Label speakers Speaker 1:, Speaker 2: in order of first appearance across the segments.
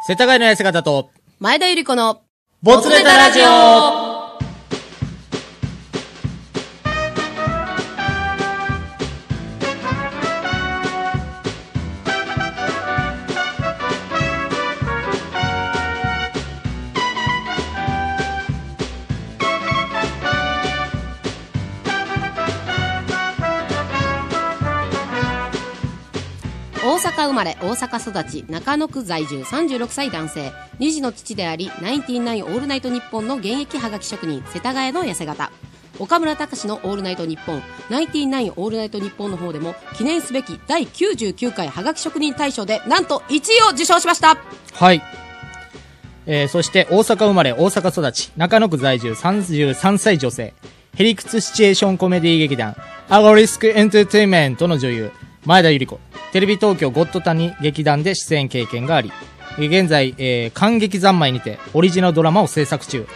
Speaker 1: 世田谷の痩せ方と、
Speaker 2: 前田ゆり子の、
Speaker 1: ボツネタラジオ
Speaker 2: 大阪生まれ、大阪育ち、中野区在住、36歳男性、2児の父であり、ナインティナインオールナイトニッポンの現役はがき職人、世田谷の痩せ方。岡村隆史のオールナイトニッポン、ナインティナインオールナイトニッポンの方でも、記念すべき第99回はがき職人大賞で、なんと1位を受賞しました
Speaker 1: はい。えー、そして、大阪生まれ、大阪育ち、中野区在住、33歳女性、ヘリクツシチュエーションコメディ劇団、アゴリスクエンターテインメントの女優、前田ゆり子、テレビ東京ゴッドタに劇団で出演経験があり、えー現在、えー、感激三昧にて、オリジナルドラマを制作中、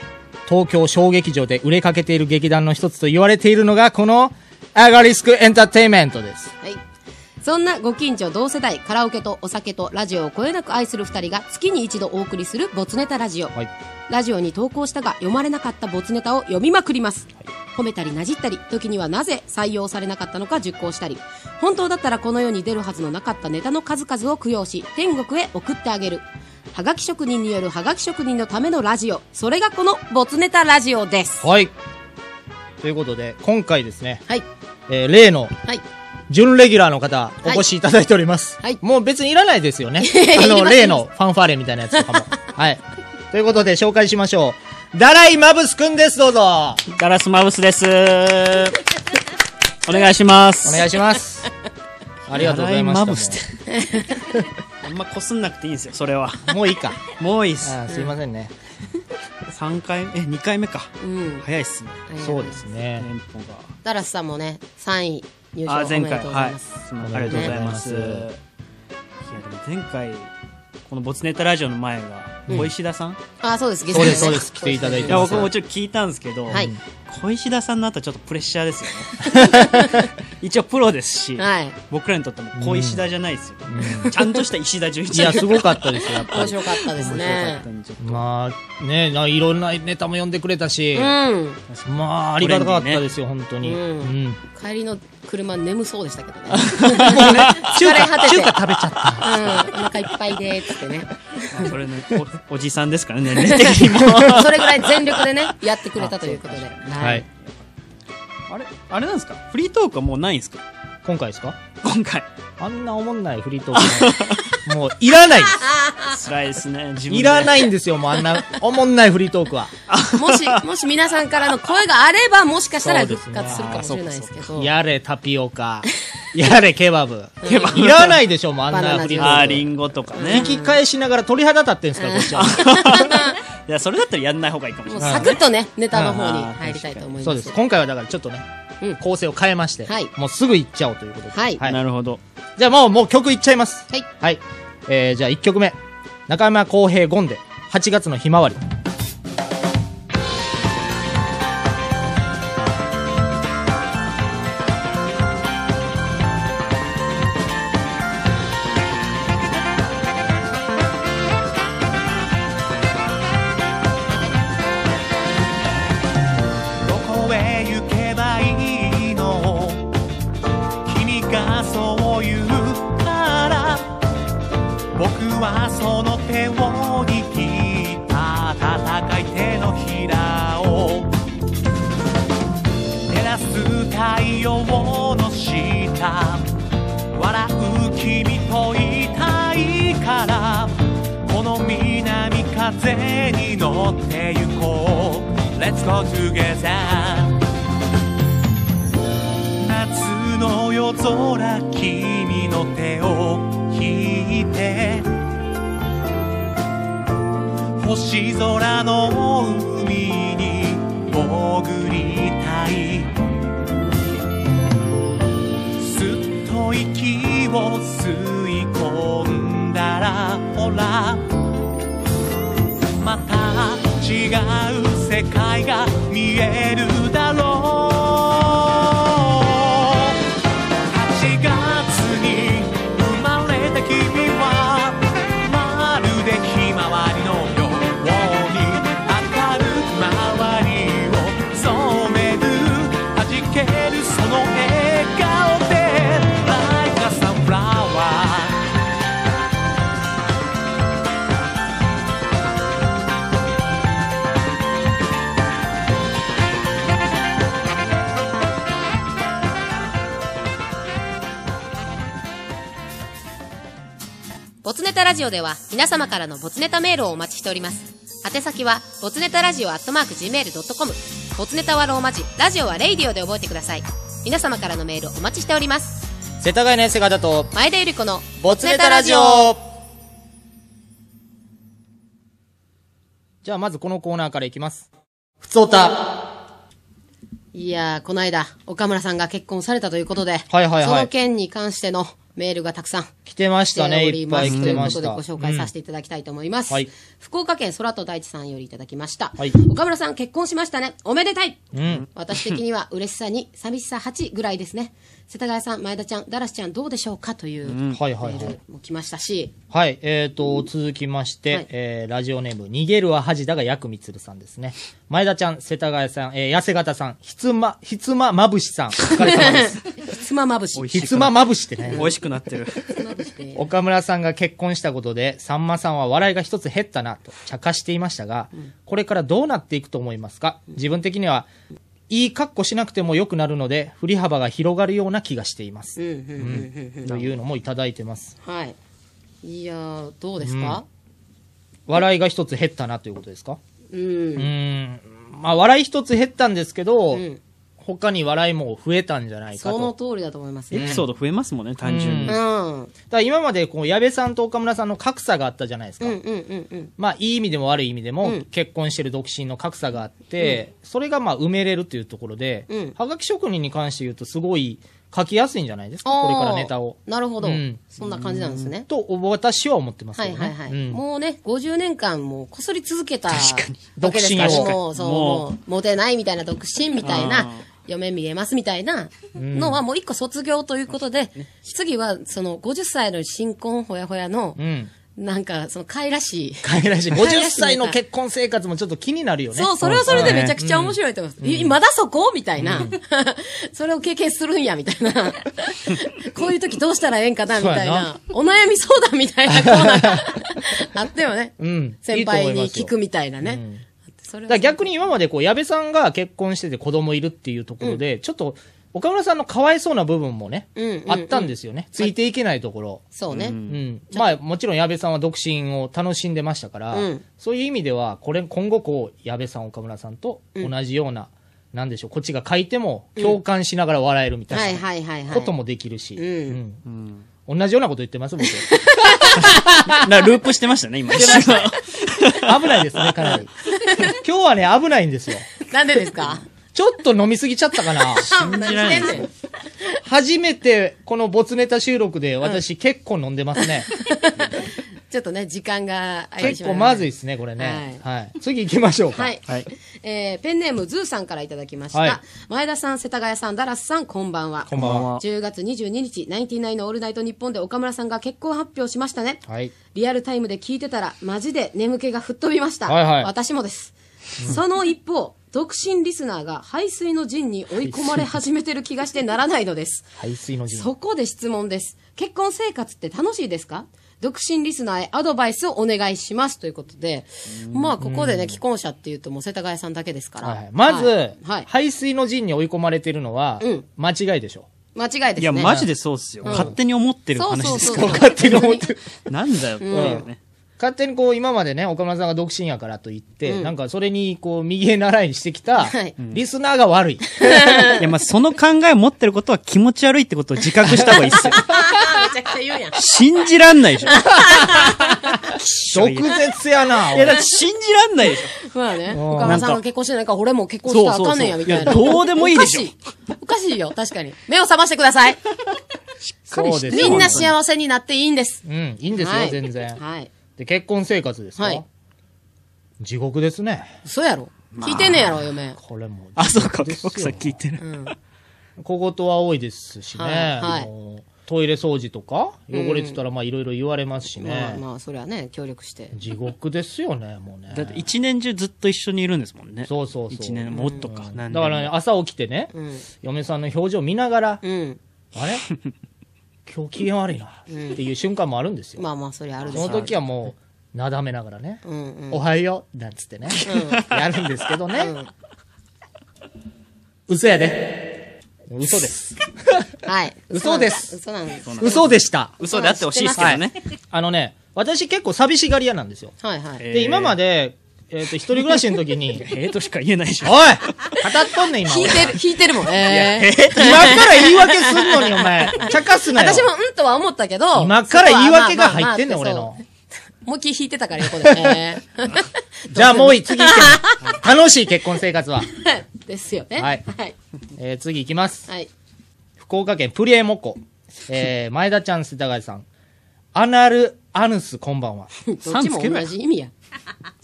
Speaker 1: 東京小劇場で売れかけている劇団の一つと言われているのが、この、アゴリスクエンターテインメントです。
Speaker 2: はい。そんなご近所同世代、カラオケとお酒とラジオをこよなく愛する二人が月に一度お送りするボツネタラジオ。
Speaker 1: はい。
Speaker 2: ラジオに投稿したが読まれなかったボツネタを読みまくります。褒めたりなじったり、時にはなぜ採用されなかったのか熟考したり、本当だったらこの世に出るはずのなかったネタの数々を供養し、天国へ送ってあげる。はがき職人によるはがき職人のためのラジオ。それがこのボツネタラジオです。
Speaker 1: はい。ということで、今回ですね、
Speaker 2: はい。
Speaker 1: えー例の
Speaker 2: はい。
Speaker 1: 準レギュラーの方、お
Speaker 2: い
Speaker 1: 越しいただいております。
Speaker 2: はい。
Speaker 1: もう別にいらないですよねあ
Speaker 2: いり
Speaker 1: の、
Speaker 2: ません
Speaker 1: 例のファンファーレみたいなやつとかも。はい。ということで、紹介しましょう。ダライマブスくんです、どうぞ。
Speaker 3: ガラスマブスです。お願いします。
Speaker 1: お願い
Speaker 3: し
Speaker 1: します。ありがとうございま
Speaker 3: マブス
Speaker 1: し
Speaker 3: って。あんまこすんなくていいんですよ、それは。
Speaker 1: た。もういいか。
Speaker 3: もういいっす。
Speaker 1: あーすいませんね。
Speaker 3: 3回目、え、2回目か。
Speaker 2: うん。
Speaker 3: 早いっすね。
Speaker 1: そうですね。
Speaker 3: 連邦が。
Speaker 2: ダラスさんもね、3位入賞
Speaker 3: あ、
Speaker 2: おめ
Speaker 3: 前
Speaker 2: で
Speaker 3: 回。
Speaker 2: とうござ
Speaker 3: はいい。
Speaker 2: ます。
Speaker 3: すいませんありがとうございます。い
Speaker 1: ね
Speaker 3: や、でも前回、このボツネタラジオの前が、
Speaker 2: うん
Speaker 3: 小石田さん、
Speaker 2: あ、そうです、ゲ
Speaker 1: そうです
Speaker 2: ストね
Speaker 1: そうです来ていただい
Speaker 3: い
Speaker 1: て
Speaker 3: や、
Speaker 1: ます
Speaker 3: 僕もちょっと聞いたんですけど、
Speaker 2: はい。
Speaker 3: 小石田さんの後はちょっとプレッシャーですよね。一応プロですし、
Speaker 2: はい。
Speaker 3: 僕らにとっても小石田じゃないですよ、ちゃんとした石田純
Speaker 1: い
Speaker 3: 一
Speaker 1: や、すごかったですよ、やっぱ
Speaker 2: 面
Speaker 1: り。
Speaker 2: 白かったですね。
Speaker 3: んでちょっ
Speaker 1: まあ、ね、ないろんなネタも読んでくれたし、
Speaker 2: うん。
Speaker 1: まあ、ありがたかったですよ、本当に。
Speaker 2: う
Speaker 1: うんん。
Speaker 2: 帰りの車眠そうでしたけどね。
Speaker 1: 中
Speaker 2: れ果
Speaker 1: 華、
Speaker 2: てて
Speaker 1: 中華食べちゃった。
Speaker 2: うん、お腹いっぱいでーっつってね。
Speaker 3: と それねおおじさんですからね年齢的にも
Speaker 2: それぐらい全力でね、やってくれたということで。
Speaker 1: は。。
Speaker 2: はい
Speaker 3: あれ あれなんですかフリートークはもうないんですか
Speaker 1: 今回ですか
Speaker 3: 今回
Speaker 1: あんなおもんないフリートークね もういらないです
Speaker 3: 辛いですね自分
Speaker 1: いらないいんですよ、もうあんなおもんないフリートークは。
Speaker 2: もし、もし皆さんからの声があれば、もしかしたら
Speaker 1: そうです
Speaker 2: 復
Speaker 1: ね
Speaker 2: 活するかもしれないですけど。
Speaker 1: やれタピオ カ、やれケバブ。いらないでしょ、もうあんなフリート
Speaker 3: あー
Speaker 1: ー
Speaker 3: リ
Speaker 1: ク。
Speaker 3: ンゴとかね
Speaker 1: 引き返しながら鳥肌立ってんすから、こっちは。
Speaker 3: いやそれだったらやんない方がいいかもし
Speaker 2: も
Speaker 3: れ
Speaker 2: う
Speaker 3: ない
Speaker 2: サクッとね、ネタの方に入りたいと思い
Speaker 1: そう
Speaker 2: ま
Speaker 1: ですす。。今回はだからちょっとね
Speaker 2: うん、
Speaker 1: 構成を変えまして
Speaker 2: はい、
Speaker 1: もうすぐ行っちゃおうということで。
Speaker 2: はい
Speaker 3: なるほど
Speaker 1: じゃあもう、もう曲いっちゃいます。
Speaker 2: はい
Speaker 1: はい。えー、じゃあ1曲目。中山公平ゴンで、8月のひまわり。
Speaker 4: どこへ行けばいいの君がそう言うから僕はその手を握った戦い手のひらを照らす太陽の下笑う君といたいからこの南風に乗って行こう Let's go together 夏の夜空君の手を引いて星空の海に潜りたいすっと息を吸い込んだらほらまた違う世界が見えるだろう8月に生まれた君はまるでひま
Speaker 2: ボツネタラジオでは皆様からのボツネタメールをお待ちしております。宛先は、ボツネタラジオアットマーク Gmail.com。ボツネタはローマ字、ラジオはレイディオで覚えてください。皆様からのメールお待ちしております。
Speaker 1: 世田谷の痩せ方と、
Speaker 2: 前田ゆり子の、
Speaker 1: ボツネタラジオじゃあまずこのコーナーからいきます。ふつおた。
Speaker 2: いやー、この間、岡村さんが結婚されたということで、
Speaker 1: はいはいはい
Speaker 2: その件に関してのメールがたくさん
Speaker 1: 来てまし
Speaker 2: 来
Speaker 1: た
Speaker 2: て
Speaker 1: ね。
Speaker 2: お
Speaker 1: い
Speaker 2: り
Speaker 1: っ
Speaker 2: ま
Speaker 1: ぱ
Speaker 2: す。
Speaker 1: い来
Speaker 2: と
Speaker 1: て
Speaker 2: いうこ
Speaker 1: まし
Speaker 2: とで
Speaker 1: た。
Speaker 2: ご紹介させ
Speaker 1: て。
Speaker 2: ていただきたいと思います。
Speaker 1: はい
Speaker 2: 福岡県空と大地さんよりいただきました、
Speaker 1: はい
Speaker 2: 岡村さん結婚しましたね。おめでたい、
Speaker 1: ん
Speaker 2: 私的には嬉しさに寂しさ8ぐらいですね。世田谷さん、前田ちゃん、だらしちゃんどうでしょうかというメ
Speaker 1: はいはいは
Speaker 2: ー
Speaker 1: い
Speaker 2: ル。も来ましたし、
Speaker 1: はい、えーと、続きまして、
Speaker 2: はい
Speaker 1: えーラジオネーム、逃げるは恥だが、やくみつるさんですね。前田ちゃん、世田谷さん、えー、痩せ方さん、ひつま、ひつままぶしさん、お疲れ様です。
Speaker 2: ひつままぶし。
Speaker 3: お い
Speaker 1: ひつままぶしってね
Speaker 3: 美。味しくなってる。
Speaker 2: ひつまぶしで
Speaker 1: 岡村さんが結婚したことで、さんまさんは笑いが一つ減ったなと茶化していましたが、これからどうなっていくと思いますか自分的には、いい格好しなくても良くなるので、振り幅が広がるような気がしています。
Speaker 2: うんうんうんうん
Speaker 1: というのもいただいてます。
Speaker 2: はい。いやー、どうですか、
Speaker 1: 笑いが一つ減ったなということですか
Speaker 2: うん、
Speaker 1: うーんまあ、笑い一つ減ったんですけど、
Speaker 2: ん
Speaker 1: 他に笑いも増えたんじゃないか
Speaker 2: そ
Speaker 1: と。
Speaker 2: の通りだと思います
Speaker 3: エ
Speaker 2: ね。
Speaker 3: ピソード増えますもんね、単純に。
Speaker 2: う
Speaker 3: は
Speaker 2: ん。うん
Speaker 1: だから今まで、こう、矢部さんと岡村さんの格差があったじゃないですか。
Speaker 2: うんうんうん。
Speaker 1: まあ、いい意味でも悪い意味でも、
Speaker 2: うん
Speaker 1: 結婚してる独身の格差があって、それがまあ埋めれるというところで、
Speaker 2: うん
Speaker 1: はがき職人に関して言うと、すごい書きやすいんじゃないですか、これからネタを。
Speaker 2: あーなるほど、
Speaker 1: うん
Speaker 2: そんな感じなんですね。
Speaker 1: と、私は思ってます
Speaker 2: は
Speaker 1: け
Speaker 2: い
Speaker 1: どね。
Speaker 2: はいはい、
Speaker 1: うん
Speaker 2: もうね、50年間もうこすり続けたわけ
Speaker 1: 独
Speaker 2: です
Speaker 1: 身
Speaker 2: から、
Speaker 1: を
Speaker 2: もう、そう、
Speaker 3: も
Speaker 2: もう、モテないみたいな、独身みたい
Speaker 3: あ
Speaker 2: な
Speaker 3: ー、
Speaker 2: 嫁見えますみたいなのはもう一個卒業ということで、次は、その、50歳の新婚ほやほやの、
Speaker 1: うん。
Speaker 2: なんか、その、かいらしい。
Speaker 1: 帰らしい。50歳の結婚生活もちょっと気になるよね。
Speaker 2: そう、それはそれでめちゃくちゃ面白いと思います。いまだそこみたいな。 それを経験するんや、みたいな。 こういう時どうしたらええんかな、みたいな。お悩み相談みたいなコーナーが あったよね。
Speaker 1: うんい
Speaker 2: 先輩に
Speaker 1: いと思いますよ
Speaker 2: 聞くみたいなね。そ
Speaker 1: だ
Speaker 2: れは
Speaker 1: から逆に今までこう矢部さんが結婚してて子供いるっていうところで、ちょっと岡村さんのかわいそうな部分もね、
Speaker 2: うんうんうん
Speaker 1: あったんですよねついていけないところ、
Speaker 2: そうね。
Speaker 1: うんまあもちろん矢部さんは独身を楽しんでましたから、
Speaker 2: うん
Speaker 1: そういう意味ではこれ今後こう矢部さん岡村さんと同じような、なんでしょうこっちが書いても共感しながら笑えるみた
Speaker 2: はい
Speaker 1: いな
Speaker 2: はいはいはい。
Speaker 1: こともできるし、
Speaker 2: うん
Speaker 1: うん同じようなこと言ってます僕
Speaker 3: だからループしてましたね、今。
Speaker 1: 危ないですねかなり今日はね危ないんですよ
Speaker 2: なんでで すか
Speaker 1: ちょっと飲みすぎちゃったかな
Speaker 2: 何
Speaker 3: じら
Speaker 2: し
Speaker 3: れ
Speaker 2: てん
Speaker 3: な
Speaker 2: ね
Speaker 3: い
Speaker 2: ん。
Speaker 1: 初めてこのボツネタ収録で私結構飲んでますね。
Speaker 2: ちょっとね、時間が 空いてし
Speaker 1: 結
Speaker 2: ま
Speaker 1: 構
Speaker 2: い
Speaker 1: ま
Speaker 2: ま
Speaker 1: ずい
Speaker 2: し
Speaker 1: ですね、これね。はい。次行きましょう
Speaker 2: た。
Speaker 1: か。
Speaker 2: はい。
Speaker 3: はい。
Speaker 2: えーペンネームズーさんからいただきました。
Speaker 1: はい
Speaker 2: 前田さん、世田谷さん、ダラスさん、こんばんは。
Speaker 1: こんばんは。
Speaker 2: 10月22日、ナインティナインのオールナイト日本で岡村さんが結婚発表しましたね。
Speaker 1: はい。
Speaker 2: リアルタイムで聞いてたら、マジで眠気が吹っ飛びました。
Speaker 1: はいはい
Speaker 2: 私もです。その一方、独身リスナーが排水の陣に追い込まれ始めてる気がしてならないのです。
Speaker 1: 排水の陣。
Speaker 2: そこで質問です。結婚生活って楽しいですか独身リスナーへアドバイスをお願いしますということで、まあ、ここでね、既婚者っていうと、もう世田谷さんだけですから。
Speaker 1: はいはいまず、
Speaker 2: はい。はい
Speaker 1: 排水の陣に追い込まれてるのは
Speaker 2: うん、
Speaker 1: 間違いでしょ。
Speaker 2: 間違いですね。
Speaker 3: いや、マジでそうっすよ。
Speaker 2: うん
Speaker 3: 勝手に思ってる話ですから。
Speaker 1: 勝手に思ってる。
Speaker 3: なんだよっていうね。
Speaker 1: 勝手にこう、今までね、岡村さんが独身やからと言って、なんかそれにこう、右へ習いにしてきた
Speaker 2: はい、
Speaker 1: リスナーが悪い。
Speaker 3: いや、まあ、その考えを持ってることは気持ち悪いってことを自覚した方がいいっすよ。
Speaker 2: あ ーめちゃくちゃ言うやん。
Speaker 3: 信じらんないでしょ。
Speaker 1: 毒舌やな。
Speaker 3: いや、
Speaker 1: 俺
Speaker 3: だって信じらんないでしょ。
Speaker 2: まあね。
Speaker 1: ん
Speaker 2: 岡村さんが結婚してないから、俺も結婚したらあかんねんや、
Speaker 3: そう
Speaker 2: み
Speaker 3: そうそう
Speaker 2: たいな。
Speaker 3: いやどうでもいいでしょ
Speaker 2: ょ。おかしいよ、確かに。目を覚ましてください。
Speaker 1: そうです
Speaker 2: みん
Speaker 1: よ
Speaker 2: な幸せになっていいんです。
Speaker 1: うん、いいんです
Speaker 2: は
Speaker 1: よ、
Speaker 2: い
Speaker 1: 全然。
Speaker 2: はい。
Speaker 1: で、結婚生活です
Speaker 2: は
Speaker 1: か
Speaker 2: い
Speaker 1: 地獄ですね。
Speaker 2: 嘘やろ。聞いてんねやろ、嫁。
Speaker 1: これもう
Speaker 3: あ、そうか、奥さん聞いてる。
Speaker 2: うん。
Speaker 1: 小言は多いですしね、
Speaker 2: はいはい
Speaker 1: もうトイレ掃除とか汚れてたらまあいろいろ言われますし
Speaker 2: まあ
Speaker 1: ね、
Speaker 2: まあ、それはね、協力して。
Speaker 1: 地獄ですよねもうね
Speaker 3: だって一年中ずっと一緒にいるんですもんね。
Speaker 1: そうそうそう
Speaker 3: 一年もっと
Speaker 1: だ
Speaker 3: か。何年
Speaker 1: か
Speaker 3: も
Speaker 1: らね、朝起きてね、
Speaker 2: うん。
Speaker 1: 嫁さんの表情見ながら、
Speaker 2: うん。
Speaker 1: あ れ今日機嫌悪いなっていう瞬間もあるんですよ、
Speaker 2: まあまあ、それあるで
Speaker 1: そ
Speaker 2: しょ
Speaker 1: の時はもうなだめながらね、
Speaker 2: うんうん。
Speaker 1: おはようなんつってね、やるんですけどね、
Speaker 2: うん
Speaker 1: 嘘やで嘘です
Speaker 2: はい。
Speaker 1: 嘘です
Speaker 2: 嘘なんです。
Speaker 1: 嘘でした
Speaker 3: 嘘であってほしいっすけどね。
Speaker 1: あのね、私結構寂しがり屋なんですよ。
Speaker 2: はいはい。
Speaker 3: え
Speaker 1: で、今まで、えっ、と、一人暮らしの時 に、
Speaker 3: ええとしか言えないじゃ ん。
Speaker 1: おい語っとんねん、今。
Speaker 2: 引いてる、引いてるもん。えー
Speaker 1: 今から言い訳すんのに、お前。茶化すなよ。
Speaker 2: 私もうんとは思ったけど。
Speaker 1: 今から言い訳が入ってんねん、
Speaker 2: そ
Speaker 1: 俺
Speaker 2: こは
Speaker 1: の
Speaker 2: まあまあまあ。そうもう一回引いてたから横で。え
Speaker 1: じゃあもういい次行け。楽しい結婚生活 は。
Speaker 2: ーですよね。
Speaker 1: はい
Speaker 2: はい。
Speaker 1: えー、次行きます。
Speaker 2: はい。
Speaker 1: 福岡県プリエモコ。えー、前田ちゃん、世田谷さん。アナル、アヌス、こんばんは。
Speaker 2: どっ
Speaker 1: さん
Speaker 2: ち
Speaker 1: つ
Speaker 2: も
Speaker 1: けろ
Speaker 2: 同
Speaker 1: や
Speaker 2: じ意味や。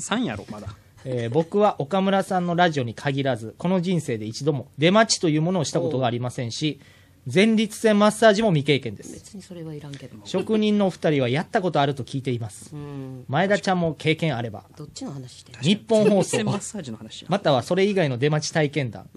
Speaker 3: 3やろ、まだ。
Speaker 1: えー僕は岡村さんのラジオに限らず、この人生で一度も出待ちというものをしたことがありませんし、前立腺マッサージも未経験です。
Speaker 2: 別にそれはいらんけども。
Speaker 1: 職人のお二人はやったことあると聞いています。
Speaker 2: うん。
Speaker 1: 前田ちゃんも経験あれば、
Speaker 2: どっちの話してんの
Speaker 1: 日本放送
Speaker 3: 線、マッサージの話や。
Speaker 1: またはそれ以外の出待ち体験談。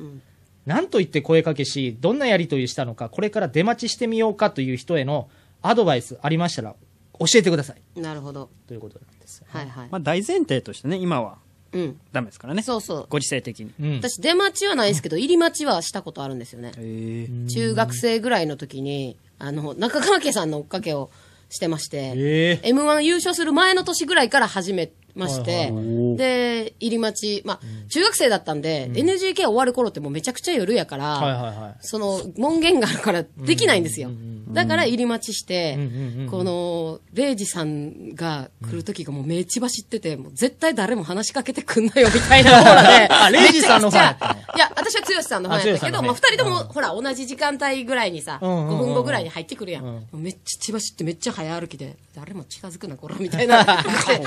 Speaker 1: なんと言って声かけし、どんなやり取りしたのか、これから出待ちしてみようかという人へのアドバイスありましたら、教えてください。
Speaker 2: なるほど。
Speaker 1: ということなんです。
Speaker 2: はいはい
Speaker 3: ま。あ大前提としてね、今は
Speaker 2: うん。
Speaker 3: ダメですからね。
Speaker 2: そうそう。
Speaker 3: ご時世的に。
Speaker 1: うん。
Speaker 2: 私出待ちはないですけど、入り待ちはしたことあるんですよね。
Speaker 3: ええ。
Speaker 2: 中学生ぐらいの時に、あの、中川家さんの追っかけをしてまして、
Speaker 1: え
Speaker 2: M1 優勝する前の年ぐらいから始めまして、
Speaker 1: はい
Speaker 2: で、入り待ち、まあ、中学生だったんで、NGK 終わる頃ってもうめちゃくちゃ夜やから、
Speaker 1: はいはいはい。
Speaker 2: その門限があるからできないんですよ。だから入り待ちして
Speaker 1: うんうんうんうん、。
Speaker 2: この、レイジさんが来る時がもう目血走ってて、もう絶対誰も話しかけてくんなよみたいなオーラで
Speaker 1: あレイジさんのファンやったの
Speaker 2: めちゃくちゃいや、私は剛さんのファンやったけ
Speaker 1: あ剛さん
Speaker 2: ど、
Speaker 1: のファン
Speaker 2: まあ二人とも、ほら、同じ時間帯ぐらいにさ、
Speaker 1: うんうんうんうん
Speaker 2: 5分後ぐらいに入ってくるやん。めっちゃ血走ってめっちゃ早歩きで、誰も近づくな、こら、みた いな。であって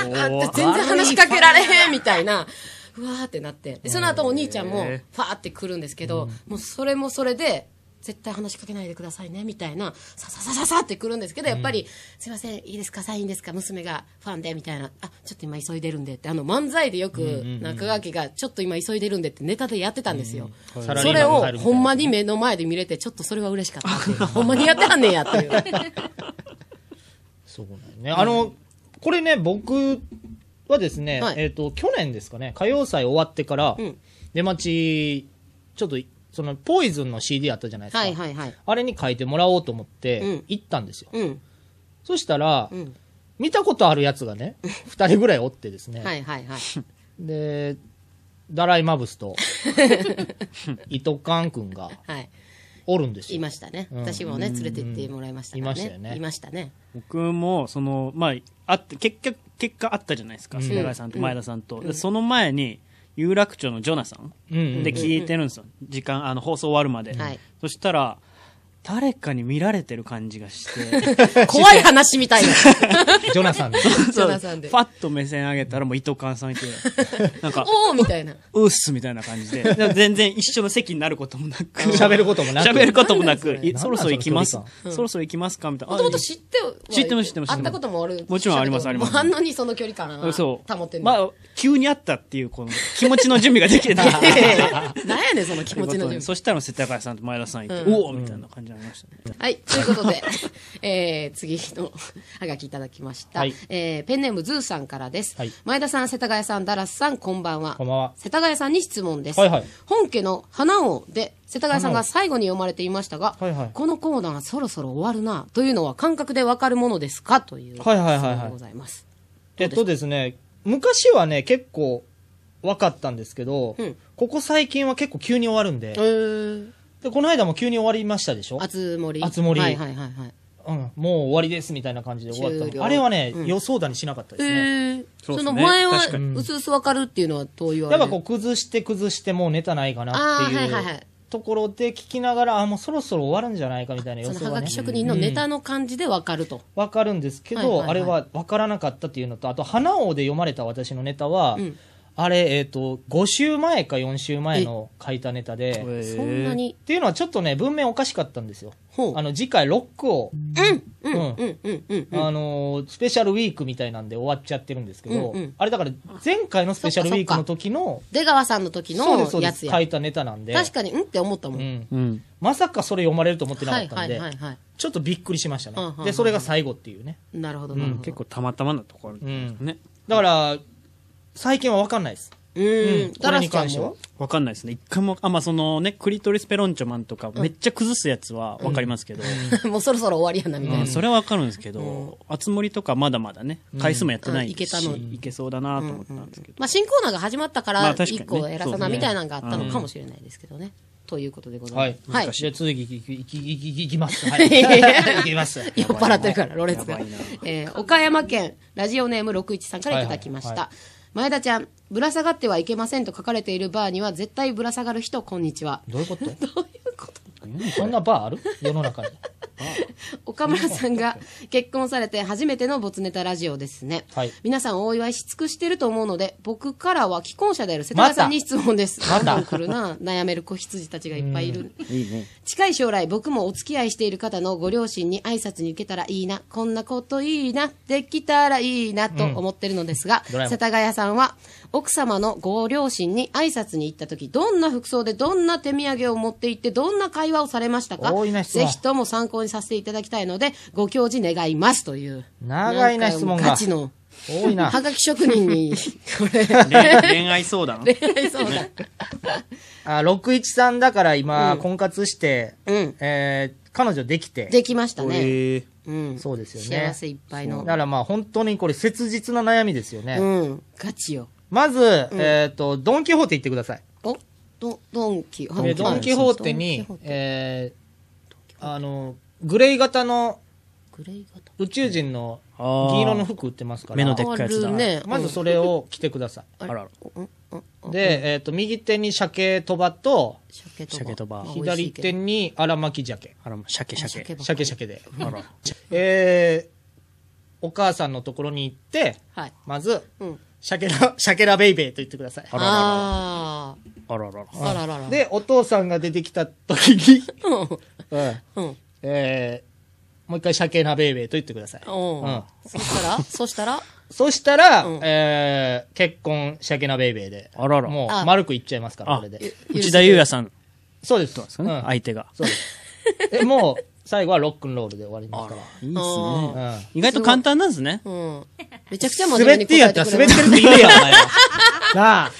Speaker 2: 全然話しかけられへん、みたいな。うわーってなって。でその後お兄ちゃんも、ファーって来るんですけど、もうそれもそれで、絶対話しかけないでくださいね、みたいな、さささささって来るんですけど、やっぱり、すいません、いいですか、サインですか、娘がファンで、みたいな、あ、ちょっと今急いでるんでって、あの漫才でよく中川家が、ちょっと今急いでるんでってネタでやってたんですよ。
Speaker 1: サラリー
Speaker 2: そ
Speaker 1: マ
Speaker 2: れ
Speaker 1: ンが入る
Speaker 2: を
Speaker 1: みたいな
Speaker 2: ほんまに目の前で見れて、ちょっとそれは嬉しかったっていう。ほんまにやってはんねんやって いう。
Speaker 1: そうなんよね。あの、これね、僕はですね、
Speaker 2: はい
Speaker 1: えっ、と、去年ですかね、歌謡祭終わってから、
Speaker 2: うん
Speaker 1: 出待ち、ちょっと、その、ポイズンの CD あったじゃないですか。
Speaker 2: はいはいはい。
Speaker 1: あれに書いてもらおうと思っ
Speaker 2: う
Speaker 1: て
Speaker 2: ん、
Speaker 1: 行ったんですよ。
Speaker 2: うん。
Speaker 1: そしたら、
Speaker 2: うん。
Speaker 1: 見たことあるやつが ね、二人ぐらいおってですね、
Speaker 2: はいはいはい。
Speaker 1: で、ダライマブス と、伊藤寛くんが
Speaker 2: はい。
Speaker 1: おるんです
Speaker 2: い
Speaker 1: よ。
Speaker 2: ましたね。
Speaker 1: うん
Speaker 2: 私もね、連れて行ってもらいましたから
Speaker 1: いま
Speaker 2: ね。
Speaker 1: したよね
Speaker 2: いましたね。
Speaker 3: 僕も、その、まあ、あって、結局、結果あったじゃないですか。瀬長さんと前田さんと。でその前に、有楽町のジョナさん
Speaker 1: うんうんうん
Speaker 3: で聞いてるんですよ。時間、あの、放送終わるまで
Speaker 2: はい。
Speaker 3: そしたら、誰かに見られてる感じがして、
Speaker 2: 怖い話みたいな。
Speaker 1: ジョナサンで。
Speaker 2: ジョナサンで
Speaker 3: ファッと目線上げたらもう伊藤寛さんいて、なんか、
Speaker 2: おーみたいな。
Speaker 3: うっすみたいな感じで、で全然一緒の席になることもなく、
Speaker 1: 喋ることもなく。
Speaker 3: 喋ることもなく、
Speaker 1: なんだそれ
Speaker 3: いそろそろ行きます
Speaker 1: なんだ。
Speaker 3: そろそろ行きますかみたいな。
Speaker 2: もともと知っては
Speaker 3: 知ってます知ってます
Speaker 2: 会ったこともある。
Speaker 3: もちろんありますあります
Speaker 2: もうあんのにその距離感
Speaker 3: あ
Speaker 2: は
Speaker 3: そ
Speaker 2: 保
Speaker 3: う。
Speaker 2: ってんの。
Speaker 3: まあ、急にあったっていう、この、気持ちの準備ができてなかった。
Speaker 2: なんやねん、その気持ちの準備。
Speaker 3: そしたら、世田谷さんと前田さんいて、
Speaker 2: うん
Speaker 3: おおみたいな感じになりましたね。
Speaker 2: はい、ということで、 えー、次の はがきいただきました。
Speaker 1: はい
Speaker 2: えーペンネームズーさんからです。
Speaker 1: はい
Speaker 2: 前田さん、世田谷さん、ダラスさん、こんばんは。
Speaker 1: こんばんは
Speaker 2: 世田谷さんに質問です。
Speaker 1: はいはい
Speaker 2: 本家の花王で、世田谷さん
Speaker 1: 花王
Speaker 2: が最後に読まれていましたが、
Speaker 1: はいはい
Speaker 2: このコーナーそろそろ終わるな、というのは感覚でわかるものですかという質
Speaker 1: はいはいはいはい
Speaker 2: 問でございます。
Speaker 1: えっとですね、昔はね、結構分かったんですけど、
Speaker 2: うん
Speaker 1: ここ最近は結構急に終わるんで、
Speaker 2: えー、
Speaker 1: でこの間も急に終わりましたでしょ、
Speaker 2: 熱盛。
Speaker 1: 熱盛
Speaker 2: はいはいはいはい。
Speaker 1: うん、もう終わりですみたいな感じで終わった
Speaker 2: 終
Speaker 1: の
Speaker 2: 了
Speaker 1: あれはね、
Speaker 2: うん
Speaker 1: 予想だにしなかったで
Speaker 2: え
Speaker 1: すね。
Speaker 2: ー、
Speaker 3: そ
Speaker 2: そ
Speaker 3: うですね
Speaker 2: の前は
Speaker 3: 確か
Speaker 1: に
Speaker 2: うすうすわかるっていうのはどういうあ
Speaker 1: や
Speaker 2: れ
Speaker 1: っぱこう崩して崩してもうネタないかなって
Speaker 2: あーはいはい
Speaker 1: い
Speaker 2: は
Speaker 1: う
Speaker 2: い
Speaker 1: ところで聞きながら、あ、もうそろそろ終わるんじゃないかみたいな予
Speaker 2: その
Speaker 1: 想
Speaker 2: は
Speaker 1: が
Speaker 2: が
Speaker 1: ね
Speaker 2: き。職人のネタの感じでわかると。
Speaker 1: わかるんですけど、
Speaker 2: はいはいはい
Speaker 1: あれはわからなかったっていうのと、あと、花王で読まれた私のネタは、
Speaker 2: ん
Speaker 1: あれ、えっ、と、5週前か4週前の書いたネタで、
Speaker 2: そんなに
Speaker 1: っ。ていうのはちょっとね、文面おかしかったんですよ。
Speaker 2: ほう
Speaker 1: あの、次回ロックを、
Speaker 2: うんうんうんうん。
Speaker 1: あのースペシャルウィークみたいなんで終わっちゃってるんですけど、
Speaker 2: うんうん
Speaker 1: あれだから前回のスペシャルウィークの時の、
Speaker 2: 出川さんの時
Speaker 1: そうです、そ
Speaker 2: の
Speaker 1: うで
Speaker 2: や
Speaker 1: す、
Speaker 2: つ
Speaker 1: 書
Speaker 2: や。
Speaker 1: いたネタなんで、
Speaker 2: 確かに、うんって思ったもん。
Speaker 1: う
Speaker 2: はい
Speaker 1: ん、
Speaker 3: うん。
Speaker 1: まさかそれ読まれると思ってなか
Speaker 2: は
Speaker 1: っ
Speaker 2: い
Speaker 1: た
Speaker 2: は
Speaker 1: んで、
Speaker 2: いは
Speaker 1: ちょっとびっくりしましたね、
Speaker 2: うんうんうんうん
Speaker 1: で、それが最後っていうね。
Speaker 2: い。なるほどなるほど。
Speaker 3: 結構たまたまなところですね。
Speaker 1: だから、最近は分かんないです。
Speaker 2: うん。
Speaker 1: こ
Speaker 2: ダ
Speaker 1: れ
Speaker 2: ラ
Speaker 1: に
Speaker 2: スちゃん
Speaker 1: 関しては
Speaker 2: も。
Speaker 3: わかんないですね。一回も、あ、まあ、そのね、クリトリスペロンチョマンとか、めっちゃ崩すやつはわかりますけど、
Speaker 2: もう そろそろ終わりやな、みたい
Speaker 3: うん
Speaker 2: な。
Speaker 3: それはわかるんですけど、あつ森とかまだまだね、回数もやってないですし、
Speaker 2: うんあいけたの
Speaker 3: いけそうだなと思ったんですけど。
Speaker 2: まあ、新コーナーが始まったか
Speaker 3: ま
Speaker 2: ら、
Speaker 3: あ確かにね
Speaker 2: 一個減らさ
Speaker 3: そ
Speaker 2: な、
Speaker 3: うね
Speaker 2: みたいなのがあったのかもしれないですけどね。ということでござ
Speaker 1: はいい
Speaker 2: ます。
Speaker 1: 難しい。じゃあ続きいきいきいきいきいきます。はい。いきます。
Speaker 2: 酔っ払ってるから、ロレツ
Speaker 3: や
Speaker 2: が
Speaker 3: ばいな。
Speaker 2: えー岡山県、ラジオネーム61さんからいただきました。
Speaker 1: はいはい
Speaker 2: 前田ちゃん、ぶら下がってはいけませんと書かれているバーには、絶対ぶら下がる人、こんにちは。
Speaker 1: どういうこと
Speaker 2: どういうこと
Speaker 1: そんなバーある世の中に。
Speaker 2: 岡村さんが結婚されて初めてのボツネタラジオですね。
Speaker 1: はい
Speaker 2: 皆さんお祝いし尽くしてると思うので、僕からは既婚者である瀬戸田さんに質問です。
Speaker 1: また
Speaker 2: どんどん来るな。悩める子羊たちがいっぱいいる。
Speaker 3: いいね。
Speaker 2: 近い将来僕もお付き合いしている方のご両親に挨拶に受けたらいいな、こんなこといいな、できたらいいなと思ってるのですが、
Speaker 1: ドラえもん
Speaker 2: 世田谷さんは奥様のご両親に挨拶に行った時、どんな服装でどんな手土産を持って行って、どんな会話をされましたか
Speaker 1: 多いな質問
Speaker 2: ぜひとも参考にさせていただきたいので、ご教示願いますという。
Speaker 1: 長いな質問が
Speaker 2: んかガチの。
Speaker 1: 多いな。
Speaker 2: はがき職人に、これ、
Speaker 3: 恋恋愛相 談
Speaker 2: 恋愛相談。
Speaker 1: あ、61さんだから今、婚活して、
Speaker 2: うん
Speaker 1: えー彼女できて。
Speaker 2: できましたね。
Speaker 3: ええ
Speaker 2: うん。
Speaker 1: そうですよね
Speaker 2: 幸。せいっぱいの
Speaker 1: だ。からまあ本当にこれ切実な悩みですよね。
Speaker 2: うん。ガチよ。
Speaker 1: まず、えっ、と、ドンキホーテ行ってください。
Speaker 2: おドドンキホー
Speaker 1: で
Speaker 2: テ。
Speaker 1: ドンキホーテに、
Speaker 2: ドンキホーテ
Speaker 1: えーあの、グレー型の
Speaker 2: グレー型。
Speaker 1: 宇宙人の
Speaker 3: あー
Speaker 1: 銀色の服売ってますから。
Speaker 3: 目のでっかいやつだ
Speaker 2: あるね。
Speaker 1: まずそれを着てくださ
Speaker 3: あらら。
Speaker 2: うん、うん、
Speaker 1: い。で、えっ、と、右手に鮭とばと、
Speaker 2: 鮭とば。
Speaker 3: 鮭とば
Speaker 2: まあ
Speaker 1: 左手。に荒巻き鮭。
Speaker 3: あら、シャケシャケ。
Speaker 1: 鮭鮭で。
Speaker 3: あら。
Speaker 1: えー、お母さんのところに行って、
Speaker 2: はい。
Speaker 1: まず、
Speaker 2: うん。
Speaker 1: シャケ ラ、シャケラベイベーと言ってください。
Speaker 3: あらら
Speaker 2: あ
Speaker 3: あららら。
Speaker 2: ーあららら。、
Speaker 1: で、お父さんが出てきた時に、
Speaker 2: う
Speaker 1: うん
Speaker 2: ん。うん。
Speaker 1: えー、もう一回シャケラベイベーと言ってください。
Speaker 2: お
Speaker 1: うん
Speaker 2: ーそしたら、そしたら、
Speaker 1: そしたら、
Speaker 2: うん
Speaker 1: えー、結婚、シャケナベイベーで。
Speaker 3: あらら
Speaker 1: も
Speaker 2: あ
Speaker 1: う、丸くいっちゃいますから、
Speaker 3: あ
Speaker 1: これで。
Speaker 2: ゆ
Speaker 3: 内田裕也さんで
Speaker 1: そうです。そうです
Speaker 3: かね、
Speaker 1: うん
Speaker 3: 相手が。
Speaker 1: そうです。え、もう、最後はロックンロールで終わりますか
Speaker 3: いいっ
Speaker 2: あ
Speaker 3: すね。
Speaker 1: ら。うん。
Speaker 3: 意外と簡単なんですね。
Speaker 2: うん。めちゃくちゃ真面
Speaker 1: 滑
Speaker 2: 目
Speaker 1: っ
Speaker 2: に
Speaker 1: てん
Speaker 2: 答
Speaker 1: やっ
Speaker 2: え
Speaker 1: た
Speaker 2: て
Speaker 1: ら
Speaker 2: く
Speaker 1: 滑
Speaker 2: れ
Speaker 1: ってるって言えや、お前ら。なあ。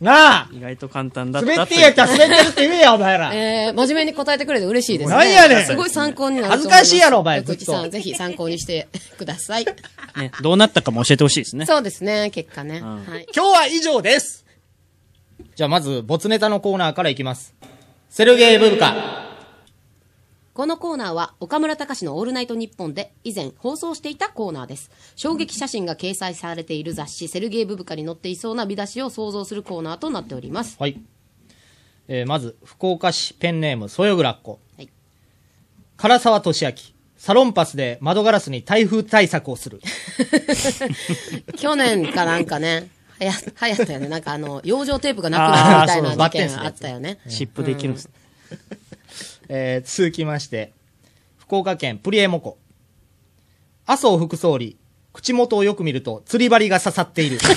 Speaker 1: なあ。
Speaker 3: 意外と簡単だった
Speaker 1: 滑ってんやった
Speaker 3: と
Speaker 1: ら
Speaker 3: いう
Speaker 1: 滑ってるって言えや、お前ら。
Speaker 2: えー、真面目に答えてくれて嬉しいですね。
Speaker 1: なんやねん
Speaker 2: すごい参考になる
Speaker 1: 恥ずかしいやろお前ず
Speaker 2: ず
Speaker 1: っ
Speaker 2: っ
Speaker 1: と
Speaker 2: さん、ぜひ参考にしてください。
Speaker 3: ね、どうなったかも教えてほしいですね。
Speaker 2: そうですね、結果ね。
Speaker 3: ん
Speaker 2: はい。
Speaker 1: 今日は以上ですじゃあまず、ボツネタのコーナーからいきます。セルゲイ・ブブカ。
Speaker 2: このコーナーは岡村隆史の「オールナイトニッポン」で以前放送していたコーナーです衝撃写真が掲載されている雑誌「セルゲイ・ブブカ」に載っていそうな見出しを想像するコーナーとなっております
Speaker 1: はい。えー、まず、福岡市ペンネーム、そよぐらっこ。
Speaker 2: はい
Speaker 1: 唐沢俊明。サロンパスで窓ガラスに台風対策をする。
Speaker 2: 去年かなんかねはやはやったよねなんかあの養生テープがなくなるみたい
Speaker 1: あーそう
Speaker 2: な
Speaker 1: バッ
Speaker 2: 事
Speaker 1: テンす
Speaker 2: 件
Speaker 1: る
Speaker 2: あ
Speaker 1: や
Speaker 2: っ
Speaker 1: つ
Speaker 2: たよね
Speaker 3: 湿布できるんですね。
Speaker 1: えー、続きまして、福岡県プリエモコ。麻生副総理。口元をよく見ると、釣り針が刺さっている。
Speaker 2: ちょっ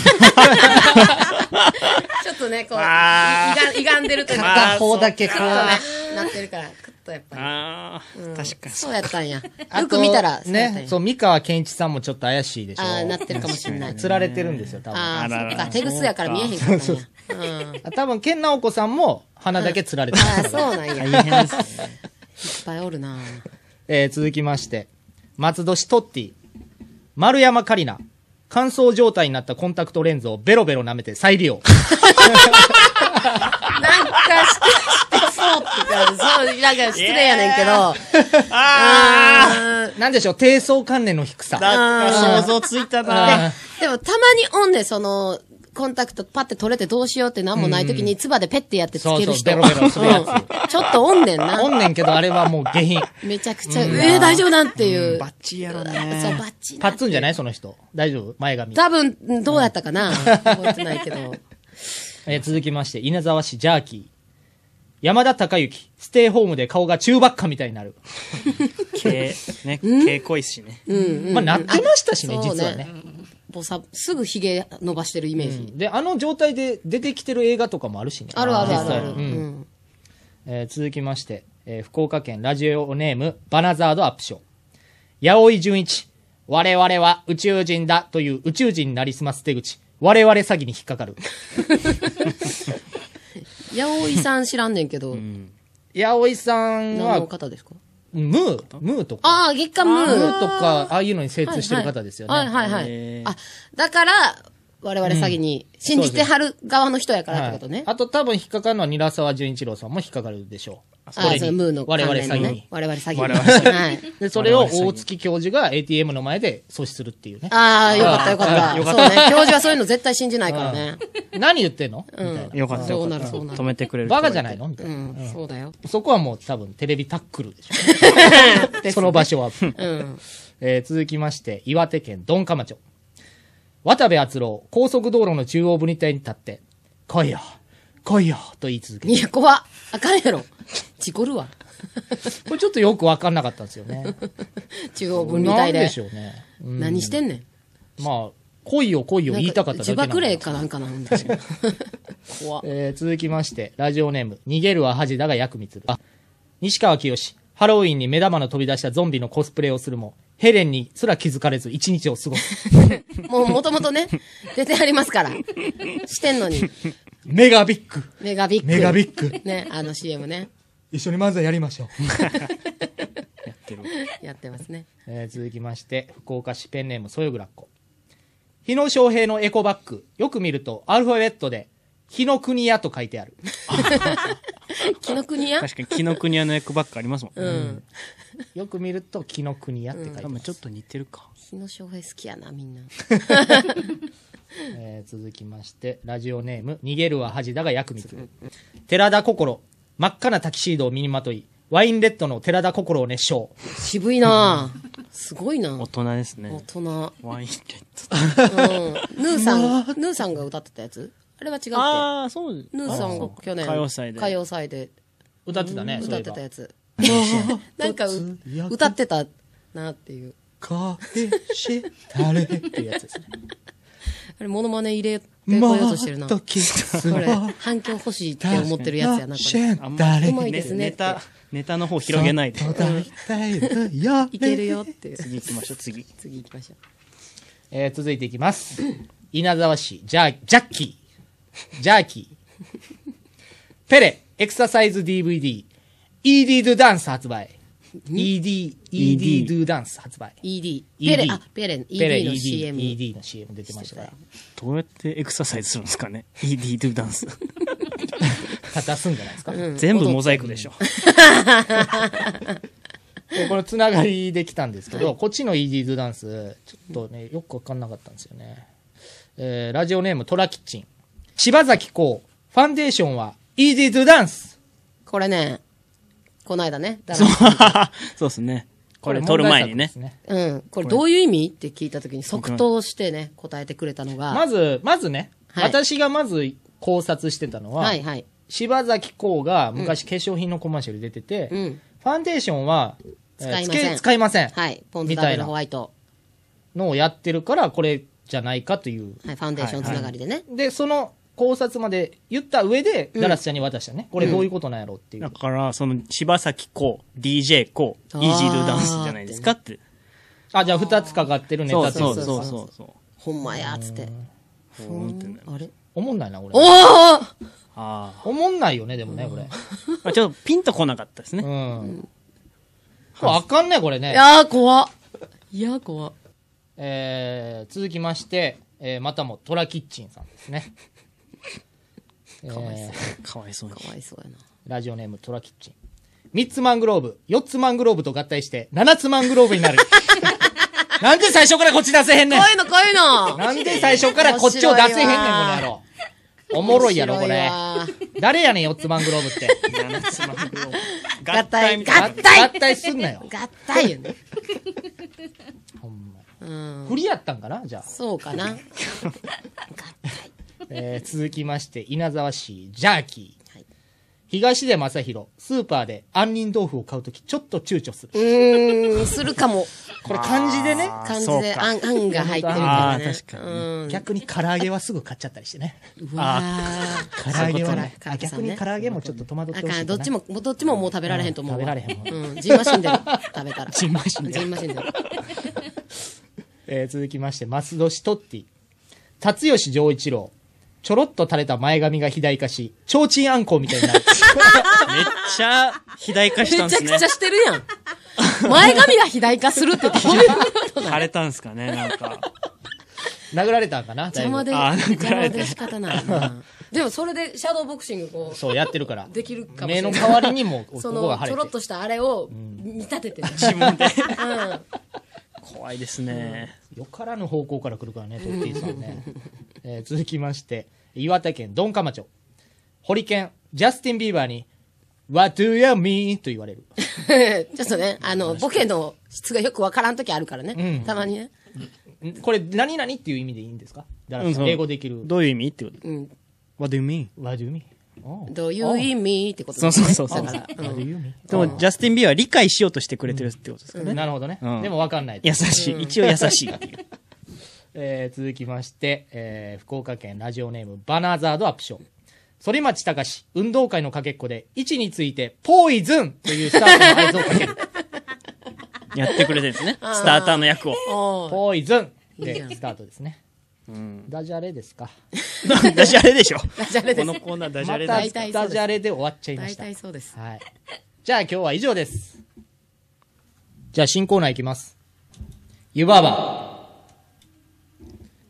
Speaker 2: とねこういがんいがんでるというか
Speaker 1: 片方だけこう
Speaker 2: ちょっとねなってるからクッとやっぱり
Speaker 3: ああ、確かに。
Speaker 2: そうやったんや
Speaker 1: あと
Speaker 2: よく見たらそうやったん
Speaker 1: ね、
Speaker 2: や
Speaker 1: そう、三河健一さんもちょっと怪しいでしょ。
Speaker 2: あーなってるかもしれない
Speaker 1: 釣られてるんですよ、多分。
Speaker 2: ああ
Speaker 3: あらら
Speaker 2: そっか手ぐすやから見えへんかったんやうん
Speaker 1: あ多分、健直子さんも鼻だけ釣られて
Speaker 2: ああ、
Speaker 1: ます、
Speaker 2: そうなんや。いっ
Speaker 3: 大変ですね。
Speaker 2: ぱいおるな。
Speaker 1: えー続きまして、松戸市トッティ、丸山カリナ、乾燥状態になったコンタクトレンズをベロベロ舐めて再利用。
Speaker 2: なんかして、してそうって感じ。そう、なんか失礼やねんけど。あ
Speaker 1: なんでしょう、低層観念の低さ。
Speaker 3: なんか想像ついたな。
Speaker 2: ーでもたまにオンで、その、コンタクトパッて取れてどうしようってなんもない時に、唾でペッてやってつけ
Speaker 1: そ
Speaker 2: る人。
Speaker 1: うそうベロベロするやつ
Speaker 2: うんちょっとオンねん
Speaker 1: おん
Speaker 2: な。
Speaker 1: ねんけど、あれはもう下品。
Speaker 2: めちゃくちゃ、えー、大丈夫なんていう。
Speaker 3: バッチリやろ
Speaker 2: そう、
Speaker 3: ね。
Speaker 2: バッチ。
Speaker 1: パッツンじゃないその人。大丈夫前髪。
Speaker 2: 多分、どうやったかな覚えてないけど。
Speaker 1: えー続きまして、稲沢市ジャーキー。山田孝之、ステイホームで顔が中ばっかみたいになる。
Speaker 3: 毛、ね、毛濃いしね。
Speaker 1: まあ、なってましたしね、
Speaker 2: そうね
Speaker 1: 実はね。
Speaker 2: ぼさ、すぐ髭伸ばしてるイメージ。
Speaker 1: で、あの状態で出てきてる映画とかもあるしね。
Speaker 2: あるあるあ
Speaker 1: 実
Speaker 2: るあ
Speaker 1: 際
Speaker 2: る。う
Speaker 1: うん
Speaker 2: ん。
Speaker 1: えー続きまして、えー福岡県ラジオネームバナザードアップショー。八尾純一。我々は宇宙人だという宇宙人になりすます手口。我々詐欺に引っか かる。
Speaker 2: 八百さん知らんねんけど、
Speaker 1: 八尾さん
Speaker 2: 何
Speaker 1: は
Speaker 2: の、方ですか
Speaker 1: ムー、ムーとか、
Speaker 2: ああ、月刊ム
Speaker 1: ム
Speaker 2: ー。
Speaker 1: ーとか、ああいうのに精通してる方ですよね。
Speaker 2: はいはいはいはい
Speaker 3: へ。ー
Speaker 2: あ、だから、我々詐欺に信じてはる側の人やからってこ
Speaker 1: は
Speaker 2: と
Speaker 1: い
Speaker 2: ね。
Speaker 1: あと多分引っかかるのは、ニラサワ純一郎さんも引っかかるでしょう。
Speaker 2: ああ、
Speaker 1: に
Speaker 2: そのムーの関
Speaker 1: 我々
Speaker 2: 連の
Speaker 1: 詐欺に
Speaker 2: ね。。我々詐欺。
Speaker 3: 我々詐
Speaker 2: はい。
Speaker 1: で、それを
Speaker 3: 我々詐欺
Speaker 1: 大月教授が ATM の前で阻止するっていうね。
Speaker 2: ああ、よかったよかった。
Speaker 3: よ
Speaker 2: そ
Speaker 3: か
Speaker 2: う
Speaker 3: っ
Speaker 2: ね。教授はそういうの絶対信じないからね。
Speaker 1: 何言ってんのみたいな。
Speaker 3: よかったよ
Speaker 2: そうな
Speaker 3: かっ
Speaker 2: る
Speaker 3: た。
Speaker 2: そうなる
Speaker 3: 止めてくれる。。
Speaker 1: バカじゃないいのみたいうな。
Speaker 2: ん、そうだよ。
Speaker 1: そこはもう多分テレビタック ルでしょ。その場 所は。
Speaker 2: うん。
Speaker 1: えー続きまして、岩手県鈍釜町。渡部篤郎、高速道路の中央分離帯に立って、来いよ、来いよ、と言い続ける。
Speaker 2: いや、怖っあかんやろ。事故るわ。
Speaker 1: これちょっとよくわかんなかったんですよ ね。
Speaker 2: 中央分離
Speaker 1: なん
Speaker 2: 帯で
Speaker 1: で。しょうね。うん
Speaker 2: 何してんねん。
Speaker 1: まあ、来いよ来いよ
Speaker 2: なん
Speaker 1: 言いたかっただけ
Speaker 2: 自
Speaker 1: なんだ
Speaker 2: 爆霊かなんかなんだし。怖っ
Speaker 1: えー続きまして、ラジオネーム、逃げるは恥だが薬味つる。あ西川きよし、ハロウィンに目玉の飛び出したゾンビのコスプレをするも、ヘレンにすら気づかれず一日を過ご す。
Speaker 2: もう、もともとね、出てありますから。してんのに。
Speaker 1: メガビッグ
Speaker 2: メガビック。
Speaker 1: メガビッグ
Speaker 2: ね、あの CM ね。
Speaker 1: 一緒に漫才やりましょう。
Speaker 2: やってますね。
Speaker 1: えー続きまして、福岡市ペンネーム、そよぐらっこ。日野翔平のエコバッグ、よく見るとアルファベットで、日野国屋と書いてある。
Speaker 2: 紀ノ国屋
Speaker 3: 確かに、紀ノ国屋のエコバッグありますもん。
Speaker 2: うん。
Speaker 1: よく見ると、木の国屋って書いてあ
Speaker 3: 多
Speaker 1: る。
Speaker 3: 分ちょっと似てるか。
Speaker 2: 日野翔平好きやな、みんな。
Speaker 1: えー続きまして、ラジオネーム、逃げるは恥だが薬味つる。寺田心、真っ赤なタキシードを身にまとい、ワインレッドの寺田心を熱唱。
Speaker 2: 渋いなすごいな
Speaker 3: 大人ですね
Speaker 2: 大。人。
Speaker 3: ワインレッ
Speaker 2: うん。ヌーさん、ヌーさんが歌ってたやつあれは違うっけ
Speaker 3: ド。ああ、そう。
Speaker 2: ヌーさんが去年。
Speaker 3: 歌謡祭で
Speaker 2: 歌謡祭で
Speaker 1: 歌ってたね、
Speaker 2: 歌ってたや
Speaker 1: つ。
Speaker 2: つ。なんかう、歌ってたなっていう。
Speaker 1: かえしたれっていうやつですね。
Speaker 2: あれ、モノマネ入れてこようとしてるな。こ
Speaker 1: キス
Speaker 2: れ、反響欲しいって思ってるやつやな、これ。
Speaker 3: あんま
Speaker 2: う
Speaker 3: り
Speaker 2: まいですねっ
Speaker 3: ネ
Speaker 2: て
Speaker 3: タ、ネタの方広げないで。
Speaker 2: いけるよっていう。
Speaker 3: 次行きましょう、次。
Speaker 2: 次行きましょう。
Speaker 1: えー続いていきます。稲沢市、ジャー、ジャッキー。ジャーキー。ペレ、エクササイズ DVD。ED Do Dance 発売。ED、ED Do Dance 発売。
Speaker 2: ED。
Speaker 1: ED
Speaker 2: ペレン、あ、ペレン、
Speaker 1: ペレ
Speaker 2: ED の CM。
Speaker 1: ED の CM 出てましたから。
Speaker 3: どうやってエクササイズするんですかね ?ED do ダンス。
Speaker 1: 勝たすんじゃないですか。
Speaker 3: 全部モザイクでしょ。
Speaker 1: でこのつながりできたんですけど、こっちの ED Do Dance、ちょっとね、よくわかんなかったんですよね。えーラジオネーム、トラキッチン。柴崎幸、ファンデーションは ED Do Dance。
Speaker 2: これね、この間ね、だか
Speaker 3: そう
Speaker 2: ら
Speaker 3: そうですね。これ撮る前にね。
Speaker 1: 問題作です
Speaker 2: うん、これどういう意味って聞いた時に即答してね、答えてくれたのが、
Speaker 1: まず、まずね、
Speaker 2: はい
Speaker 1: 私がまず考察してたのは、
Speaker 2: はいはい。
Speaker 1: 柴崎幸が昔化粧品のコマーシャル出てて、
Speaker 2: うん。
Speaker 1: ファンデーションは、えー
Speaker 2: 使いま
Speaker 1: つ
Speaker 2: せ
Speaker 1: け
Speaker 2: ん
Speaker 1: 使いません。
Speaker 2: はい。ポンズ
Speaker 1: み
Speaker 2: ダ
Speaker 1: た
Speaker 2: ブ
Speaker 1: い
Speaker 2: ル
Speaker 1: な
Speaker 2: ホワイト。
Speaker 1: のをやってるから、これじゃないかという。
Speaker 2: はい。ファンデーションつながりでね。
Speaker 1: で、その考察まで言った上で、ダラスちゃんに渡したね。これどういうことなんやろうっていう。
Speaker 3: だから、その、柴崎こう、DJ こう、
Speaker 2: あ
Speaker 3: イ
Speaker 2: ー
Speaker 3: ージードゥダンスじゃないですかって。
Speaker 1: あ、じゃあ2つかかってるネ
Speaker 3: そう
Speaker 1: タ
Speaker 3: そう
Speaker 2: そ
Speaker 3: そうう
Speaker 2: そ
Speaker 3: そうう
Speaker 2: そ
Speaker 3: そうう
Speaker 2: ほんまや、つって。
Speaker 3: そう。思ってんだよ
Speaker 2: あれ
Speaker 1: おもんないな、俺。
Speaker 2: おー
Speaker 3: あ
Speaker 1: おもんないよね、でもね、これ。
Speaker 3: ーまあ。ちょっとピンとこなかったです
Speaker 1: う
Speaker 3: ね。
Speaker 1: ん。これあかんね、これね。
Speaker 2: いやー、怖っいやー、怖っ
Speaker 1: えー続きまして、えーまたもトラキッチンさんですね。
Speaker 2: かわいそう
Speaker 1: えー
Speaker 3: かわいそうに。
Speaker 2: かわいそうやな。
Speaker 1: ラジオネームトラキッチン。三つマングローブ、四つマングローブと合体して、七つマングローブになる。なんで最初からこっち出せへんねん
Speaker 2: こういうの、こういうの
Speaker 1: なんで最初からこっちを出せへんねん、この野郎。おもろいやろ、これ
Speaker 2: 面。白いわ
Speaker 1: 誰やねん、四つマングローブって。
Speaker 3: 七つまんぐろ
Speaker 2: 合 体、合
Speaker 3: みたいな。
Speaker 2: 体
Speaker 1: 合体すんなよ。
Speaker 2: 合体よね。
Speaker 1: ほんま。
Speaker 2: うん。
Speaker 1: 振りやったんかなじゃあ。
Speaker 2: そうかな。
Speaker 1: えー続きまして、稲沢市、ジャーキー。
Speaker 2: はい
Speaker 1: 東出正宏、スーパーで杏仁豆腐を買うとき、ちょっと躊躇する。
Speaker 2: うーん、するかも。
Speaker 1: これ漢字でね、
Speaker 3: あー
Speaker 2: 感じ
Speaker 3: そう
Speaker 2: で、
Speaker 3: か
Speaker 2: あん、あんが入ってるからね。
Speaker 3: あー確かに
Speaker 2: うん。
Speaker 1: 逆に唐揚げはすぐ買っちゃったりしてね。
Speaker 2: うわー
Speaker 1: 唐揚げはね。
Speaker 2: そうい
Speaker 1: あ
Speaker 2: うこと
Speaker 1: 逆に
Speaker 2: ね
Speaker 1: 唐揚げもちょっと戸惑って
Speaker 2: あ
Speaker 1: ほしいか
Speaker 2: か
Speaker 1: な。
Speaker 2: ん、どっちも、どっちももう食べられへんと思
Speaker 1: 食
Speaker 2: うわ。
Speaker 1: べられへんもん
Speaker 2: うん、ジンマシンで食べたら。
Speaker 1: ジンマシンで
Speaker 2: ジンマシンで。
Speaker 1: えー続きまして、松戸市トッティ。辰吉丈一郎。ちょろっと垂れた前髪が肥大化し、提灯あんこみたいにな る。
Speaker 3: めっちゃ肥大化
Speaker 2: めち
Speaker 3: した
Speaker 2: ゃ
Speaker 3: ん
Speaker 2: く
Speaker 3: です
Speaker 2: ち
Speaker 3: ね
Speaker 2: ゃしてるやん。 前髪が肥大化するってどういうことだ
Speaker 3: 腫れたんですかねなんか
Speaker 1: 殴られたんかなだい
Speaker 2: 邪魔
Speaker 1: ぶ。
Speaker 2: で、
Speaker 3: あーなんか
Speaker 2: 邪魔で仕方ないな。 でもそれでシャドーボクシングこ
Speaker 1: そう、やってるから
Speaker 2: う、。できるかも
Speaker 1: 目
Speaker 2: しれな
Speaker 1: の
Speaker 2: い。
Speaker 1: 代わりにも、こ
Speaker 2: そ
Speaker 1: こ
Speaker 2: の
Speaker 1: が
Speaker 2: ち
Speaker 1: 腫れ
Speaker 2: ょろってとしたあれを見立ててね、
Speaker 3: 自分で
Speaker 2: うん
Speaker 3: 怖いですね、
Speaker 1: よからぬ方向から来るからね、トッティさんね。えー続きまして、岩手県ドンカマ町。ホリケン、ジャスティン・ビーバーに、What do you mean? と言われる。
Speaker 2: ちょっとね、あの、ボケの質がよくわからんときあるからね、たまにね。
Speaker 1: んこれ、何々っていう意味でいいんですかだから、
Speaker 3: うんそう
Speaker 1: 英語できる。
Speaker 3: どういう意味ってこと
Speaker 2: うん。
Speaker 3: What do you mean?
Speaker 1: What do you mean? おう
Speaker 2: どういう意味ってこと
Speaker 3: そうそうそうそう
Speaker 2: だから。
Speaker 1: What do you mean?
Speaker 3: でもジャスティン・ビーは理解しようとしてくれてるってことですかね、
Speaker 1: なるほどね。
Speaker 3: うん
Speaker 1: でも分かんない。
Speaker 3: 優しい、一応優しいっていう
Speaker 1: えー続きまして、えー福岡県ラジオネームバナーザードアップション。反町隆史、運動会のかけっこで、位置について、ポイズンというスタートの合図をかけ る。
Speaker 3: やってくれてるんですねスターターの役を
Speaker 2: おー
Speaker 1: ポイズンで、スタートですね。ダジャレですか。
Speaker 3: ダジャレでしょ
Speaker 2: ダジャレで
Speaker 3: こ
Speaker 2: す
Speaker 3: のコーナーダジャ
Speaker 1: ま
Speaker 3: レ
Speaker 1: た
Speaker 3: だ
Speaker 2: 大体そう
Speaker 1: ダ
Speaker 2: です
Speaker 1: ジャレで終わっちゃいま
Speaker 2: 大
Speaker 1: した。
Speaker 2: 体そうです。
Speaker 1: はい。じゃあ今日は以上です。じゃあ新コーナーいきます。湯婆婆。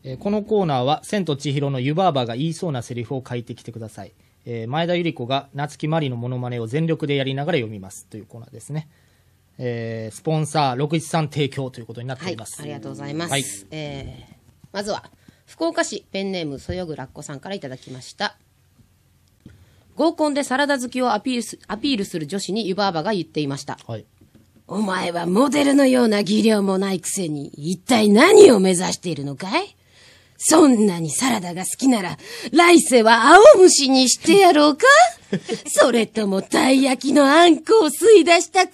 Speaker 1: えーこのコーナーは、千と千尋の湯婆婆が言いそうなセリフを書いてきてください。えー前田ゆり子が夏木マリのモノマネを全力でやりながら読みますというコーナーですね。えースポンサー、六一さん提供ということになって
Speaker 2: はいい
Speaker 1: ま、す。
Speaker 2: ありがとうございます。
Speaker 1: はい
Speaker 2: えーまずは、福岡市ペンネームそよぐらっこさんからいただきました。合コンでサラダ好きをアピールすアピールする女子に湯婆婆が言っていました。
Speaker 1: はい。
Speaker 2: お前はモデルのような技量もないくせに、一体何を目指しているのかいそんなにサラダが好きなら、来世は青虫にしてやろうかそれともたい焼きのあんこを吸い出した皮だ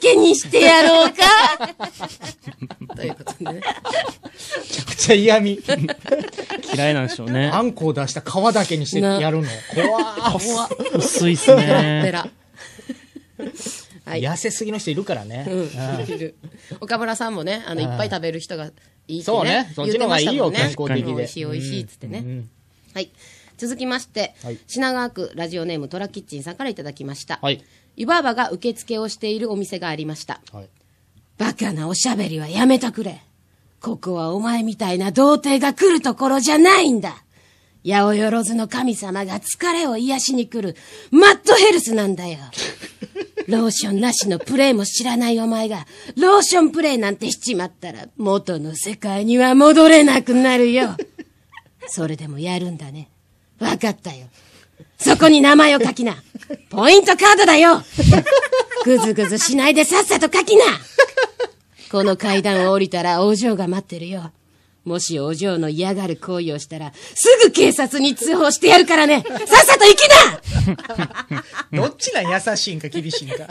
Speaker 2: けにしてやろうかということでね。
Speaker 1: めっちゃ嫌味。
Speaker 3: 嫌いなんでしょうね
Speaker 1: あんこを出した皮だけにしてやるの。怖。
Speaker 2: 怖っ。
Speaker 3: 薄いっす
Speaker 2: ペ
Speaker 3: ね
Speaker 2: ラ。はいい。
Speaker 1: 痩せすぎの人いるからね。
Speaker 2: いる岡村さんもね、あの、いっぱい食べる人がいいって
Speaker 1: そう
Speaker 2: ね
Speaker 1: ね。そっちの方がいいよ
Speaker 2: 言ってましたもんね
Speaker 1: 健康的で
Speaker 2: 美味しい美味しいっつってね。
Speaker 1: うん
Speaker 2: はい。続きまして、
Speaker 1: はい
Speaker 2: 品川区ラジオネームトラキッチンさんからいただきました。
Speaker 1: はい。
Speaker 2: 湯婆婆が受付をしているお店がありました。
Speaker 1: はい。
Speaker 2: バカなおしゃべりはやめとくれ。ここはお前みたいな童貞が来るところじゃないんだ。八百万の神様が疲れを癒しに来るマッドヘルスなんだよ。ローションなしのプレイも知らないお前が、ローションプレイなんてしちまったら、元の世界には戻れなくなるよ。それでもやるんだね。わかったよ。そこに名前を書きな。ポイントカードだよ。ぐずぐずしないでさっさと書きな。この階段を降りたらお嬢が待ってるよ。もしお嬢の嫌がる行為をしたら、すぐ警察に通報してやるからね。さっさと行きな
Speaker 1: どっちなん優しいんか厳しいんか。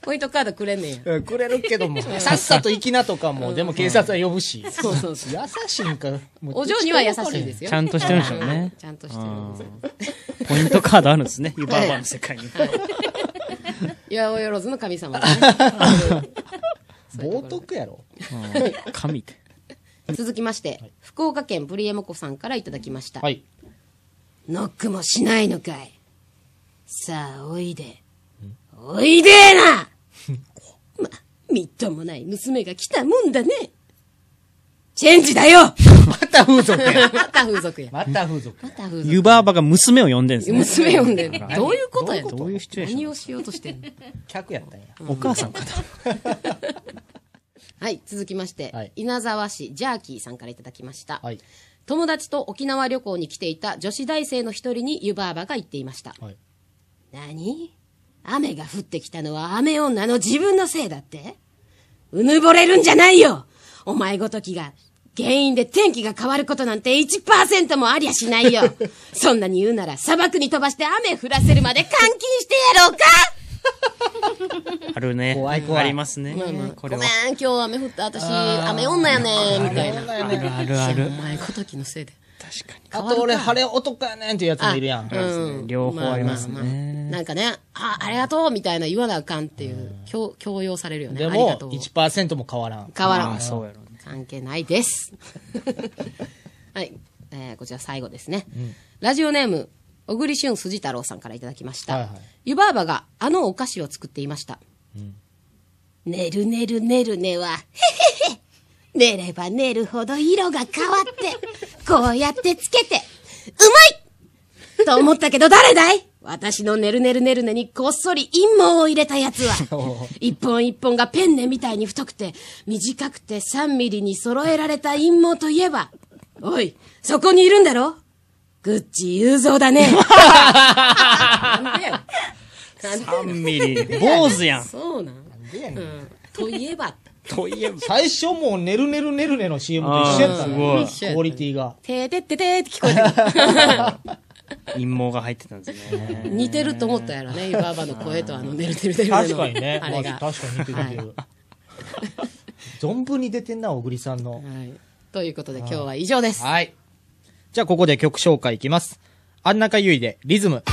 Speaker 2: ポイントカードくれんねんや。
Speaker 1: うんくれるけど も。さっさと行きなとかも、でも警察は呼ぶし。
Speaker 2: そうそうそう。
Speaker 1: 優しいんか。もう
Speaker 2: お嬢には優しいですよ。
Speaker 3: ちゃんとしてるんでしょう
Speaker 2: うん
Speaker 3: ね
Speaker 2: ちゃんとしてる。
Speaker 3: ポイントカードあるんですね湯婆婆の世界に
Speaker 2: 八百万の神様 だね。
Speaker 1: 冒涜やろ。
Speaker 3: うん神って
Speaker 2: 続きまして、福岡県ブリエモコさんからいただきました。
Speaker 1: はい。
Speaker 2: ノックもしないのかい。さあ、おいで。おいでえなま、みっともない娘が来たもんだね。チェンジだよ
Speaker 1: また風俗や。
Speaker 2: また風俗や。ま
Speaker 1: また風俗。
Speaker 2: た風俗。
Speaker 3: 湯婆婆が娘を呼んでるんです ね
Speaker 2: 娘呼んでんのどういうことや
Speaker 3: どういうシチュエーション
Speaker 2: 何をしようとしてんの
Speaker 1: 客やったんや。
Speaker 3: お母さんかな
Speaker 2: はい、続きまして、
Speaker 1: はい
Speaker 2: 稲沢市ジャーキーさんからいただきました。
Speaker 1: はい。
Speaker 2: 友達と沖縄旅行に来ていた女子大生の一人に湯婆婆が言っていました。
Speaker 1: はい。
Speaker 2: 何雨が降ってきたのは雨女の自分のせいだってうぬぼれるんじゃないよお前ごときが原因で天気が変わることなんて1%もありゃしないよ そんなに言うなら砂漠に飛ばして雨降らせるまで監禁してやろうか
Speaker 3: あるね
Speaker 1: 怖い怖い
Speaker 3: ありますねこ
Speaker 2: ご
Speaker 3: れ
Speaker 2: めん
Speaker 3: は
Speaker 2: 今日雨降った私雨女やねみたいな
Speaker 3: あるあるあ
Speaker 2: お
Speaker 3: る
Speaker 2: 前ごときのせいで
Speaker 3: 確かに
Speaker 1: あと俺、晴れ男やねんっていうやつもいるやん。
Speaker 2: うん
Speaker 3: 両方ありますね
Speaker 2: ああなんかね、あ、ありがとうみたいな言わなあかんっていう、強強要されるよね。
Speaker 1: で
Speaker 2: ありが
Speaker 1: も、
Speaker 2: とう。
Speaker 1: 1%も変わらん。
Speaker 2: 変わら
Speaker 3: あ
Speaker 2: ん
Speaker 3: あ。そうやろうね
Speaker 2: 関係ないです。はい。えーこちら最後ですね。
Speaker 1: ん
Speaker 2: ラジオネーム、小栗旬辻太郎さんからいただきました。
Speaker 1: はいはい
Speaker 2: 湯婆婆があのお菓子を作っていました。ねるねるねるねは、へへへ寝れば寝るほど色が変わって、こうやってつけて、うまいと思ったけど誰だい私のねるねるねるねにこっそり陰謀を入れたやつ は、一本一本がペンネみたいに太くて、短くて3ミリに揃えられた陰謀といえば、おい、そこにいるんだろグッチ雄三だ ね。なんでやなんでや
Speaker 3: 3ミリ。坊主やん。
Speaker 2: そうなんうんといえば、
Speaker 3: といえば。
Speaker 1: 最初もう、ねるねるねるねの CM と一緒やったね。
Speaker 3: あー
Speaker 2: すごい
Speaker 1: クオリティが。
Speaker 2: てーてっててーって聞こえて
Speaker 3: 陰謀が入ってたんです
Speaker 2: くる。
Speaker 3: ね。
Speaker 2: 似てると思ったやろね、湯婆婆の声とあの、ねるねるねるねの。
Speaker 1: 確かにね。
Speaker 2: あれが。
Speaker 1: まあ確かに似てる似て
Speaker 2: は
Speaker 1: る。存分に出てんな、小栗さんの
Speaker 2: い。。はいということで今日は以上です。
Speaker 1: はい。じゃあ、ここで曲紹介いきます。あんなかゆいで、リズム。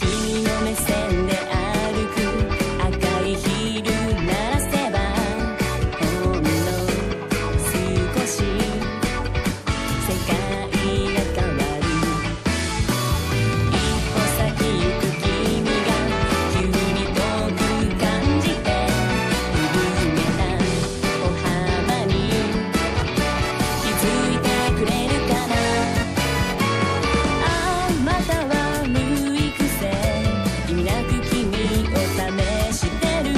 Speaker 5: 君の目線で歩く赤いヒール鳴らせばほんの少し世界が変わる一歩先行く君が急に遠く感じて緩めた歩幅に気づいてくれるかなああまたは無いくせ意味なく君を試してる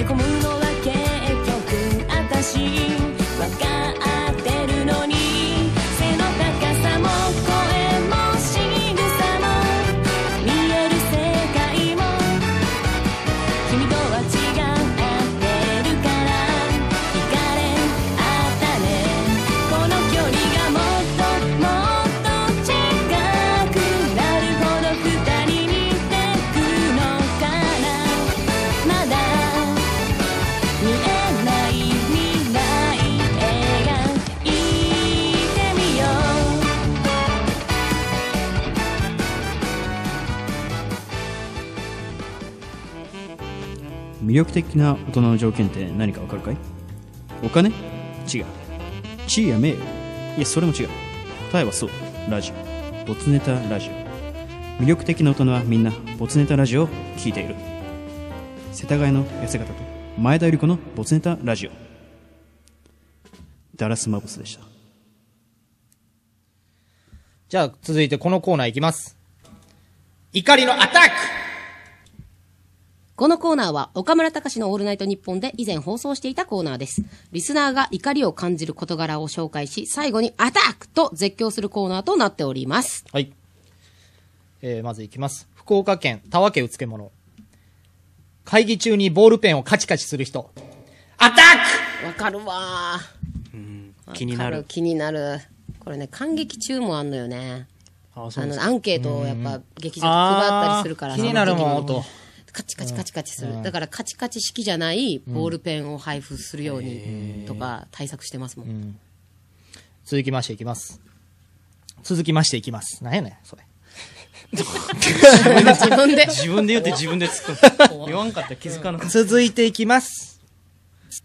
Speaker 5: へこむのは結局あたしわかってるのに背の高さも声も仕草も見える世界も君とは違ってるから惹かれあったねこの距離がもっともっと近くなるほど二人にてくのかなまだ見えない未来描いてみよう
Speaker 3: 魅力的な大人の条件って何かわかるかいお金違う。地位や名誉いや、それも違う。答えはそう。ラジオ。ボツネタラジオ。魅力的な大人はみんな、ボツネタラジオを聞いている。世田谷の痩せ方と、前田由里子のボツネタラジオ。ダラスマボスでした。
Speaker 1: じゃあ、続いてこのコーナーいきます。怒りのアタック
Speaker 2: このコーナーは岡村隆史のオールナイトニッポンで以前放送していたコーナーです。リスナーが怒りを感じる事柄を紹介し、最後にアタックと絶叫するコーナーとなっております。
Speaker 1: はい。えー、まずいきます。福岡県、田和家うつけ者。会議中にボールペンをカチカチする人。アタッ
Speaker 2: わかるわー。
Speaker 3: 気にな
Speaker 2: わか
Speaker 3: る。
Speaker 2: 気になる。これね、感激中もあんのよね。
Speaker 3: あ、
Speaker 2: あ
Speaker 3: です
Speaker 2: の、アンケートをやっぱ劇場で配ったりするから
Speaker 1: あー気になるもん
Speaker 2: その時
Speaker 1: 音
Speaker 2: カチカチカチカチする。だからカチカチ式じゃないボールペンを配布するようにとか対策してますもん。
Speaker 1: 続きましていきます。続きましていきます。なんやねん、それ。
Speaker 2: 自分で。
Speaker 3: 自分で言って自分で突っ込む。言わんかったら気づかなかっ
Speaker 1: 続いていきます。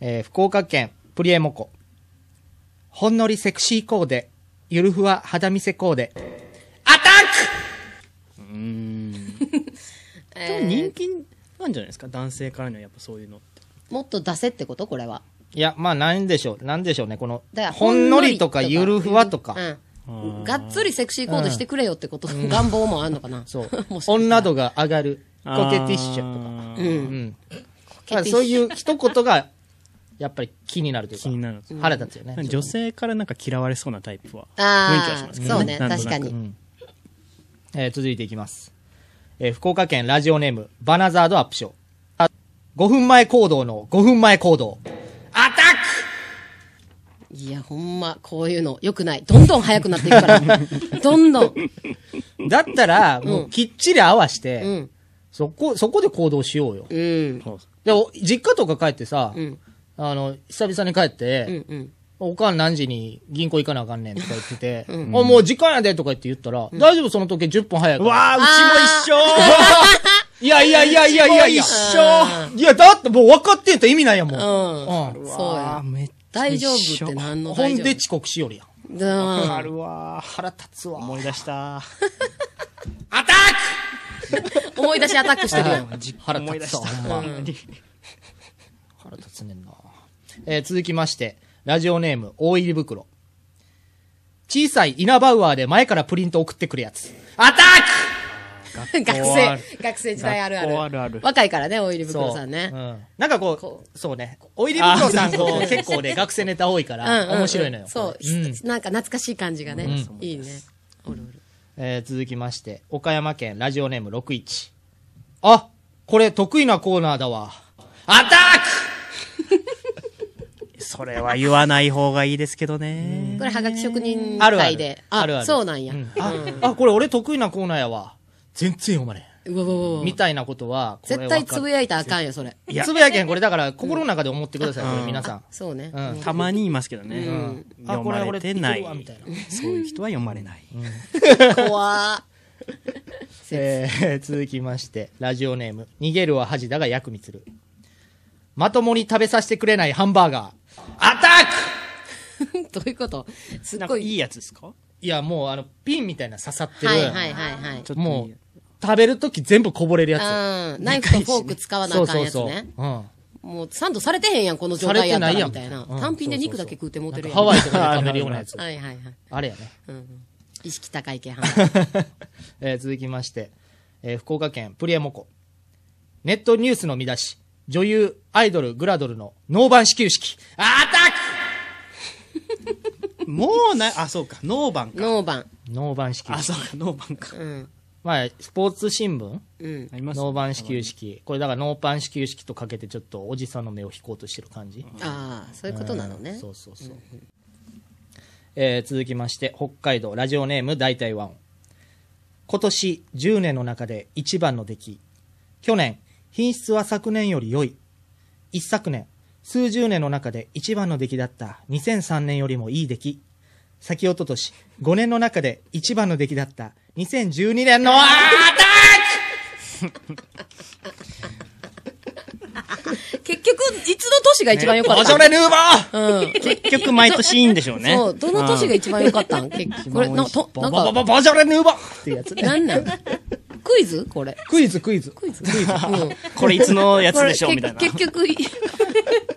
Speaker 1: えー、福岡県、プリエモコ。ほんのりセクシーコーデ。ゆるふわ肌見せコーデ。アタッ
Speaker 3: た。でも人気なんじゃないですか男性からのやっぱそういうのって。
Speaker 2: もっと出せってことこれは。
Speaker 1: クいや、まあ、なんでしょう。なんでしょうね。この
Speaker 2: だから、
Speaker 1: ほんのりとかゆるふわとか。。
Speaker 2: うん。がっつりセクシーコードしてくれよってこと、願望もあんのかな。
Speaker 1: そう
Speaker 2: も。し
Speaker 1: 女度が上がる。
Speaker 3: あー
Speaker 1: コケティッシュとか。
Speaker 2: う。
Speaker 1: うんん。まあそういう一言が、やっぱり気になるというか。
Speaker 3: 気になる
Speaker 1: 腹立つよね。
Speaker 3: 女性からなんか嫌われそうなタイプは。雰囲気はし
Speaker 2: あ
Speaker 3: ます
Speaker 2: あ、
Speaker 3: け
Speaker 2: そ
Speaker 3: ど
Speaker 2: う
Speaker 3: ね
Speaker 2: ね。
Speaker 3: なんと
Speaker 2: 確
Speaker 3: なく
Speaker 2: かに。
Speaker 1: えー続いていきます。えー福岡県ラジオネーム、バナザードアップショー。あ5分前行動の5分前行動。アタッ
Speaker 2: いや、ほんま、こういうの、良くない。どんどん早くなっていく から。どんどん。
Speaker 1: クだったら、もうきっちり合わして、
Speaker 2: うん。
Speaker 1: そこ、そこで行動しようよ。
Speaker 2: うん。
Speaker 1: で、お実家とか帰ってさ、
Speaker 2: ん
Speaker 1: あの、久々に帰って、
Speaker 2: うんうん。
Speaker 1: おかん何時に銀行行かなあかんねんとか言ってて、あ、もう時間やでとか言って言ったら、大丈夫その時計10分早いから。
Speaker 3: わあ、うちも
Speaker 1: いやいやいやいやいやいや。
Speaker 3: 一緒
Speaker 1: いや、だってもう分かってんと意味ないやんもう。
Speaker 2: うん。
Speaker 1: うん
Speaker 2: そう
Speaker 3: 一緒あ、
Speaker 2: や。
Speaker 3: めっちゃ
Speaker 2: 大丈夫って何の
Speaker 1: ほ
Speaker 2: 大
Speaker 1: ん
Speaker 2: 丈夫
Speaker 1: で遅刻しよるやん。
Speaker 2: うん
Speaker 3: あるわ腹立つわ思い出した
Speaker 2: 思い出しアタックしてるやん。
Speaker 1: 腹
Speaker 3: 腹
Speaker 1: 立
Speaker 3: 立
Speaker 1: つ
Speaker 3: つ
Speaker 1: わ
Speaker 3: わ
Speaker 1: ほんま腹立つねんな。えー続きまして、ラジオネーム、大入り袋。小さいイナバウアーで前からプリント送ってくるやつ。アタ
Speaker 2: 学生、学生時代あるあ
Speaker 3: 学
Speaker 2: る。
Speaker 3: 校あるある
Speaker 2: 若いからね、大入り
Speaker 1: ック
Speaker 2: 袋さん
Speaker 1: う
Speaker 2: ね。
Speaker 1: ん。なんかこう、
Speaker 2: こ
Speaker 1: そうね。大入り袋さん、こう、結構ね、学生ネタ多いか
Speaker 2: うんうん
Speaker 1: ら、
Speaker 2: うん
Speaker 1: 面白いのよ。
Speaker 2: そう、
Speaker 1: ん
Speaker 2: なんか懐かしい感じがね。いいね。おるおる。
Speaker 1: えー続きまして、岡山県ラジオネーム61。あ、これ得意なコーナーだわ。アタッ
Speaker 3: それは言わない方がいいですけどね
Speaker 2: これ、はがき職人
Speaker 1: クあるあ
Speaker 2: 会
Speaker 1: る
Speaker 2: で。。
Speaker 1: あるある。
Speaker 2: そうなんや。
Speaker 1: あ、あこれ俺得意なコーナーやわ。全然読まれ
Speaker 2: うわうわうわ
Speaker 1: ん。みたいなことは、これ
Speaker 2: 絶対
Speaker 1: わか
Speaker 2: つぶやいたらあかんよ、それ。
Speaker 3: いや
Speaker 1: つぶやけん、これだから心の中で思ってください、これ皆さん。
Speaker 2: そうね。
Speaker 1: うん。
Speaker 3: たまに言いますけどね、
Speaker 1: あ、
Speaker 3: 読
Speaker 1: これ
Speaker 3: ま
Speaker 1: 俺
Speaker 3: れ
Speaker 1: で
Speaker 3: て
Speaker 1: き
Speaker 3: な
Speaker 1: る
Speaker 3: い
Speaker 1: わ、みたい な。
Speaker 3: そういう人は読まれない、
Speaker 2: 怖ー
Speaker 1: えー 続きまして、ラジオネーム、逃げるは恥だが薬味つる。まともに食べさせてくれないハンバーガー。アタック
Speaker 2: どういうことすっ
Speaker 3: なん
Speaker 2: ご
Speaker 3: かいい
Speaker 2: い。
Speaker 3: やつですか
Speaker 1: いや、もう、あの、ピンみたいな刺さってる。
Speaker 2: はいはいはいはい
Speaker 3: ちょっと
Speaker 1: もう、食べるとき全部こぼれるや
Speaker 2: あー。ナイフとフォーク使わ
Speaker 1: つ。
Speaker 2: なあかんやつね。
Speaker 1: うん。
Speaker 2: もうサンドされてへんやん、この状態やったらみたいな
Speaker 1: されてないやんう。ん
Speaker 2: 単品で肉だけ食うてもう
Speaker 1: な
Speaker 2: て
Speaker 1: ん
Speaker 2: る
Speaker 1: か
Speaker 2: やん。
Speaker 1: ハワイとかで食べるようなやつ。
Speaker 2: はいはいはい。
Speaker 1: あれやね。
Speaker 2: うん。意識高い系は
Speaker 1: えー続きまして、えー福岡県プリエモコ。ネットニュースの見出し。女優、アイドル、グラドルのノーバン始球式。アタ
Speaker 3: もうなあそうかノーバンか
Speaker 2: ノーバン。
Speaker 1: ックノーバン始球
Speaker 3: あ
Speaker 1: 式。
Speaker 3: そうかノーバンか
Speaker 2: うん。
Speaker 1: まあ、スポーツ新聞
Speaker 2: うん。
Speaker 3: あります
Speaker 1: ノーバン始球式。これだからノーパン始球式とかけてちょっとおじさんの目を引こうとしてる感じ。
Speaker 2: ああ、そういうことなのね
Speaker 1: そ。うそうそう。えー続きまして、北海道ラジオネーム大体ワン。今年10年の中で一番の出来。去年、品質は昨年より良い。一昨年、数十年の中で一番の出来だった2003年よりもいい出来。先おととし、5年の中で一番の出来だった2012年のあ
Speaker 2: 結局、いつの年が一番良かっ
Speaker 1: ーボジョ
Speaker 2: たん
Speaker 1: レ・ヌーボー
Speaker 2: うん。
Speaker 3: 結局毎年いいんでしょうね
Speaker 2: そう、どの年が一番良かったん結局。これ、な、と、なん
Speaker 1: ボボボ
Speaker 2: か、
Speaker 1: ボジョレ・ヌーボーってやつね。
Speaker 2: なんなんクイズこれ。
Speaker 1: クイズ、クイズ。
Speaker 2: クイズク イズ。うん。
Speaker 3: これいつのやつ
Speaker 2: こ
Speaker 3: で
Speaker 2: れ、
Speaker 3: しょうみたい
Speaker 2: け
Speaker 3: な
Speaker 2: 結局、い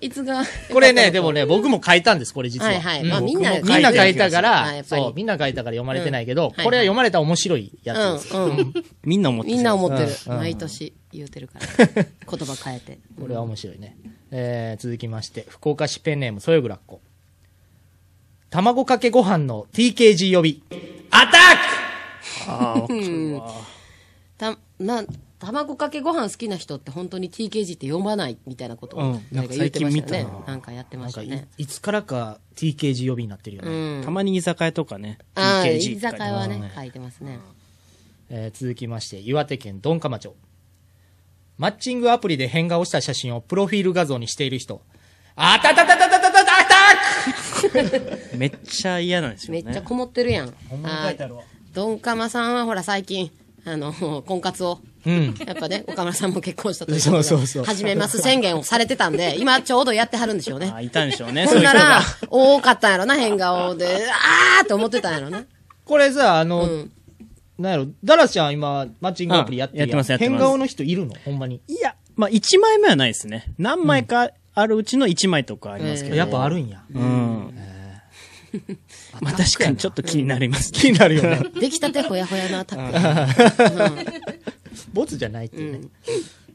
Speaker 2: いつが。
Speaker 1: これね、でもね、僕も書いたんです、これ実は。
Speaker 2: はいはい
Speaker 1: うん
Speaker 2: まあみんな
Speaker 1: 僕もみんな書いたか
Speaker 2: 書いてる気がするあや
Speaker 1: ら、
Speaker 2: っぱり
Speaker 1: そう、みんな書いたから読まれてないけど、
Speaker 2: うん
Speaker 1: これは読まれたら面白いや
Speaker 2: う
Speaker 1: つ
Speaker 2: ん、
Speaker 1: です。
Speaker 2: うん。
Speaker 3: みんな思って
Speaker 2: みんな思ってる。
Speaker 1: うんうん
Speaker 2: 毎年言うてる から。言葉変えて。
Speaker 1: これは面白いね。えー、続きまして、福岡市ペンネーム、そよぐらっこ。卵かけご飯の TKG 呼び。アタ
Speaker 2: た、な、卵かけご飯好きな人って本当に TKG って読まないみたいなことを、
Speaker 3: うん
Speaker 2: 誰か言ってましたよ
Speaker 3: なん
Speaker 2: ね。
Speaker 3: か最近見
Speaker 2: なんかやって
Speaker 1: ック
Speaker 2: ま
Speaker 1: なん
Speaker 2: した
Speaker 1: かい、
Speaker 2: ね。
Speaker 1: いつからか TKG 呼びになってるよね。
Speaker 2: うん。
Speaker 3: たまに居酒屋とかね
Speaker 2: ああ、
Speaker 3: TKG
Speaker 2: 居
Speaker 3: とか
Speaker 2: 酒屋はね
Speaker 1: ね、
Speaker 2: 書いてますね。
Speaker 1: えー続きまして、岩手県鈍化町。マッチングアプリで変顔した写真をプロフィール画像にしている人。あたたたたたたたたた
Speaker 3: めっちゃ嫌なんですよ
Speaker 2: め
Speaker 3: ね
Speaker 2: っちゃこもってるやん。
Speaker 1: 書いてあるわ
Speaker 2: あードンカマさんはほら最近、あの、 婚活を。
Speaker 1: うん。
Speaker 2: やっぱね、岡村さんも結婚したということで、
Speaker 1: そうそうそう
Speaker 2: 始めます宣言をされてたん で、今ちょうどやってはるんでしょうね
Speaker 3: あ。いたんでしょうね
Speaker 2: ほ
Speaker 3: そうんいう
Speaker 2: な
Speaker 3: 人が
Speaker 2: ら、多かったんやろな、変顔で、あーって思ってたんやろな。
Speaker 1: これさ、あの、
Speaker 2: うん
Speaker 1: なんやろ、ダラちゃん今、マッチングアプリやってるやん
Speaker 3: うんやってますやってます
Speaker 1: 変顔の人いるのほんまに。
Speaker 3: いやまあ1枚目はないですね何枚かあるうちの1枚とかありますけど、
Speaker 1: やっぱあるんや。
Speaker 3: うんまあ確かにちょっと気になりますね、
Speaker 1: 気になるよね。
Speaker 2: できたてほやほやのアタック。
Speaker 1: ボツじゃないっていうね。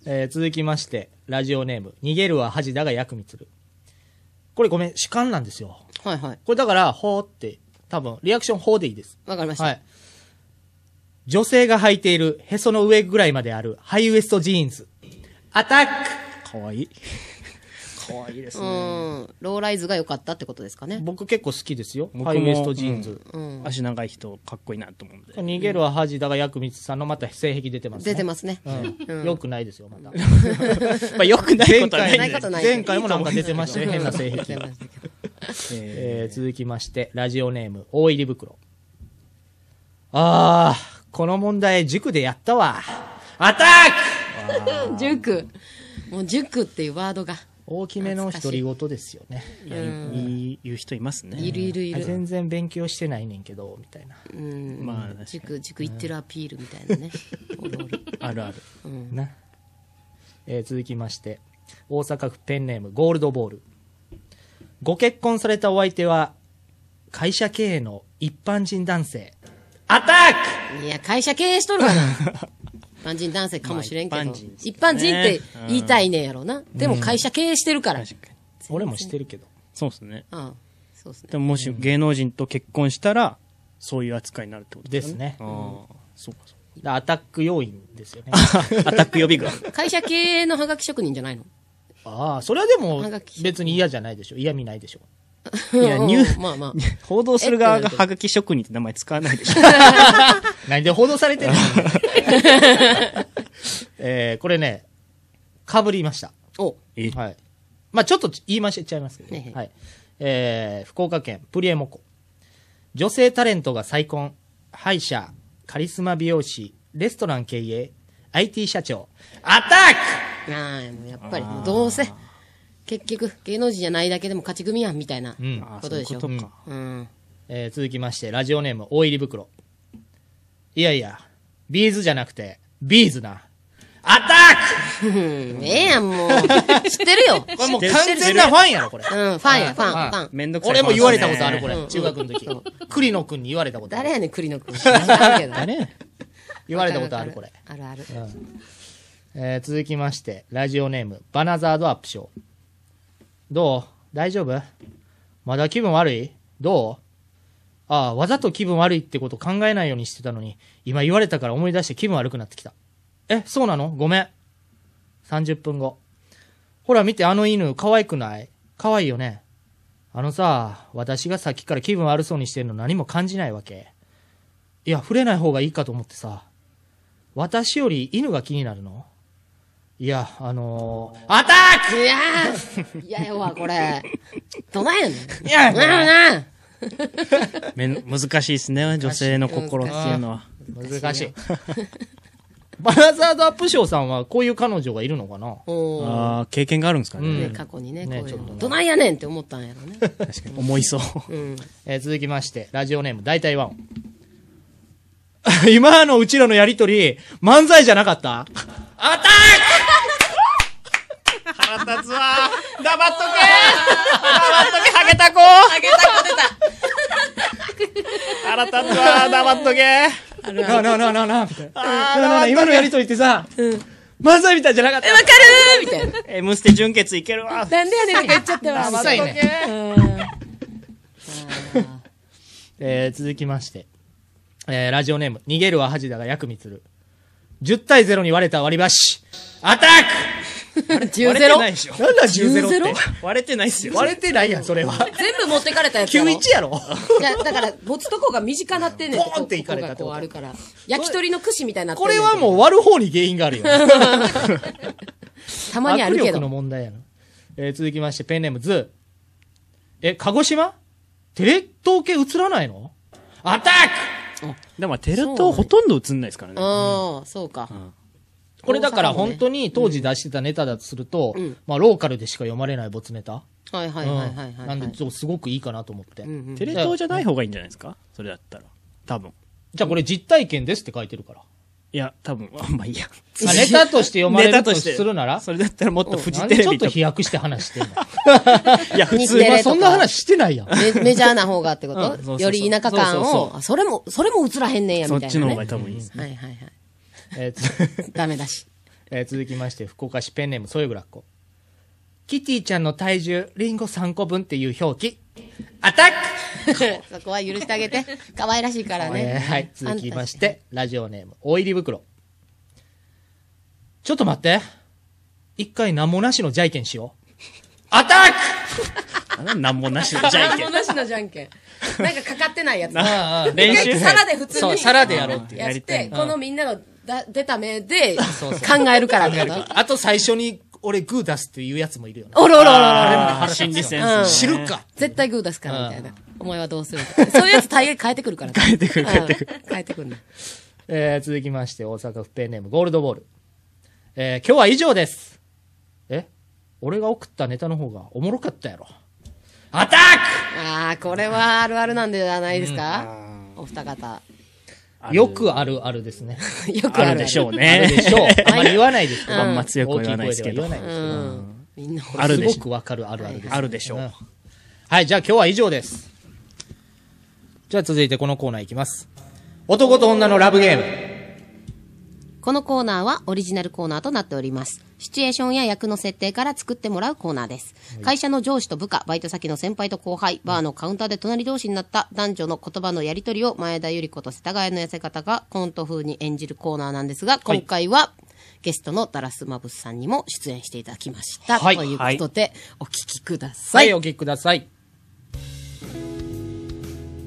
Speaker 1: えー続きまして、ラジオネーム、逃げるは恥だが役につる。これごめん、主観なんですよ。
Speaker 2: はいはい。
Speaker 1: これだから、ほーって、多分、リアクションほーでいいです。
Speaker 2: わかりました。
Speaker 1: はい。女性が履いている、へその上ぐらいまである、ハイウエストジーンズ。アタック
Speaker 3: かわいい。
Speaker 1: 可愛いです
Speaker 2: う
Speaker 1: ね。
Speaker 2: ん。ローライズが良かったってことですかね。
Speaker 1: 僕結構好きですよ。
Speaker 6: 僕も
Speaker 1: ハイウエストジーンズ。
Speaker 2: うん。
Speaker 6: 足長い人、かっこいいなと思うんで。
Speaker 1: 逃げるは恥だが、薬光さんのまた性癖出てますね。
Speaker 2: 出てますね。
Speaker 1: うん。よくないですよ、ま た。
Speaker 6: まあ、よくないことはないん
Speaker 1: 前回
Speaker 6: で
Speaker 2: ことない
Speaker 1: 前回もなんか出てましたよ、変な性癖
Speaker 2: 出。てましたけど
Speaker 1: えー続きまして、ラジオネーム、大入り袋。あー、この問題、塾でやったわ。アタック
Speaker 2: 塾。もう塾っていうワードが。
Speaker 1: 大きめの独り言ですよね。
Speaker 6: いやいい言う人いますね。
Speaker 2: いるいるい
Speaker 1: あ
Speaker 2: る。
Speaker 1: 全然勉強してないねんけど、みたいな。
Speaker 2: うん。
Speaker 6: まあ、
Speaker 2: 塾、塾行ってるアピールみたいなね。おるおる
Speaker 6: あるある。
Speaker 1: な、えー続きまして大阪府ペンネームゴールドボールご結婚されたお相手は会社経営の一般人男性アタック
Speaker 2: いや、会社経営しとるかな。一般人男性かもしれんけど。
Speaker 6: まあ
Speaker 2: 一
Speaker 6: 一般人ですね
Speaker 2: 般人って言いたいねんやろな。でも会社経営してるから。
Speaker 6: 確かに。
Speaker 1: 俺もしてるけど
Speaker 6: そうですね。
Speaker 2: うん。そうですね。
Speaker 6: でももし芸能人と結婚したら、そういう扱いになるっ てこと
Speaker 1: で
Speaker 6: ですすね。
Speaker 1: ね
Speaker 6: ああ、そうかそう
Speaker 1: だアタック要員ですよね
Speaker 6: か。アタック予備軍。
Speaker 2: 会社経営のハガキ職人じゃないの
Speaker 1: ああそれはでも
Speaker 2: はがき
Speaker 1: 別に嫌じゃないでしょ嫌味ないでしょ
Speaker 6: い や、ニュー、
Speaker 2: まあま あ。
Speaker 6: 報道する側がハガキ職人って名前使わないでしょ。
Speaker 1: 何で報道されて るのえーこれねかぶりました
Speaker 2: お、
Speaker 6: え
Speaker 1: はい。まあちょっと言いましちゃいますけど、
Speaker 2: ええ
Speaker 1: はい。えー、福岡県プリエモコ。女性タレントが再婚、歯医者、カリスマ美容師、レストラン経営、IT 社長、アタック
Speaker 2: ああ、もうやっぱり、もうどうせ、結局、芸能人じゃないだけでも勝ち組やん、みたいな
Speaker 1: うん
Speaker 2: ことでしょ。
Speaker 6: そういううこ
Speaker 2: ん
Speaker 6: とか。
Speaker 2: うん。
Speaker 1: えー、続きまして、ラジオネーム、大入り袋。いやいや、ビーズじゃなくて、ビーズな。アタッ
Speaker 2: ええやん、もう。 知ってるよ。
Speaker 1: クこれもう完全なファンやろ、これ。
Speaker 2: うん、ファンや、ファン、ファン。
Speaker 6: めんどくさい。
Speaker 1: 俺も言われたことある、これ
Speaker 2: う。ん
Speaker 1: 中学の時。栗野くんに言われたことあ
Speaker 2: 誰
Speaker 1: る。
Speaker 2: やねん、栗野くん。知らんけど
Speaker 1: 誰言われたことある、これ。。
Speaker 2: あるある。
Speaker 1: えー続きまして、ラジオネーム、バナザードアップショー。どう大丈夫まだ気分悪いどうああ、わざと気分悪いってこと考えないようにしてたのに、今言われたから思い出して気分悪くなってきた。え、そうなのごめん。30分後。ほら見て、あの犬、可愛くない可愛いよね。あのさ、私がさっきから気分悪そうにしてるの何も感じないわけ。いや、触れない方がいいかと思ってさ。私より犬が気になるのいや、あのー、アタッ
Speaker 2: いやー、いややわ、これ。どないやねん。
Speaker 1: クいや
Speaker 2: どないやね。
Speaker 6: めん難しいですね、女性の心っていうのは。
Speaker 1: 難しい。 バラザードアップショーさんはこういう彼女がいるのかなん
Speaker 2: お
Speaker 6: ああ、経験があるんですか
Speaker 1: う
Speaker 6: ね。
Speaker 1: ん
Speaker 2: ーね過去にね、こう
Speaker 1: ね
Speaker 2: い
Speaker 1: ちょっと
Speaker 2: う。どないやねんって思ったんやろね。
Speaker 6: 確かに。思いそう。
Speaker 2: うん。
Speaker 1: えー続きまして、ラジオネーム、大体ワン。今のうちらのやりとり、漫才じゃなかったアタ
Speaker 6: 腹立つわ黙っとけ黙っとけハゲタコハゲタコ出た腹立つわ黙っとけ
Speaker 1: ックなあなあなあなあなあみたいな。なあなあなあ今のやりとりってさ、漫才みたいじゃなかった
Speaker 2: わかるーみたいな。
Speaker 6: え、ムステ純潔いけるわ
Speaker 2: なんでやねんとか言っちゃったわ。
Speaker 1: うるさいね。 えー続きまして、えーラジオネーム、逃げるは恥だが薬味つる。10対0に割れた割り箸。アタッ
Speaker 2: 10
Speaker 6: 割れ
Speaker 2: ゼ
Speaker 6: て
Speaker 2: ロ
Speaker 6: ないでしょ
Speaker 1: クなんだ10ゼロって。
Speaker 6: 割れてないっすよ。
Speaker 1: 割れてないやん、それは。
Speaker 2: 全部持ってかれたやつやろ。
Speaker 1: 91やろ
Speaker 2: いやだから、持つとこが短なってんねん。
Speaker 1: ポーンっていかれたってこと
Speaker 2: ここがこうあるから。焼き鳥の串みたいになってん
Speaker 1: こ
Speaker 2: ねん
Speaker 1: れ
Speaker 2: けど
Speaker 1: はもう割る方に原因があるよ。
Speaker 2: た まにあるけ
Speaker 1: 握力の
Speaker 2: ど。
Speaker 1: 問題やな。えー続きまして、ペンネームズー。え、鹿児島テレ東系映らないのアタッ
Speaker 6: でも、テレ東ほとんど映んないですからね。
Speaker 2: ああ、そうか。
Speaker 1: クこれだから本当に当時出してたネタだとすると、
Speaker 2: ん
Speaker 1: まあローカルでしか読まれないボツネタ。
Speaker 2: はいはいはいはいはい。
Speaker 1: なんで、ちょっとすごくいいかなと思って。
Speaker 2: んうん
Speaker 6: テレ東じゃない方がいいんじゃないですかそれだったら。多分。
Speaker 1: じゃあこれ実体験ですって書いてる から。
Speaker 6: いや、多分。あまあいいや。
Speaker 1: あネタとして読まれるとするなら
Speaker 6: それだったらもっとフジ
Speaker 1: なん
Speaker 6: テ
Speaker 1: で
Speaker 6: レ
Speaker 1: ちょっ
Speaker 6: ビ
Speaker 1: と
Speaker 6: と
Speaker 1: 飛躍して話してん
Speaker 6: い
Speaker 1: の
Speaker 6: や、普
Speaker 2: 日
Speaker 6: 通
Speaker 2: テレ
Speaker 1: まあ
Speaker 2: とか
Speaker 1: そんな話してない やん。
Speaker 2: メメジャーな方がってこ
Speaker 6: うんそうそうそう
Speaker 2: とより田舎感
Speaker 6: そうそう
Speaker 2: を、あそれも、それも映らへんねんや、
Speaker 6: そ
Speaker 2: み
Speaker 6: った
Speaker 2: いなね。
Speaker 6: ちの方が多分いいです。
Speaker 2: はいはいはい。
Speaker 1: えーつ
Speaker 2: ダメだし。
Speaker 1: えー続きまして、福岡市ペンネーム、ソヨグラッコ。キティちゃんの体重、リンゴ3個分っていう表記。アタック、
Speaker 2: そこは許してあげて。可愛らしいから
Speaker 1: えー
Speaker 2: ね。
Speaker 1: はい、続きまして、ラジオネーム、大入り袋。ちょっと待って。一回何もなしのじゃいけんしよう。
Speaker 6: アタックなんもなしのじゃいけん
Speaker 2: も。なしのじゃんけん。なんかかかってないやつ。
Speaker 1: ああ
Speaker 6: 練習
Speaker 2: 皿で普通に。
Speaker 1: そう皿でやろうって
Speaker 2: や
Speaker 6: や
Speaker 2: っ
Speaker 6: りたい
Speaker 2: て、このみんなのだ出た目で
Speaker 1: そうそ
Speaker 2: 考えるからってこと
Speaker 1: あと最初に俺グー出すっていうやつもいるよね。
Speaker 2: おろおろおろおろ
Speaker 6: あー心理戦
Speaker 2: うん
Speaker 1: 知るか
Speaker 2: 絶対グー出すからみたいな。お前はどうするかそういうやつ大概変えてくるから。変えてくる、変えてくる。変えてくるな。
Speaker 1: えー、続きまして、大阪府ペンネーム、ゴールドボール。えー、今日は以上です。え俺が送ったネタの方がおもろかったやろ。アタッ
Speaker 2: ああ、これはあるあるなんではないですかお二方。
Speaker 1: クよくあるあるですね。
Speaker 2: よくある
Speaker 6: あるでしょう
Speaker 1: あるで
Speaker 6: ね。
Speaker 1: しょう。あんまり言わないですけど。
Speaker 6: あんま強くは言わないですけど
Speaker 1: 大きい声では言わないです
Speaker 2: う
Speaker 1: けど。
Speaker 2: ん。みんな
Speaker 1: あ
Speaker 6: あ
Speaker 1: る
Speaker 6: る
Speaker 1: で
Speaker 6: で
Speaker 1: し
Speaker 6: しょ
Speaker 1: すごくわかるあるあるです。
Speaker 6: あるでしょう。
Speaker 1: はい、じゃあ今日は以上です。じゃあ続いてこのコーナーいきます。男と女のラブゲーム。
Speaker 2: このコーナーはオリジナルコーナーとなっております。シチュエーションや役の設定から作ってもらうコーナーです。会社の上司と部下、バイト先の先輩と後輩、バーのカウンターで隣同士になった男女の言葉のやりとりを前田由里子と世田谷の痩せ方がコント風に演じるコーナーなんですが、今回はゲストのダラスマブスさんにも出演していただきました。
Speaker 1: はい
Speaker 2: ということで、お聞きくださ。
Speaker 1: はいい、お聞きください。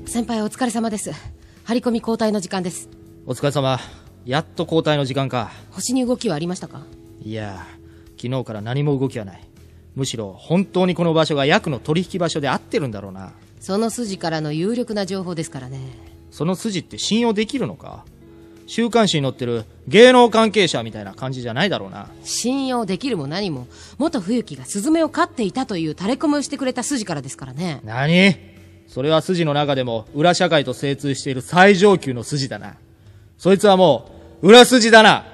Speaker 2: 先輩お疲れ様です。張り込み交代の時間です。
Speaker 1: お疲れ様。やっと交代の時間か。
Speaker 2: 星に動きはありましたか
Speaker 1: いやー、昨日から何も動きはない。むしろ本当にこの場所が役の取引場所で合ってるんだろうな。
Speaker 2: その筋からの有力な情報ですからね。
Speaker 1: その筋って信用できるのか週刊誌に載ってる芸能関係者みたいな感じじゃないだろうな。
Speaker 2: 信用できるも何も元冬木がスズメを飼っていたという垂れ込みをしてくれた筋からですからね
Speaker 1: 何それは筋の中でも裏社会と精通している最上級の筋だな。そいつはもう、裏筋だな。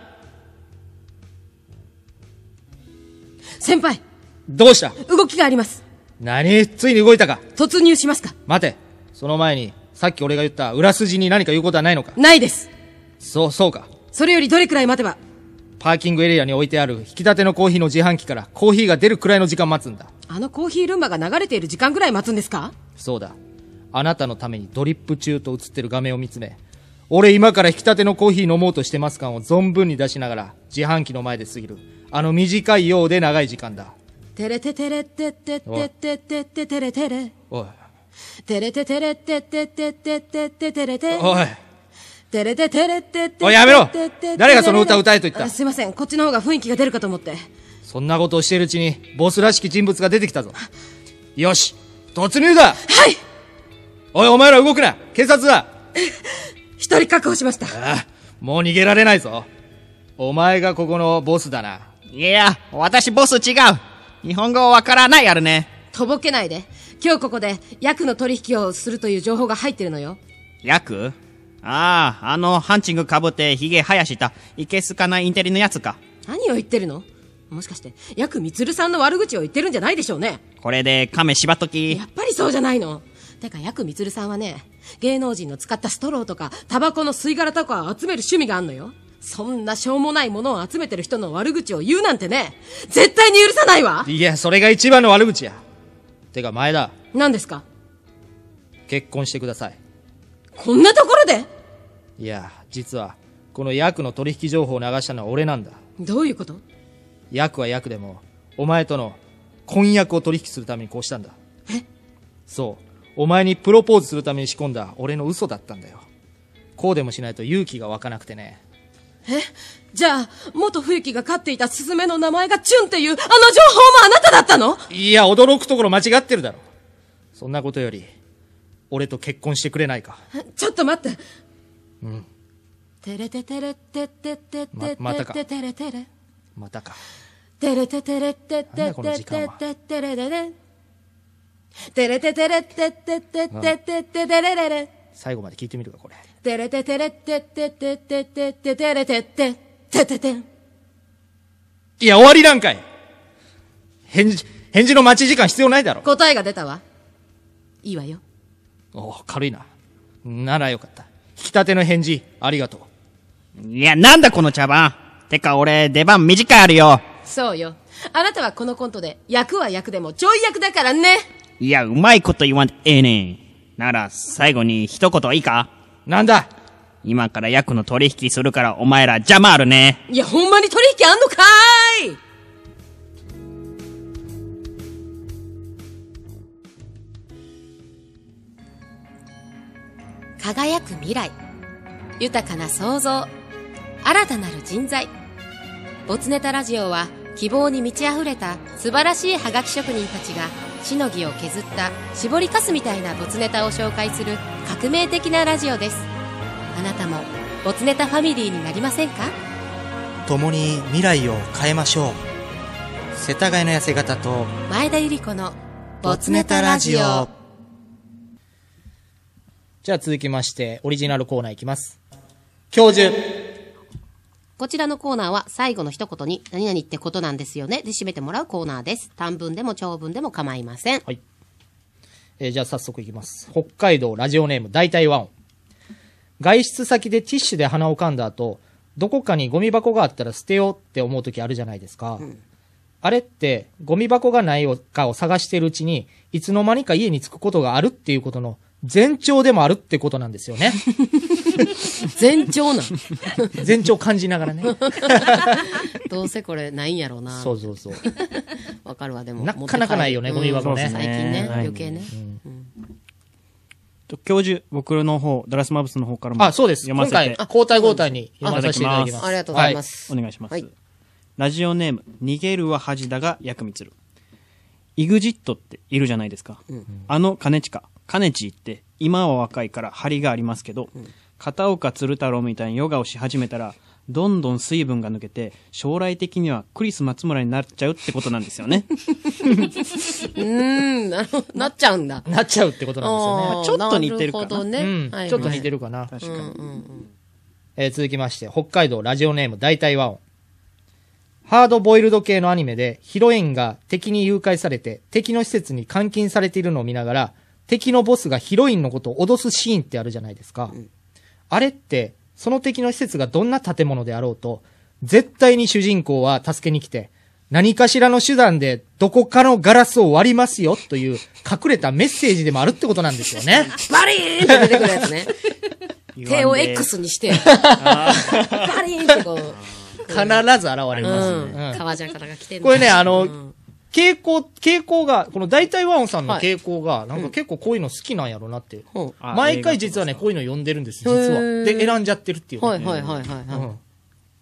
Speaker 2: 先輩
Speaker 1: どうした
Speaker 2: 動きがあります
Speaker 1: 何ついに動いたか
Speaker 2: 突入しますか
Speaker 1: 待て。その前に、さっき俺が言った裏筋に何か言うことはないのか
Speaker 2: ないです
Speaker 1: そう、そうか。
Speaker 2: それよりどれくらい待てば
Speaker 1: パーキングエリアに置いてある引き立てのコーヒーの自販機からコーヒーが出るくらいの時間待つんだ。
Speaker 2: あのコーヒールンバが流れている時間ぐらい待つんですか
Speaker 1: そうだ。あなたのためにドリップ中と映ってる画面を見つめ、俺今から引き立てのコーヒー飲もうとしてます感を存分に出しながら、自販機の前で過ぎる。あの短いようで長い時間だ。
Speaker 2: テレテテレテテテテテテテレテレ
Speaker 1: おい。
Speaker 2: テレテテレテテテテテテテレテ
Speaker 1: おい。
Speaker 2: テレテテレテテ
Speaker 1: おいやめろ誰がその歌を歌えと言った
Speaker 2: あすいませんこっちの方が雰囲気が出るかと思って
Speaker 1: そんなことをしているうちに、ボスらしき人物が出てきたぞ。よし突入だ
Speaker 2: はい
Speaker 1: おい、お前ら動くな警察だ
Speaker 2: 一人確保しました
Speaker 1: ああ、もう逃げられないぞ。お前がここのボスだな。
Speaker 6: いや、私ボス違う。日本語わからないやるね。
Speaker 2: とぼけないで。今日ここで、役の取引をするという情報が入ってるのよ。
Speaker 6: ヤクああ、あの、ハンチングかぶってヒゲ生やした、いけすかないインテリのやつか。
Speaker 2: 何を言ってるのもしかして、役みつるさんの悪口を言ってるんじゃないでしょうね。
Speaker 6: これで亀しばとき
Speaker 2: や。っぱりそうじゃないの。てか、役みつるさんはね、芸能人の使ったストローとか、タバコの吸い殻とかを集める趣味があんのよ。そんなしょうもないものを集めてる人の悪口を言うなんてね、絶対に許さないわ
Speaker 1: いや、それが一番の悪口や。てか、前田、
Speaker 2: 何ですか
Speaker 1: 結婚してください。
Speaker 2: こんなところで
Speaker 1: いや、実は、このヤクの取引情報を流したのは俺なんだ。
Speaker 2: どういうこと
Speaker 1: ヤクはヤクでも、お前との婚約を取引するためにこうしたんだ。
Speaker 2: え
Speaker 1: そう。お前にプロポーズするために仕込んだ俺の嘘だったんだよ。こうでもしないと勇気が湧かなくてね。
Speaker 2: えじゃあ、元冬木が飼っていたスズメの名前がチュンっていう、あの情報もあなただったの
Speaker 1: いや、驚くところ間違ってるだろ。そんなことより、俺と結婚してくれないか。
Speaker 2: ちょっと待って。テレテテレテテテテ
Speaker 1: ままたか
Speaker 2: テテレテレ。
Speaker 1: またか。
Speaker 2: テレテテレテ
Speaker 1: なん
Speaker 2: テ
Speaker 1: だこの
Speaker 2: テ
Speaker 1: 時間
Speaker 2: テ
Speaker 1: は
Speaker 2: テテレレレ。テレテテレテテテテテテレレレレ。
Speaker 1: 最後まで聞いてみるか、これ。
Speaker 2: テレテテレテテテテテテテレテテテテテン。
Speaker 1: いや、終わりなんかい返事、返事の待ち時間必要ないだろ。
Speaker 2: 答えが出たわ。いいわよ。
Speaker 1: おう軽いな。ならよかった。引き立ての返事、ありがとう。
Speaker 6: いや、なんだこの茶番。てか俺、出番短いあるよ。
Speaker 2: そうよ。あなたはこのコントで、役は役でもちょい役だからね。
Speaker 6: いや、うまいこと言わんでええねん。なら、最後に一言いいか
Speaker 1: なんだ
Speaker 6: 今からヤクの取引するからお前ら邪魔あるね。
Speaker 2: いや、ほんまに取引あんのかーい輝く未来豊かな創造新たなる人材ボツネタラジオは希望に満ち溢れた素晴らしいハガキ職人たちがしのぎを削った絞りかすみたいなボツネタを紹介する革命的なラジオですあなたもボツネタファミリーになりませんか
Speaker 7: 共に未来を変えましょう世田谷の痩せ方と
Speaker 2: 前田ゆり子の
Speaker 7: ボツネタラジオ
Speaker 1: じゃあ続きまして、オリジナルコーナーいきます。教授。
Speaker 2: こちらのコーナーは最後の一言に何々ってことなんですよねで締めてもらうコーナーです短文でも長文でも構いません
Speaker 1: はい。えーじゃあ早速いきます。北海道ラジオネーム大体ワン。外出先でティッシュで鼻を噛んだ後、どこかにゴミ箱があったら捨てようって思う時あるじゃないですか。あれって、ゴミ箱がないかを探しているうちに、いつの間にか家に着くことがあるっていうことの前兆でもあるってことなんですよ ね。
Speaker 2: 全長なん
Speaker 1: 前兆感じながらね。
Speaker 2: どうせこれないんやろうな
Speaker 1: そうそう そう。
Speaker 2: わかるわでも
Speaker 1: なかなかないよね
Speaker 2: 持って
Speaker 1: ゴミ
Speaker 2: 帰る
Speaker 1: 箱ね
Speaker 2: うん最近ね
Speaker 3: ないね
Speaker 2: 余計ね
Speaker 3: と教授、僕の方、ダラスマブスの方からも
Speaker 1: あ、そうです。
Speaker 3: 読ま
Speaker 1: 今
Speaker 3: せて
Speaker 1: 回、交代交代に読まさせていただきます。
Speaker 2: ありがとうございま
Speaker 1: は
Speaker 2: す
Speaker 3: お願いします、
Speaker 2: はい
Speaker 3: ラジオネーム、逃げるは恥だが役につる。イグジットっているじゃないですか。あの兼近、兼近って今は若いから張りがありますけど、片岡鶴太郎みたいにヨガをし始めたら、どんどん水分が抜けて、将来的にはクリス松村になっちゃうってことなんですよ ね。
Speaker 2: うーんなるほどなっちゃうんだ
Speaker 1: いなっちゃうってことなんですよね。
Speaker 2: あー
Speaker 3: ちょっと似てるかな
Speaker 2: なほどね
Speaker 1: うん
Speaker 2: はいはい
Speaker 1: ちょっと似てるかな。
Speaker 3: 確かに。
Speaker 1: えー続きまして、北海道ラジオネーム大体和音。ハードボイルド系のアニメで、ヒロインが敵に誘拐されて、敵の施設に監禁されているのを見ながら、敵のボスがヒロインのことを脅すシーンってあるじゃないですか。あれって、その敵の施設がどんな建物であろうと、絶対に主人公は助けに来て、何かしらの手段でどこかのガラスを割りますよという隠れたメッセージでもあるってことなんですよね。
Speaker 2: バリーンって出てくるや つね手を X にしてバリーンってこう
Speaker 1: 必ず現れ
Speaker 2: う
Speaker 1: ますね。うん
Speaker 2: ん革ジャンからが来てん
Speaker 1: これね、あ
Speaker 2: う
Speaker 1: の
Speaker 2: ん、
Speaker 1: 傾向、傾向が、この大体ワンさんの
Speaker 2: はい
Speaker 1: 傾向が、なんか結構こういうの好きなんやろなって。
Speaker 2: ほう
Speaker 3: あ
Speaker 1: 毎回実はね、こういうの読んでるんです、実
Speaker 2: へ
Speaker 1: は。
Speaker 2: ー
Speaker 1: で、選んじゃってるっていうね。
Speaker 2: はいはいはいはい
Speaker 1: うん
Speaker 2: は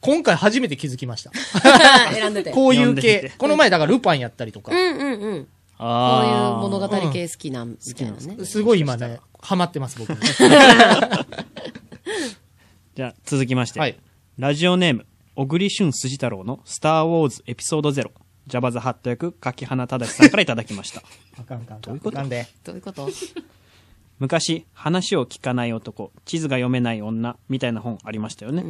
Speaker 1: 今回初めて気づきました。
Speaker 2: い 選んでて
Speaker 1: こういう
Speaker 3: 読んで
Speaker 1: 系。この前だからルパンやったりとか
Speaker 2: う。んうんうんこういう
Speaker 3: あ
Speaker 2: 物語系好きなんみたいなね
Speaker 1: すごい今ね、ハマってます、 僕。
Speaker 3: ーじゃあ続きまして、
Speaker 1: はい
Speaker 3: ラジオネーム、小栗旬筋太郎のスター・ウォーズエピソード0、ジャバザハット役、柿花忠さんからいただきました。
Speaker 1: あかんあかんあか
Speaker 3: どう
Speaker 1: ん
Speaker 3: いうこと
Speaker 1: なんで。
Speaker 2: どういうこと
Speaker 3: 昔、話を聞かない男、地図が読めない女、みたいな本ありましたよね。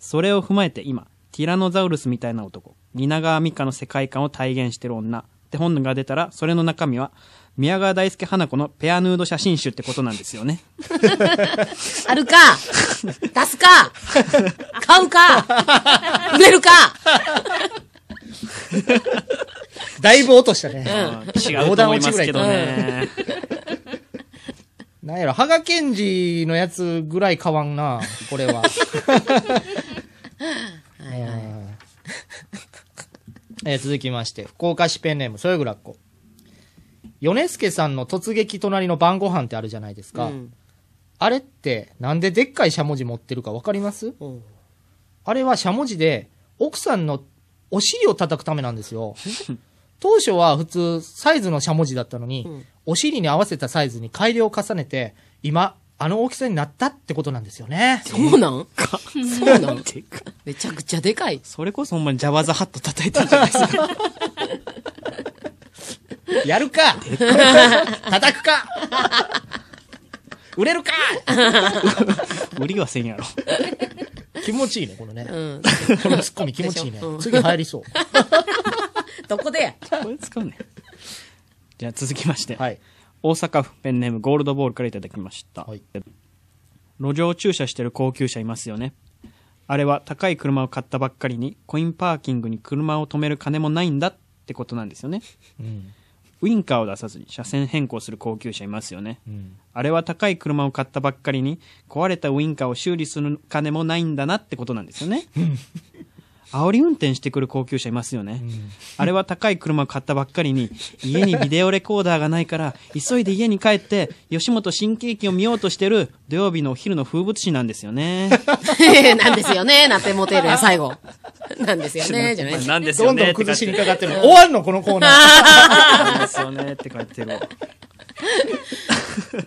Speaker 3: それを踏まえて今、ティラノザウルスみたいな男、蜷川美香の世界観を体現してる女って本が出たら、それの中身は、宮川大輔花子のペアヌード写真集ってことなんです よね。
Speaker 2: あ るか出すか買うか売れるか
Speaker 1: だいぶ落としたね。
Speaker 3: 違うと思いますけどね。
Speaker 1: なんやろ、ハガケンジのやつぐらい変わんな、これは。うんえー続きまして、福岡市ペンネーム、そよぐらっこ。米助さんの突撃隣の晩ご飯ってあるじゃないですか。
Speaker 2: うん
Speaker 1: あれって、なんででっかいしゃもじ持ってるかわかります、
Speaker 2: ん
Speaker 1: あれはしゃもじで、奥さんのお尻を叩くためなんです よ。当初は普通、サイズのしゃもじだったのに、お尻に合わせたサイズに改良を重ねて、今、あの大きさになったってことなんですよね。
Speaker 2: そうなんそうなん
Speaker 3: てか
Speaker 2: めちゃくちゃでかい。
Speaker 3: それこそほんまにジャバザハット叩いてるじゃないです か。
Speaker 1: やるか叩くか売れるか
Speaker 3: 売りはせんやろ。
Speaker 1: 気持ちいいね、このね。
Speaker 2: ん
Speaker 1: このツッコミ気持ちいいね
Speaker 2: でしょうん。
Speaker 1: 次入りそう。
Speaker 2: どこでや
Speaker 3: これ使うね。じゃあ続きまして。
Speaker 1: はい。
Speaker 3: 大阪府ペンネームゴールドボールからいただきました、
Speaker 1: はい
Speaker 3: 路上駐車してる高級車いますよねあれは高い車を買ったばっかりにコインパーキングに車を止める金もないんだってことなんですよね、ウインカーを出さずに車線変更する高級車いますよね、あれは高い車を買ったばっかりに壊れたウインカーを修理する金もないんだなってことなんですよね煽り運転してくる高級車いますよね。あれは高い車を買ったばっかりに、家にビデオレコーダーがないから、急いで家に帰って、吉本新喜劇を見ようとしてる土曜日のお昼の風物詩なんですよね。
Speaker 2: なんですよね、なってモテるや、最後。なんですよね、じゃない。
Speaker 6: なんです
Speaker 1: ど
Speaker 6: よ
Speaker 1: んど
Speaker 6: ね
Speaker 1: ん
Speaker 6: って
Speaker 1: 崩
Speaker 6: 感じ
Speaker 1: しにかかってるの。終わんのこのコーナー。
Speaker 3: なんですよねって書いてるわ。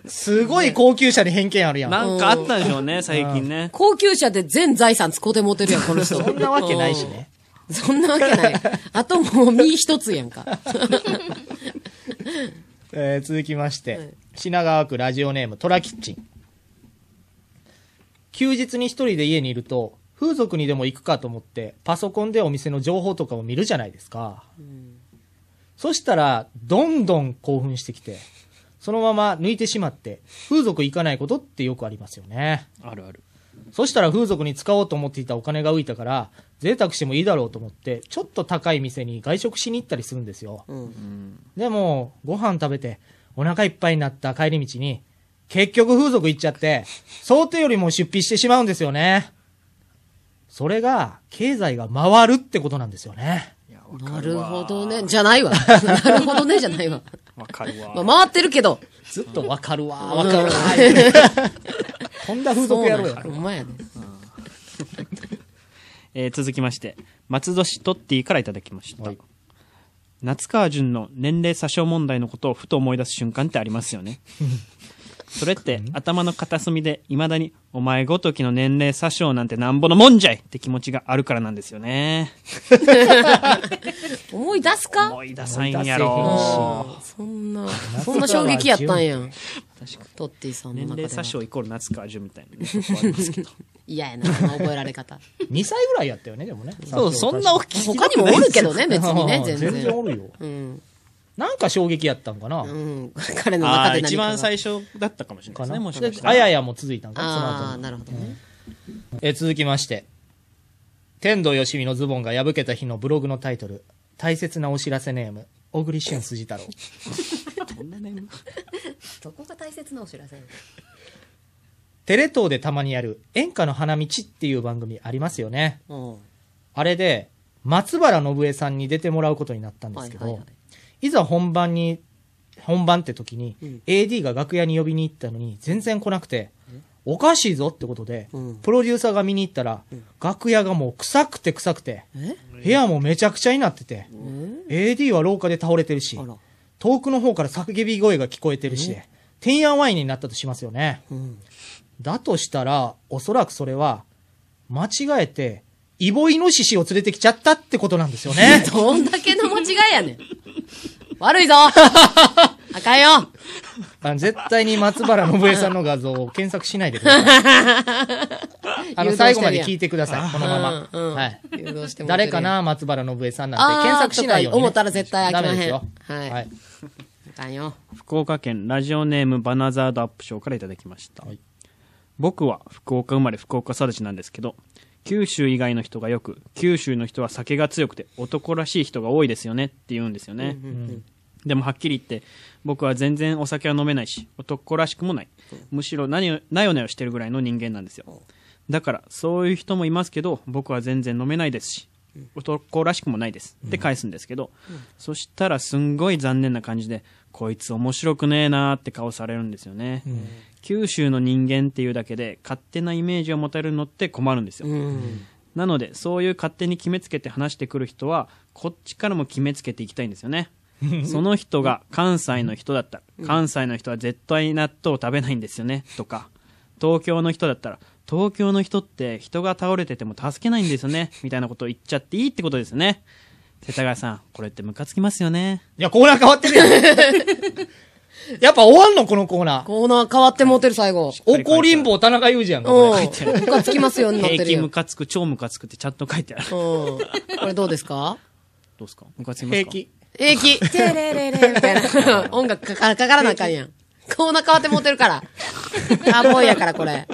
Speaker 1: すごい高級車に偏見あるやん。
Speaker 3: なんかあったんでしょうね、最近ね。
Speaker 2: 高級車で全財産使うてモテるやん、この人。
Speaker 1: そんなわけないしね。
Speaker 2: うん。そんなわけない。あともう身一つやんか。
Speaker 1: えー続きまして、品川区ラジオネームトラキッチン休日に一人で家にいると風俗にでも行くかと思ってパソコンでお店の情報とかを見るじゃないですか、そしたらどんどん興奮してきてそのまま抜いてしまって風俗行かないことってよくありますよね
Speaker 3: あるある。
Speaker 1: そしたら風俗に使おうと思っていたお金が浮いたから贅沢してもいいだろうと思ってちょっと高い店に外食しに行ったりするんですよ、でもご飯食べてお腹いっぱいになった帰り道に結局風俗行っちゃって想定よりも出費してしまうんですよねそれが経済が回るってことなんですよね
Speaker 2: なるほどね。じゃないわ。 なるほどね、じゃないわ。
Speaker 3: わかるわ。
Speaker 2: まあ、回ってるけど。
Speaker 1: ずっとわかるわわかるわ こんな風俗やろうよ
Speaker 2: そうなんやほんまやね。
Speaker 3: えー続きまして、松戸市トッティからいただきました。
Speaker 1: はい
Speaker 3: 夏川淳の年齢詐称問題のことをふと思い出す瞬間ってありますよね。それって頭の片隅で未だにお前ごときの年齢詐称なんてなんぼのもんじゃいって気持ちがあるからなんですよね。
Speaker 2: 思い出すか
Speaker 3: 思い出さんやろ。
Speaker 2: あーそんな、そんな衝撃やったんやん。トッティさんの
Speaker 3: 年
Speaker 2: 中で
Speaker 3: 齢
Speaker 2: は。
Speaker 3: 詐称イコール夏川淳みたいなねとこありますけど。
Speaker 2: 嫌やな、その覚えられ 方。
Speaker 1: 2歳ぐらいやったよねでもね
Speaker 6: そう、そんな大きい。
Speaker 2: 他にもお るけど ね、別にね、
Speaker 1: 全
Speaker 2: 全
Speaker 1: 然
Speaker 2: 然。
Speaker 1: おるよ
Speaker 2: うん。
Speaker 1: なんか衝撃やったんかな、
Speaker 2: うん。彼の
Speaker 6: あ
Speaker 2: 中
Speaker 6: あ、
Speaker 2: で何かが
Speaker 6: 一番最初だったかもしれないですね、もしかした
Speaker 1: あ
Speaker 6: ら。
Speaker 1: ややも続いたんかなその後
Speaker 2: あ
Speaker 1: も
Speaker 2: あ、なるほどね。
Speaker 1: えー続きまして天童よしみのズボンが破けた日のブログのタイトル「大切なお知らせネーム小栗旬辻太郎」
Speaker 2: どこが大切なお知らせ
Speaker 1: テレ東でたまにやる「演歌の花道」っていう番組ありますよね
Speaker 2: うん。
Speaker 1: あれで松原信江さんに出てもらうことになったんですけど、
Speaker 2: はい
Speaker 1: い
Speaker 2: はいは
Speaker 1: ざ本番に本番って時に、
Speaker 2: うん
Speaker 1: AD が楽屋に呼びに行ったのに全然来なくておかしいぞってことで、
Speaker 2: うん
Speaker 1: プロデューサーが見に行ったら、楽屋がもう臭くて臭くて
Speaker 2: え
Speaker 1: 部屋もめちゃくちゃになってて、AD は廊下で倒れてるし
Speaker 2: あら。
Speaker 1: 遠くの方から叫び声が聞こえてるしでてんやわいになったとしますよね、
Speaker 2: ん
Speaker 1: だとしたらおそらくそれは間違えてイボイノシシを連れてきちゃったってことなんですよ ね
Speaker 2: どんだけの間違いやねん。悪い ぞあかんよ
Speaker 1: あの絶対に松原信江さんの画像を検索しないでください あの最後まで聞いてくださいこのまま、
Speaker 2: うんうん
Speaker 1: はい
Speaker 2: 誘導してもらって
Speaker 1: 誰
Speaker 2: る
Speaker 1: かな松原信江さんなん
Speaker 2: あー
Speaker 1: て検索しないように、ね、
Speaker 2: とか思ったら絶対あきまへん
Speaker 1: ダメですよ
Speaker 2: はい
Speaker 1: はい
Speaker 2: あかんよ。
Speaker 3: 福岡県ラジオネームバナザードアップ賞からいただきました、
Speaker 1: はい
Speaker 3: 僕は福岡生まれ福岡育ちなんですけど九州以外の人がよく九州の人は酒が強くて男らしい人が多いですよねって言うんですよね、でもはっきり言って僕は全然お酒は飲めないし男らしくもないむしろ何をなよなよしてるぐらいの人間なんですよだからそういう人もいますけど僕は全然飲めないですし男らしくもないですって返すんですけど、そしたらすんごい残念な感じでこいつ面白くねえなーって顔されるんですよね、九州の人間っていうだけで勝手なイメージを持たれるのって困るんですよ、なのでそういう勝手に決めつけて話してくる人はこっちからも決めつけていきたいんですよねその人が関西の人だったら関西の人は絶対納豆を食べないんですよねとか東京の人だったら東京の人って人が倒れてても助けないんですよねみたいなことを言っちゃっていいってことですよね世田谷さんこれってムカつきますよね
Speaker 1: いや、コーナー変わって るやん。やっぱ終わんのこのコーナー。
Speaker 2: コーナー変わってモテる最後。
Speaker 1: 怒りんぼ田中裕二やん
Speaker 2: う
Speaker 1: か、
Speaker 2: ん。
Speaker 1: これ。
Speaker 2: ムカつきますようになって
Speaker 3: 平
Speaker 2: る
Speaker 3: 気
Speaker 2: よ。う
Speaker 3: ム
Speaker 2: ん。こ
Speaker 3: カつく超ムカつくってちゃんと書いてあるど
Speaker 2: れどうですか
Speaker 3: うですかムカつきます
Speaker 1: 平
Speaker 3: か
Speaker 1: 気。
Speaker 2: 平気。テレレレみたいな。音楽かかかからなあかんやん。コーナー変わってモテるから。あ、ボーイやからこれ。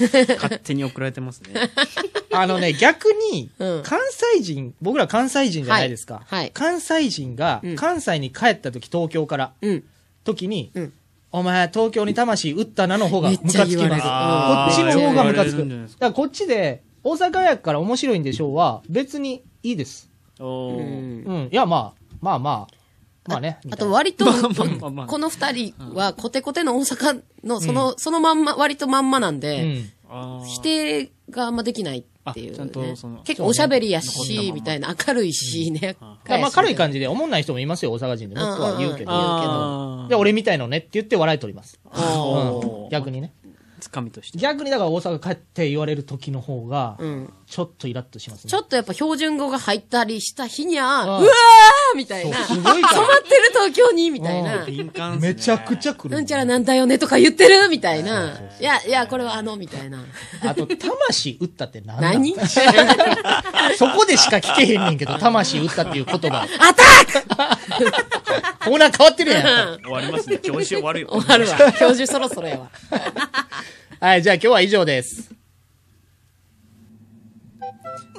Speaker 3: 勝手に送られてますね
Speaker 1: あのね、逆に
Speaker 2: うん、
Speaker 1: 関西人、僕ら関西人じゃないですか。
Speaker 2: はいはい
Speaker 1: 関西人が、関西に帰った時、東京から、
Speaker 2: うん。
Speaker 1: 時に
Speaker 2: うん、
Speaker 1: お前、東京に魂打ったなの方が
Speaker 2: め
Speaker 1: ム
Speaker 2: っちゃ
Speaker 1: カつき
Speaker 2: 言われ
Speaker 1: ま
Speaker 2: る
Speaker 1: す。こっちの方がムカつ
Speaker 3: あーよく言われる
Speaker 1: く。
Speaker 3: んじゃ
Speaker 1: だ
Speaker 3: ないで
Speaker 1: からこっちで、大阪やから面白いんでしょうは、別にいいです。
Speaker 6: お
Speaker 2: う
Speaker 6: ー
Speaker 2: ん
Speaker 1: うん。いや、まあ、まあまあ、まあね。
Speaker 2: あと割と、
Speaker 6: まあまあまあ
Speaker 2: この二人はコテコテの大阪のその、そのまんま、割とまんまなん
Speaker 1: う
Speaker 2: で、
Speaker 1: ん。
Speaker 6: あー
Speaker 2: 否定があんまできないっていう、ね。
Speaker 6: あちゃんとその
Speaker 2: 結構おしゃべりや
Speaker 6: そうね
Speaker 2: し、みたいな、明るいしね。
Speaker 1: だからまあ軽い感
Speaker 2: じ。
Speaker 1: じで、おもんない人もいますよ、大阪人で。僕は言うけ
Speaker 2: うんうんう
Speaker 6: あ
Speaker 1: ど。
Speaker 2: ん
Speaker 6: ー
Speaker 1: で、俺みたいのねって言って笑い取ります。う
Speaker 6: おー
Speaker 1: ん逆にね。
Speaker 6: つかみとして。
Speaker 1: 逆にだから大阪帰って言われる時の方が、
Speaker 2: うん。
Speaker 1: ちょっとイラッとしますね。
Speaker 2: ちょっとやっぱ標準語が入ったりした日にゃ、うわ
Speaker 1: ん
Speaker 2: ーみたいな。
Speaker 1: そうす
Speaker 2: 染まっ
Speaker 1: ご
Speaker 2: て
Speaker 1: い
Speaker 2: る
Speaker 1: から
Speaker 2: 東京にみたいな。
Speaker 6: 敏感っすね
Speaker 1: めちゃくちゃ来る。
Speaker 2: なんちゃらなんだよねとか言ってるみたいな。いや、いや、これはあの、みたいな。
Speaker 1: あと、魂打ったって何なの
Speaker 2: 何ア
Speaker 1: そこでしか聞けへんねんけど、魂打ったっていう言葉。
Speaker 2: タ
Speaker 1: オーナー変わってるやんやっぱ
Speaker 2: ック
Speaker 6: 終わり ますね。今日終わるよ。
Speaker 2: 終 わるわ。教授そろそろやわ。
Speaker 1: り。はい、じゃあ今日は以上です。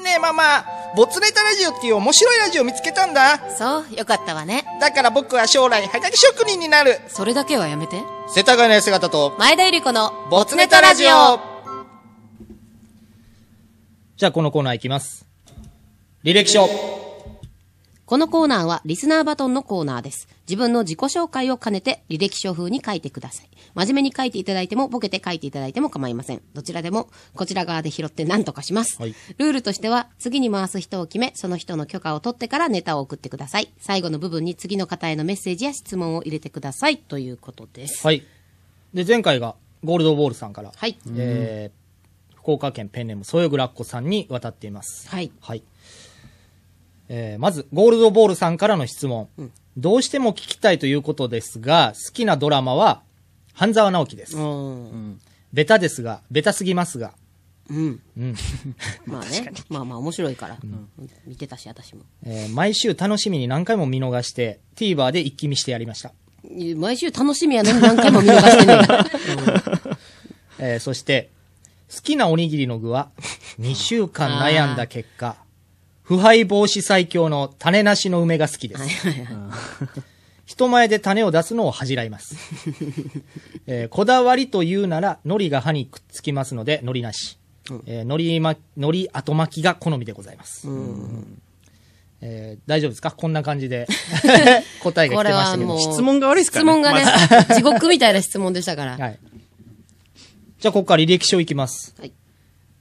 Speaker 7: ねえママ、ボツネタラジオっていう面白いラジオ見つけたんだ。
Speaker 2: そう、よかったわね。
Speaker 7: だから僕は将来、はがき職人になる。
Speaker 2: それだけはやめて。
Speaker 7: 世田谷の痩せ方と、
Speaker 2: 前田ゆり子の、
Speaker 7: ボツネタラジオ
Speaker 1: じゃあこのコーナーいきます。履歴書。
Speaker 2: このコーナーはリスナーバトンのコーナーです。自分の自己紹介を兼ねて履歴書風に書いてください。真面目に書いていただいても、ボケて書いていただいても構いません。どちらでも、こちら側で拾って何とかします。
Speaker 1: はい
Speaker 2: ルールとしては、次に回す人を決め、その人の許可を取ってからネタを送ってください。最後の部分に次の方へのメッセージや質問を入れてください。ということです。
Speaker 1: はい。で、前回がゴールドボールさんから、
Speaker 2: はい。
Speaker 1: えー、福岡県ペンネーム、そよぐらっこさんに渡っています。
Speaker 2: はい。
Speaker 1: はい。えー、まず、ゴールドボールさんからの質問。どうしても聞きたいということですが、好きなドラマは、半沢直樹です。
Speaker 2: うん。
Speaker 1: ベタですが、ベタすぎますが、
Speaker 2: うん。
Speaker 1: うん。
Speaker 2: まあね。まあまあ面白いから。見てたし、私も。
Speaker 1: えー毎週楽しみに何回も見逃して、TVer で一気見してやりました。
Speaker 2: 毎週楽しみやのに何回も見逃してんねんから。
Speaker 1: えーそして、好きなおにぎりの具は、2週間悩んだ結果、腐敗防止最強の種なしの梅が好きです。人前で種を出すのを恥じらいます。えーこだわりというなら、海苔が歯にくっつきますので、海苔なし。えー海苔ま、海苔後巻きが好みでございます。えー大丈夫ですかこんな感じで答えが来てましたけど。
Speaker 6: 質問が悪いですから
Speaker 2: 質
Speaker 6: ね
Speaker 2: 問がね、地獄みたいな質問でし たから。
Speaker 1: はい。じゃあ、ここから履歴書いきます。
Speaker 2: はい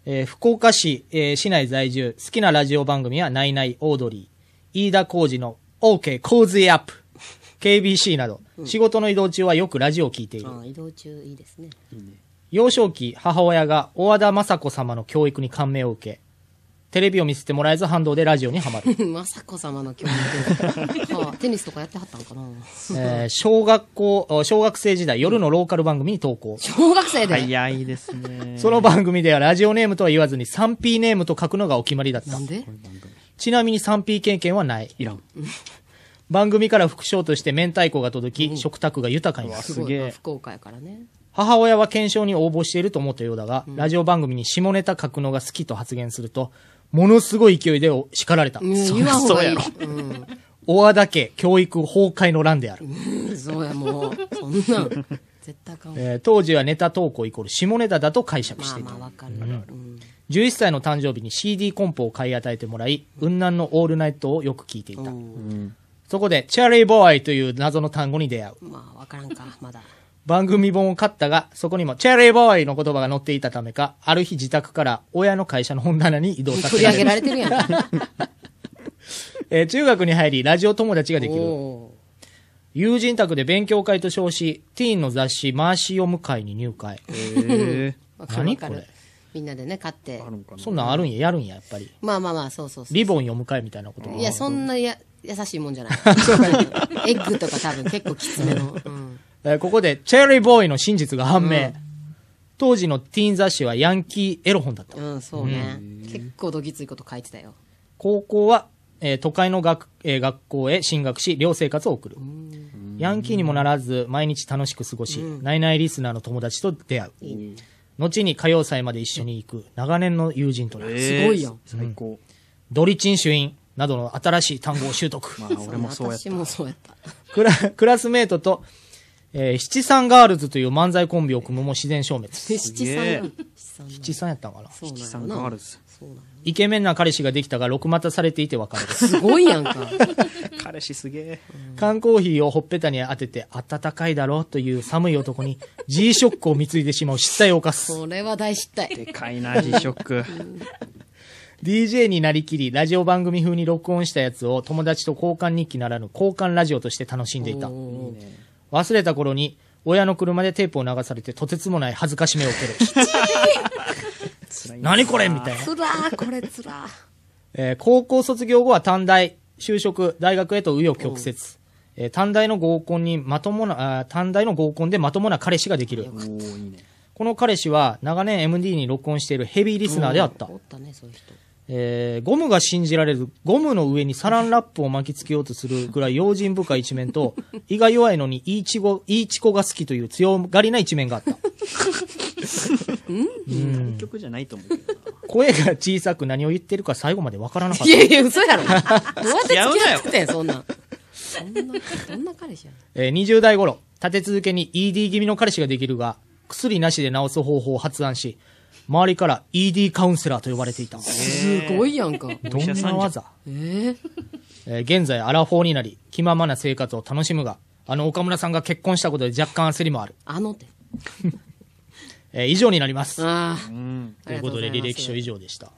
Speaker 1: えー福岡市、えー市内在住、好きなラジオ番組は、ナイナイオードリー、飯田浩二の OK コーズイアップ、KBC など、仕事の移動中はよくラジオを聞いている。
Speaker 2: ああ移動中いいですね。
Speaker 1: 幼少期、母親が大和田雅子様の教育に感銘を受け、テレビを見せてもらえず反動でラジオにはま る。
Speaker 2: 雅子様の教育。はあテニスとかやってはったんかな
Speaker 1: えー小学校、あ小学生時代、夜のローカル番組に投稿。
Speaker 2: 小学生で。
Speaker 6: 早いですね。
Speaker 1: その番組ではラジオネームとは言わずに 3P ネームと書くのがお決まりだった。
Speaker 2: なんで
Speaker 1: ちなみに 3P 経験はない。
Speaker 6: いらん。
Speaker 1: 番組から副賞として明太子が届き、食卓が豊かになる。
Speaker 2: すごいな、福岡やからね。
Speaker 1: 母親は検証に応募していると思ったようだが、ラジオ番組に下ネタ書くのが好きと発言すると、ものすごい勢いで叱られた。
Speaker 2: うん、言わんほうがいい。
Speaker 6: そう
Speaker 1: 大和田家教育崩壊の乱である。
Speaker 2: うん、そうや、もう。そんなん。絶対あかんわ。
Speaker 1: えー当時はネタ投稿イコール下ネタだと解釈し
Speaker 2: まあ
Speaker 1: ていた。
Speaker 2: まあ、わかる。うん
Speaker 1: 11歳の誕生日に CD コンポを買い与えてもらい、雲南のオールナイトをよく聞いていた。そこで、チャーリーボーイという謎の単語に出会う。
Speaker 2: まあ、わからんか、まだ。
Speaker 1: 番組本を買ったが、そこにもチェリーボーイの言葉が載っていたためか、ある日自宅から親の会社の本棚に移動さ
Speaker 2: 取
Speaker 1: せ
Speaker 2: り
Speaker 1: ら
Speaker 2: 上げ
Speaker 1: れ
Speaker 2: ら
Speaker 1: る。
Speaker 2: れてるやん。
Speaker 1: えー中学に入り、ラジオ友達ができる。
Speaker 2: お
Speaker 1: 友人宅で勉強会と称し、ティーンの雑誌、マーシー読む会に入会。
Speaker 6: え
Speaker 2: ーわかるわか
Speaker 1: 何こ
Speaker 2: る
Speaker 1: れ。
Speaker 2: みんなでね、買って。
Speaker 1: そんなんあるんや、やるんや、やっぱり。
Speaker 2: まあまあまあ、そうそうそう。
Speaker 1: リボン読む会みたいなこと。
Speaker 2: いや、そんなや優しいもんじゃない。 エッグとか多分結構きつめの。う
Speaker 1: え
Speaker 2: ん
Speaker 1: ーここで、チェリーボーイの真実が判明。当時のティーン雑誌はヤンキーエロ本だった。
Speaker 2: うん、そうね。結構どぎついこと書いてたよ。
Speaker 1: 高校は、えー都会の学,、えー学校へ進学し寮生活を送るヤンキーにもならず毎日楽しく過ごし、ナイナイリスナーの友達と出会う後に歌謡祭まで一緒に行く長年の友人となる、
Speaker 2: すごいやん。
Speaker 6: 最高。
Speaker 1: ドリチン主因などの新しい単語を習得
Speaker 6: あ、俺もそうやっ
Speaker 2: 私もそうやった。
Speaker 1: クラクラスメートと、えー七三ガールズという漫才コンビを組むも自然消滅。
Speaker 2: 七
Speaker 3: げえ
Speaker 2: 三七三な
Speaker 1: 七三やったんかな
Speaker 2: そう
Speaker 3: 七
Speaker 2: なん
Speaker 3: 三
Speaker 2: や
Speaker 3: ガー
Speaker 2: な
Speaker 3: ルズ
Speaker 2: そうなんや
Speaker 1: イケメンな彼氏ができたが、六股されていて別れる。
Speaker 2: すごいやんか
Speaker 3: 彼氏すげえ
Speaker 1: 缶コーヒーをほっぺたに当てて、暖かいだろうという寒い男 に、G ショックを貢いでしまう失態を犯す。
Speaker 2: それは大失態
Speaker 3: でかいな G ショック
Speaker 1: DJ になりきり、ラジオ番組風に録音したやつを友達と交換日記ならぬ交換ラジオとして楽しんでいた。忘れた頃に、親の車でテープを流されてとてつもない恥ずかしめを受け る。何これみたいな。
Speaker 2: つらーこれつらー
Speaker 1: えー高校卒業後は短大、就職、大学へと紆余曲折。えー短大の合コンにまともな、あー短大の合コンでまともな彼氏ができる。この彼氏は長年 MD に録音しているヘビーリスナーであった
Speaker 2: お。ったねそういう人
Speaker 1: えーゴムが信じられる、ゴムの上にサランラップを巻きつけようとするぐらい用心深い一面 と、胃が弱いのにいいちご、いいちこが好きという強がりな一面があ った。
Speaker 3: 対局じゃないと思うけど
Speaker 1: 声が小さく何を言ってるか最後までわからなかっ
Speaker 2: い
Speaker 1: た。
Speaker 2: やいや、嘘やろ。どうやって付き合っててん、そんなん。そんな、そんな彼氏やん。
Speaker 1: えー20代頃、立て続けに ED 気味の彼氏ができるが、薬なしで治す方法を発案し、周りから ED カウンセラーと呼ばれていた。
Speaker 2: すごいやんか。
Speaker 1: どんな技
Speaker 2: えー、
Speaker 1: えー現在アラフォーになり、気ままな生活を楽しむが、あの岡村さんが結婚したことで若干焦りもある。
Speaker 2: あのて。
Speaker 1: えー以上になります。
Speaker 2: ああ。
Speaker 1: ということで、履歴書以上でした。
Speaker 2: は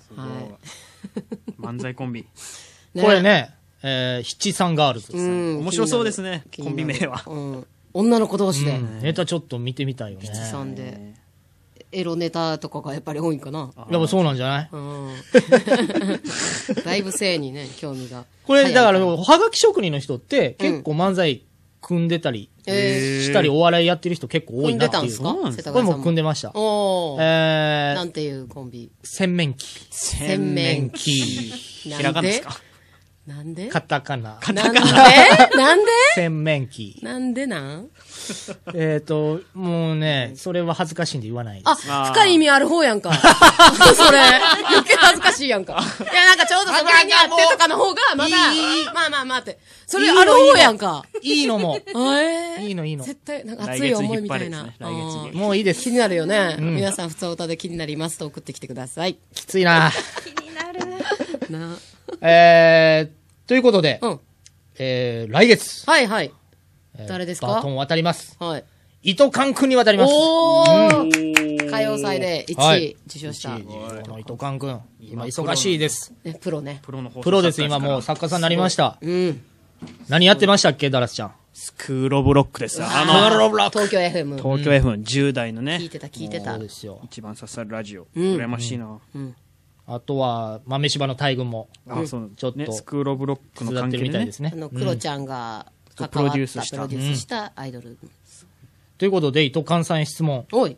Speaker 3: 漫才コンビ
Speaker 2: い。
Speaker 1: これ。ね、えー七三ガールズ、
Speaker 2: うん。
Speaker 3: 面白そうですね
Speaker 2: 気
Speaker 3: コ
Speaker 2: に
Speaker 3: ン
Speaker 2: なる
Speaker 3: ビ名は
Speaker 2: うん。女の子同士で。
Speaker 1: ネタちょっと見てみたいよね。
Speaker 2: 七三で。エロネタとかがやっぱり多いんかな。
Speaker 1: やっぱそうなんじゃない
Speaker 2: うん。だいぶ性にね、興味が。
Speaker 1: これ、だから、
Speaker 2: 早い
Speaker 1: はがき職人の人って結構漫才組んでたり、
Speaker 2: え
Speaker 1: したり、お笑いやってる人結構多い
Speaker 2: 組ん
Speaker 1: な
Speaker 2: で
Speaker 1: って
Speaker 2: たん
Speaker 1: い
Speaker 2: です
Speaker 1: う。
Speaker 2: か
Speaker 1: こ
Speaker 2: 世田
Speaker 1: れ
Speaker 2: 谷
Speaker 1: も
Speaker 2: さ
Speaker 1: 組
Speaker 2: ん
Speaker 1: ん
Speaker 2: も。
Speaker 1: でました。
Speaker 2: おー。
Speaker 1: え
Speaker 2: な
Speaker 1: ー、
Speaker 2: んていうコンビ
Speaker 1: 洗面器。
Speaker 2: 洗面器。
Speaker 3: ひらがなですか
Speaker 2: なんで
Speaker 1: カタカナ。
Speaker 2: なんでなんで
Speaker 1: 洗面器。
Speaker 2: なんでなん
Speaker 1: えっと、もうね、それは恥ずかしいんで言わない。
Speaker 2: あ、深い意味ある方やんか。それ。余計恥ずかしいやんか。いや、なんかちょうどその辺にあってとかの方が、まだ、まあまあまあって。それある方やんか。
Speaker 1: いいの も。
Speaker 2: あえー
Speaker 1: いいのいいの
Speaker 2: 絶対、なんか熱い思いみたいな。
Speaker 3: 来月に引っ張るやつね来
Speaker 2: う
Speaker 3: 月
Speaker 2: ん
Speaker 1: もういいです
Speaker 2: 気。になるよね。皆さん、普通歌で気になりますと送ってきてください。
Speaker 1: きついな。
Speaker 2: な。
Speaker 1: えー、ということで
Speaker 2: う、ん。
Speaker 1: えー、来月。
Speaker 2: はいはい。
Speaker 1: えー
Speaker 2: 誰です
Speaker 1: バ
Speaker 2: か
Speaker 1: トンを渡ります。
Speaker 2: はい。
Speaker 1: 糸関君に渡ります。
Speaker 2: おー歌謡祭で
Speaker 1: は
Speaker 2: 1位
Speaker 1: い
Speaker 2: 受賞した。
Speaker 1: この糸貫くん、今忙しいです。
Speaker 2: ねプロね。
Speaker 3: プロの方
Speaker 1: プロです、今もう作家さんになりました。
Speaker 2: うん。
Speaker 1: 何やってましたっけ、ダラスちゃん。
Speaker 3: スクールオブロックですあの
Speaker 2: あの、東京 FM。
Speaker 3: 東京 F10 代のね
Speaker 2: 聞いてた、聞いてた
Speaker 1: そう。ですよ。
Speaker 3: 一番刺さるラジオ羨ましいな
Speaker 1: あとは、豆柴の大群も、
Speaker 3: あそう
Speaker 1: ちょっと
Speaker 3: ねスクールオブロックの
Speaker 1: 育っ
Speaker 3: 関
Speaker 1: て
Speaker 3: 係
Speaker 1: るみたい
Speaker 3: ね
Speaker 1: ですね
Speaker 2: あ。の、クロちゃんが関わった、
Speaker 3: プ
Speaker 2: プ
Speaker 3: ロ
Speaker 2: ロ
Speaker 3: デ
Speaker 2: デ
Speaker 3: ュ
Speaker 2: ュ
Speaker 3: ースした
Speaker 2: ースしたアイドル。
Speaker 1: ということで、糸貫さんへ質問。
Speaker 2: おい。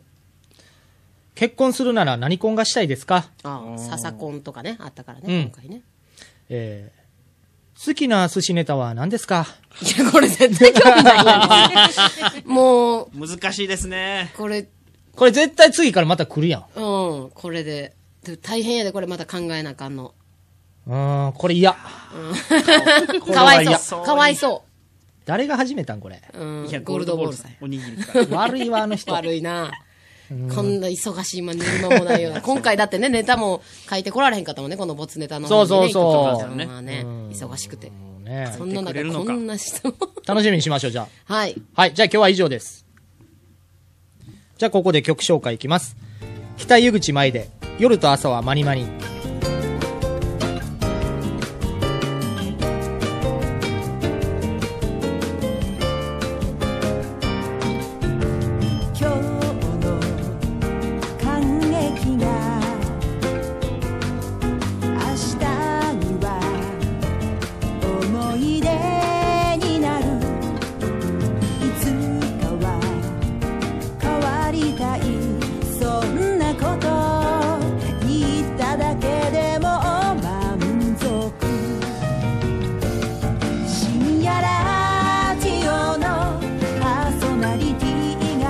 Speaker 1: 結婚するなら何婚がしたいですか
Speaker 2: ああ、ササコンとかね、あったから
Speaker 1: うん
Speaker 2: ね、今回ね。
Speaker 1: えー、好きな寿司ネタは何ですか
Speaker 2: いや、これ絶対興味ないやん。もう、
Speaker 3: 難しいですね
Speaker 2: これ、
Speaker 1: これ絶対次からまた来るやん。
Speaker 2: うん、これで。で大変やで、これまた考えなあかんの。
Speaker 1: うーん、これ嫌。
Speaker 2: かわい
Speaker 1: 嫌
Speaker 2: そう。かわいそ
Speaker 1: 誰が始めたんこれ。
Speaker 2: う。うん
Speaker 3: いや、
Speaker 2: ゴールドボールさ
Speaker 3: さ
Speaker 2: ん
Speaker 3: ん。おにぎりから
Speaker 1: 悪いわ、あの人。
Speaker 2: 悪いな。こんな忙しい今寝る間もないような。今回だってね、ネタも書いてこられへんかったもんね、このボツネタの方にね。
Speaker 1: そうそうそう
Speaker 2: いくつかまあね、忙しくて。
Speaker 1: もうね
Speaker 2: そんな
Speaker 3: 書いてく
Speaker 2: 中、
Speaker 3: れるの
Speaker 2: こ
Speaker 3: か
Speaker 2: んな質問。
Speaker 1: 楽しみにしましょう、じゃあ。
Speaker 2: はい。
Speaker 1: はい、じゃあ今日は以上です。じゃあここで曲紹介いきます。北湯口舞で、夜と朝はマニマニ。
Speaker 8: 「今日の感激が明日には思い出になる」「いつかは変わりたい」「そんなこと言っただけでも満足」深夜ラジオのパーソナリティが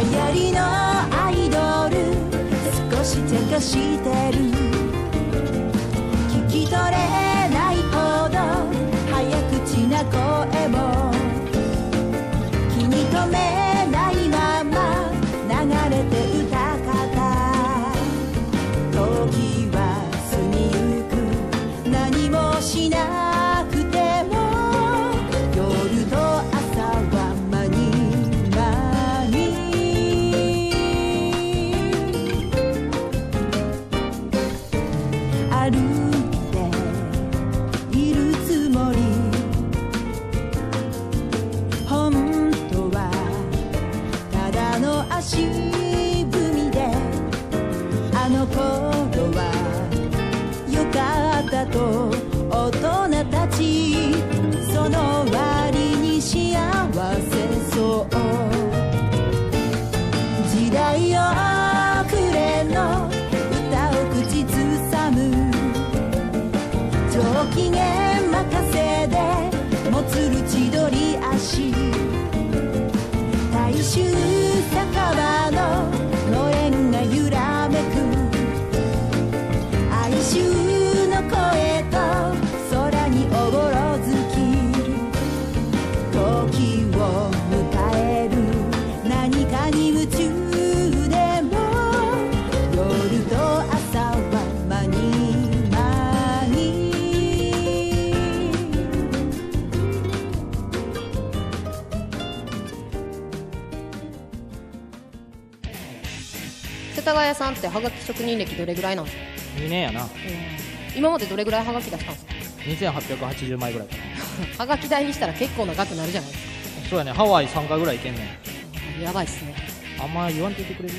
Speaker 8: 流行りのアイドル少し茶化してる聞き取れないほど早口な声も
Speaker 2: 佐川屋さんってハガキ職人歴どれぐらいなんですか、
Speaker 1: 2年やな
Speaker 2: 今までどれぐらいハガキ出したんですか
Speaker 1: 2880枚ぐらいかな
Speaker 2: ハガキ代にしたら結構な額になるじゃないです
Speaker 1: そうやねハワイ3回ぐらい行けんね
Speaker 2: かやばいっすね
Speaker 1: んあんま言わんといてくれる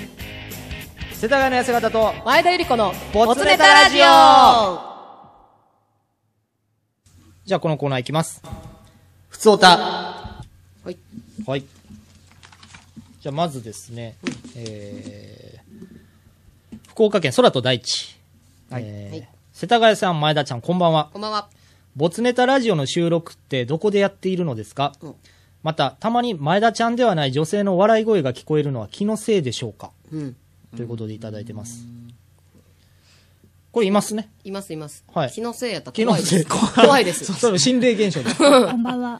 Speaker 1: 世田谷の痩せ方と
Speaker 2: 前田ゆり子の「ボ
Speaker 1: ボ
Speaker 2: ツ
Speaker 1: ツ
Speaker 2: ネ
Speaker 1: ネ
Speaker 2: タ
Speaker 1: タ
Speaker 2: ラ
Speaker 1: ラ
Speaker 2: ジ
Speaker 1: ジ
Speaker 2: オ
Speaker 1: オ」じゃあこのコーナーいきますふつおた
Speaker 2: はい
Speaker 1: はいじゃあまずですね、えー、福岡県空と大地、はいえー
Speaker 2: はい
Speaker 1: 世田谷さん前田ちゃんこんばんは
Speaker 2: こんばんは
Speaker 1: ボツネタラジオの収録ってどこでやっているのですか、
Speaker 2: うん
Speaker 1: また、たまに前田ちゃんではない女性の笑い声が聞こえるのは気のせいでしょうか
Speaker 2: うん
Speaker 1: ということでいただいてます。これいますね。
Speaker 2: いますいます、
Speaker 1: はい
Speaker 2: 気のせいやったら
Speaker 1: 気の
Speaker 2: 怖い
Speaker 1: せ
Speaker 2: で
Speaker 1: い。
Speaker 2: す怖いです
Speaker 1: それ心霊現象です。
Speaker 9: こんばんは。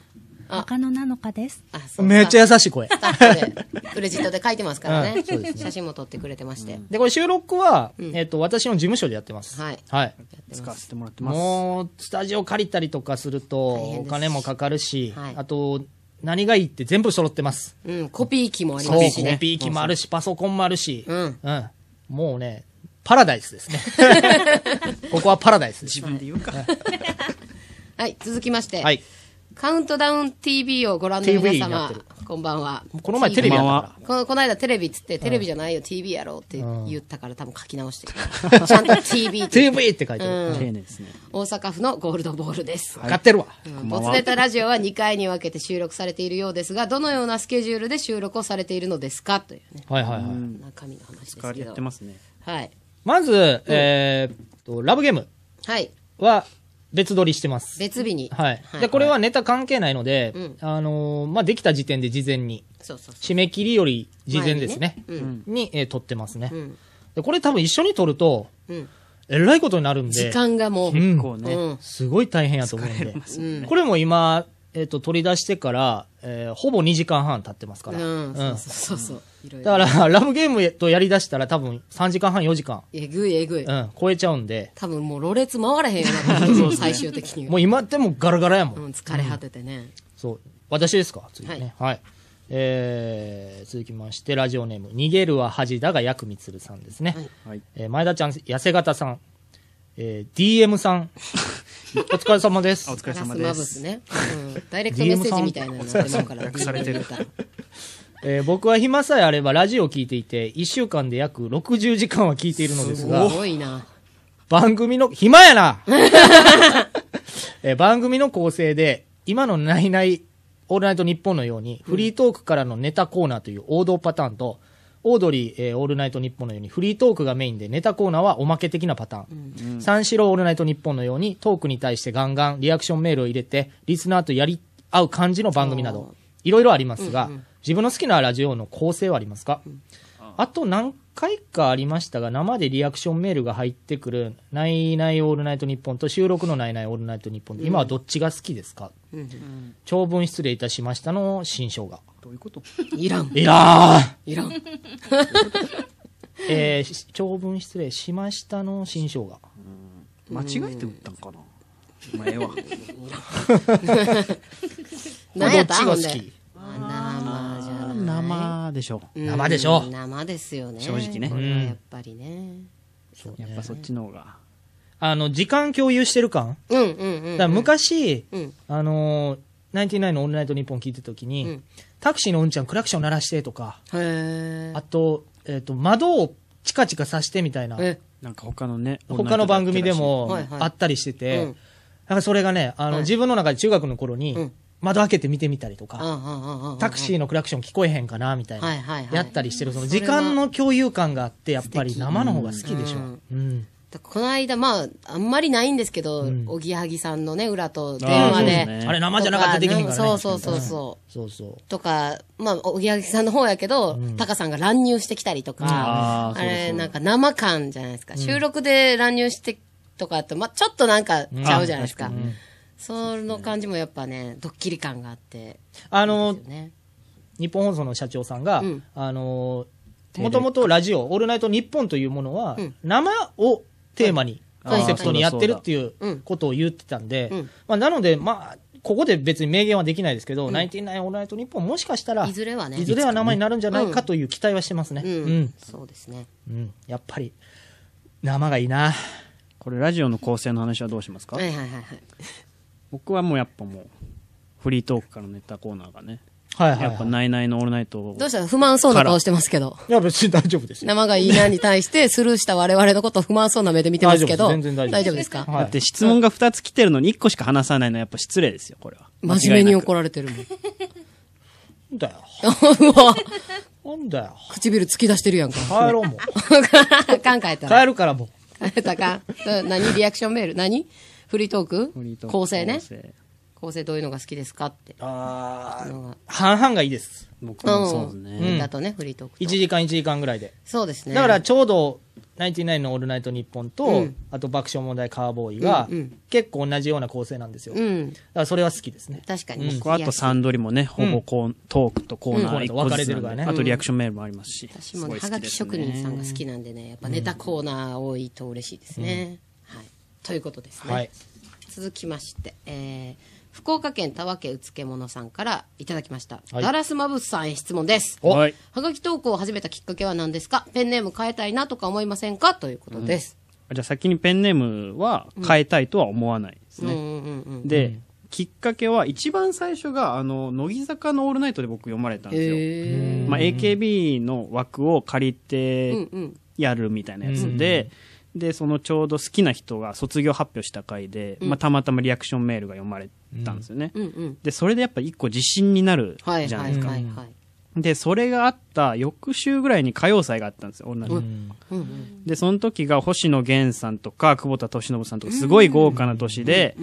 Speaker 2: あ
Speaker 9: 中野なのかです。
Speaker 2: あそう
Speaker 1: めっちゃ優しい声。
Speaker 2: スタッフでクレジットで書いてますからね,、
Speaker 1: うんそうですね
Speaker 2: 写真も撮ってくれてまして、
Speaker 1: で、これ収録は、
Speaker 2: うん
Speaker 1: えっ、と、私の事務所でやってます。
Speaker 2: はい
Speaker 1: はい。
Speaker 2: やって
Speaker 3: 使
Speaker 2: ま
Speaker 3: わ
Speaker 2: す
Speaker 3: せてもらってます。
Speaker 1: もう、スタジオ借りたりとかすると、
Speaker 2: 大変
Speaker 1: お
Speaker 2: です
Speaker 1: 金もかかるし、
Speaker 2: はい
Speaker 1: あと、何がいいって全部揃ってます。
Speaker 2: うんコピー機もあり
Speaker 1: そう、
Speaker 2: ま
Speaker 1: コ
Speaker 2: すしね
Speaker 1: ピー機もあるし、パソコンもあるし、
Speaker 2: うん
Speaker 1: うん。もうね、パラダイスですね。ここはパラダイスです。
Speaker 3: 自分で言うか。
Speaker 2: はい続きまして、
Speaker 1: はい。
Speaker 2: カウントダウン TV をご覧の皆
Speaker 1: TV になっ
Speaker 2: 様
Speaker 1: てる
Speaker 2: こんばんは
Speaker 1: この前テレビやったか
Speaker 2: このこの間テレビっつって、テレビじゃないよ、TV やろうって言ったから多分書き直してる。ちゃんと TV っ
Speaker 1: ら。
Speaker 2: て。
Speaker 1: TV って書いてる。
Speaker 2: うん
Speaker 3: 丁寧ですね。
Speaker 2: 大阪府のゴールドボールです。
Speaker 1: 買ってるわ。
Speaker 2: うんボツネタラジオは2回に分けて収録されているようですが、どのようなスケジュールで収録をされているのですかというね、
Speaker 1: はいはいはい。
Speaker 2: 中身の話で
Speaker 3: 代
Speaker 2: す
Speaker 3: わり
Speaker 2: け
Speaker 3: や
Speaker 2: ど
Speaker 3: って。ますね。
Speaker 2: はい。
Speaker 1: まず、えーっと、ラブゲーム
Speaker 2: はい。
Speaker 1: は別撮りしてます。
Speaker 2: 別日に。
Speaker 1: はい。で、これはネタ関係ないので、
Speaker 2: うん
Speaker 1: あのーまあ、できた時点で事前に、
Speaker 2: そうそうそ
Speaker 1: 締め切りより事前ですね。
Speaker 2: 前にね
Speaker 1: に、えー撮ってますね、
Speaker 2: う。うん。
Speaker 1: で、これ多分一緒に撮ると、
Speaker 2: うん。
Speaker 1: えらいことになるんで。
Speaker 2: 時間がもう。う。
Speaker 1: うんん
Speaker 3: こうね。
Speaker 1: すごい大変やと思うんで。
Speaker 2: うん
Speaker 1: これも今、えっ、と、取り出してから、えーほぼ2時間半経ってますから。
Speaker 2: うん。
Speaker 1: だ
Speaker 2: そうそうそう。いろいろ。
Speaker 1: から、 ラブゲームとやりだしたら多分3時間半、4時間、
Speaker 2: えぐいえぐい。
Speaker 1: うん、超えちゃうんで、
Speaker 2: 多分もう、ろれつ回れへんような、最終的には
Speaker 1: も。う今でもガラガラやもん。
Speaker 2: うん、疲れ果ててね。
Speaker 1: そう。私ですか次ね。はい。えー、続きまして、ラジオネーム、逃げるは恥だが薬みつるさんですね。
Speaker 3: はい
Speaker 1: えー前田ちゃん、痩せ型さん、えー、DM さん、 お疲れ様です
Speaker 3: あお。疲れ
Speaker 2: ガ
Speaker 3: 様
Speaker 2: ス
Speaker 3: で
Speaker 2: マブ
Speaker 3: す。
Speaker 2: スね。うん。ダイレクトメッセージみたいなのになってまうから。
Speaker 3: 略されてる
Speaker 2: DM 入たら
Speaker 1: えー僕は暇さえあればラジオを聞いていて、1週間で約60時間は聞いているのですが
Speaker 2: す、ごいな。
Speaker 1: 番組の、暇やな えー番組の構成で、今のナイナイ、オールナイトニッポンのように、フリートークからのネタコーナーという王道パターンと、オードリー、えーオールナイトニッポンのように、フリートークがメインで、ネタコーナーはおまけ的なパターン。三四郎オールナイトニッポンのように、トークに対してガンガンリアクションメールを入れて、リスナーとやり合う感じの番組など、いろいろありますが、自分の好きなラジオの構成はありますか、あと何回かありましたが、生でリアクションメールが入ってくる、ないないオールナイトニッポンと収録のないないオールナイトニッポン、今はどっちが好きですか、長文失礼いたしましたの新章が。
Speaker 3: どういうこと
Speaker 2: いらん。
Speaker 1: いらー
Speaker 2: いらん。
Speaker 1: えーし長文失礼しましたの新章が。
Speaker 3: 間違えて打ったんかなお前は。
Speaker 2: 何やった
Speaker 1: どっちが
Speaker 2: ほ
Speaker 1: 好
Speaker 2: んで
Speaker 1: き
Speaker 2: まあ生じゃない。
Speaker 3: 生でしょ。
Speaker 2: うん
Speaker 1: 生でしょ
Speaker 2: 生ですよね。
Speaker 3: 正直ね
Speaker 2: これはやっぱりね。
Speaker 3: やっぱそっちの方が。
Speaker 1: あの、時間共有してる感、
Speaker 2: うんうんうん。
Speaker 1: だから昔、
Speaker 2: うん
Speaker 1: あのー、ナインティナインのオールナイトニッポン聞いてた時に、
Speaker 2: うん
Speaker 1: タクシーのうんちゃんクラクション鳴らしてとか、
Speaker 2: へ
Speaker 1: あと、えっ、と、窓をチカチカさしてみたいな、
Speaker 2: え。
Speaker 3: なんか他のね。
Speaker 1: 他の番組でも
Speaker 2: はいはい
Speaker 1: あったりしてて、
Speaker 2: うん
Speaker 1: だからそれがね、あの、
Speaker 2: はい
Speaker 1: 自分の中で中学の頃に、
Speaker 2: うん
Speaker 1: 窓開けて見てみたりと
Speaker 2: ああ
Speaker 1: か、
Speaker 2: あああ
Speaker 1: タクシーのクラクション聞こえへんかな、みたいな、
Speaker 2: はいはいはい
Speaker 1: やったりしてる、その
Speaker 2: それ
Speaker 1: 時
Speaker 2: は
Speaker 1: 間の共有感があって、やっぱり生の方が好きでしょ。
Speaker 2: う
Speaker 1: うんん。
Speaker 2: だこの間、まあ、あんまりないんですけど、
Speaker 1: ん
Speaker 2: おぎやはぎさんのね、裏と電
Speaker 3: あー
Speaker 2: 話
Speaker 3: そう
Speaker 2: で
Speaker 3: です。ね
Speaker 1: あれ生じゃなかったらできへんからね。。
Speaker 2: そうそうそうそう
Speaker 1: そうそう。
Speaker 2: とか、まあ、おぎやはぎさんの方やけど、タカさんが乱入してきたりとか
Speaker 3: あ、
Speaker 2: あ
Speaker 3: ーそうで
Speaker 2: れ、
Speaker 3: す
Speaker 2: なんか生感じゃないですか。収録で乱入してとかって、まあ、ちょっとなんかちゃうじゃないですか。その感じもやっぱね、ドッキリ感があって、
Speaker 1: あの、
Speaker 2: ね。
Speaker 1: 日本放送の社長さんが、
Speaker 2: うん
Speaker 1: あのー、もともとラジオ、オールナイト日本というものは、
Speaker 2: うん
Speaker 1: 生をテーマに、
Speaker 3: はい
Speaker 1: コンセプトにやってるってい
Speaker 2: は
Speaker 1: う
Speaker 2: い
Speaker 1: ことを言ってたんで
Speaker 2: うん、
Speaker 1: まあ、なので、まあ、ここで別に明言はできないですけど、ナインティナインオールナイトニッポンもしかしたら、
Speaker 2: いずれはね
Speaker 1: いずれは名前になるんじゃないかという期待はしてますね。
Speaker 2: うん、
Speaker 1: うん。
Speaker 2: そうですね
Speaker 1: うん。やっぱり、生がいいな。
Speaker 3: これラジオの構成の話はどうしますか
Speaker 2: はいはいはいはい
Speaker 3: 僕はもうやっぱもうフリートークからネタコーナーがね
Speaker 1: はいはい、はい。
Speaker 3: やっぱナイナイのオールナイトを
Speaker 2: どうした不満そうな顔してますけど
Speaker 1: いや、別に大丈夫ですよ。
Speaker 2: 生がいいなに対してスルーした我々のこと不満そうな目で見てますけど
Speaker 1: 大丈夫です全然大丈夫です
Speaker 2: か、
Speaker 1: はい
Speaker 3: だって質問が2つ来てるのに1個しか話さないのはやっぱ失礼ですよこれは
Speaker 2: 真面目に怒
Speaker 3: る
Speaker 2: られてるもん
Speaker 1: なんだよ。
Speaker 2: うわ
Speaker 1: なんだよ。
Speaker 2: 唇突き出してるやんか
Speaker 1: 帰ろうもう。
Speaker 2: かんかえたら
Speaker 1: 帰るからもう。
Speaker 2: 変 えたか何リアクションメール何フリートーク構成ね構成どういうのが好きですかって
Speaker 1: あ
Speaker 2: のが
Speaker 1: 半々がいいです。
Speaker 3: 僕もそうですね、
Speaker 2: だとねフリートークと
Speaker 1: 1時間1時間ぐらいで。
Speaker 2: そうですね
Speaker 1: だからちょうど、ナインティナインのオールナイトニッポンと、
Speaker 2: うん
Speaker 1: あと爆笑問題カーボーイが、
Speaker 2: うんうん
Speaker 1: 結構同じような構成なんですよ。
Speaker 2: う
Speaker 1: だか
Speaker 2: ん
Speaker 1: らそれは好きですね。
Speaker 2: 確かに、
Speaker 1: うん
Speaker 3: 僕はあとサンドリもね、ほぼこう、トークとコーナー一個ずつなんで
Speaker 1: うんコーナーと分かれてるからね
Speaker 3: あとリアクションメールもありますし。
Speaker 2: 私も
Speaker 3: すご
Speaker 2: ね、
Speaker 3: い好
Speaker 2: は
Speaker 3: き
Speaker 2: が
Speaker 3: で
Speaker 2: き
Speaker 3: すね
Speaker 2: 職人さんが好きなんでね、やっぱネタコーナー多いと嬉しいですね。はい。ということですね。
Speaker 1: はい
Speaker 2: 続きまして、えー、福岡県田和家うつけものさんからいただきました。
Speaker 1: はい
Speaker 2: ダラスマブスさんへ質問です。
Speaker 1: お
Speaker 3: はい。
Speaker 2: はがき投稿を始めたきっかけは何ですかペンネーム変えたいなとか思いませんかということです。
Speaker 3: じゃあ先にペンネームは変えたいとは思わないです
Speaker 2: うん、
Speaker 3: ね。
Speaker 2: うんうんうん。
Speaker 3: で、きっかけは一番最初が、あの、乃木坂のオールナイトで僕読まれたんですよ。
Speaker 2: へ
Speaker 3: まあ、AKB の枠を借り
Speaker 2: え。うん
Speaker 3: て
Speaker 2: うん。
Speaker 3: やるみたいなやつで、で、そのちょうど好きな人が卒業発表した回で、まあ、たまたまリアクションメールが読まれたんですよね。
Speaker 2: うんうん。
Speaker 3: で、それでやっぱ一個自信になるじゃな
Speaker 2: はいい
Speaker 3: ですか。
Speaker 2: はいはいはい。
Speaker 3: で、それがあった翌週ぐらいに歌謡祭があったんですよ、同じ。
Speaker 2: うんうん。
Speaker 3: で、その時が星野源さんとか、久保田敏信さんとか、すごい豪華な年で、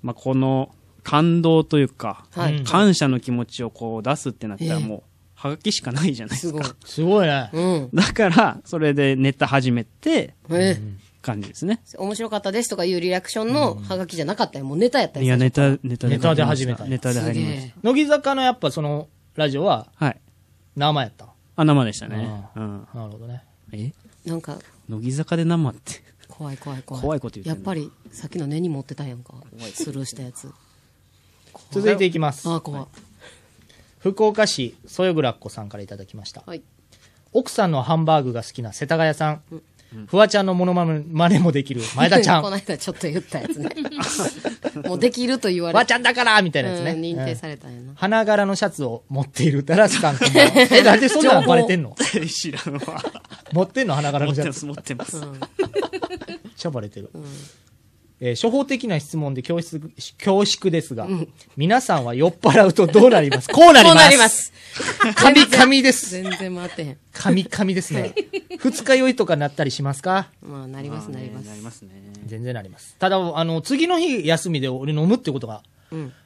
Speaker 3: まあ、この感動というか、
Speaker 2: はい
Speaker 1: うん
Speaker 3: 感謝の気持ちをこう出すってなったらもう、はがきしかないじゃないですす
Speaker 2: ごい
Speaker 3: か。。
Speaker 1: すごいね。
Speaker 2: うん。
Speaker 3: だから、それでネタ始めて、
Speaker 2: えー
Speaker 3: 感じですね。
Speaker 2: 面白かったですとかいうリアクションのハガキじゃなかったよ。もうネタやった
Speaker 3: い
Speaker 2: り
Speaker 3: や、ネタ、ネタ
Speaker 1: ネタで始めた
Speaker 3: ネタで
Speaker 2: 最初
Speaker 3: 始
Speaker 2: す
Speaker 3: め
Speaker 2: げ
Speaker 3: まし
Speaker 2: え。
Speaker 1: 乃木坂のやっぱその、ラジオは
Speaker 3: た。はい。
Speaker 1: 生やったの。
Speaker 3: あ、生でしたね。うん。
Speaker 1: なるほどね。
Speaker 3: え
Speaker 2: なんか、
Speaker 3: 乃木坂で生って。
Speaker 2: 怖い怖い怖い。
Speaker 3: 怖いこと言ってん
Speaker 2: や
Speaker 3: な
Speaker 2: っぱり、さっきの根に持ってたやんか。スルーしたやつ。
Speaker 1: 続いていきます。
Speaker 2: ああ、怖い。
Speaker 1: 福岡市、そよぐらっこさんからいただきました。
Speaker 2: はい。
Speaker 1: 奥さんのハンバーグが好きな世田谷さん。フワちゃんのモノマネもできる前田ちゃん。
Speaker 2: この
Speaker 1: フ
Speaker 2: 間ちょっと言ったやつね。もうできると言われ
Speaker 1: ワちゃんだからみたいなやつね。
Speaker 2: うん認
Speaker 1: う
Speaker 2: 定
Speaker 1: ん
Speaker 2: されたんやな。
Speaker 1: 花柄のシャツを持っているダラスさんこんばんはえ、なんでそんなのバレてんの
Speaker 3: 知らん わ。
Speaker 1: 持ってんの花柄
Speaker 3: 持
Speaker 1: の
Speaker 3: っ
Speaker 1: シ
Speaker 3: て
Speaker 1: ャ
Speaker 3: ま
Speaker 1: ツ。
Speaker 3: す、持って ます。
Speaker 1: めっちゃバレてる。えー初歩的な質問で恐縮恐縮ですが、皆さんは酔っ払うとどうなりますこうなります。
Speaker 2: こうなりま。す。
Speaker 1: 神々 です。
Speaker 2: 全然回ってへん。
Speaker 1: 神々ですね。二日酔いとかなったりしますか
Speaker 2: まあ、なります、なります。
Speaker 3: なりますね。
Speaker 1: 全然なります。ただ、あの、次の日休みで俺飲むってことが、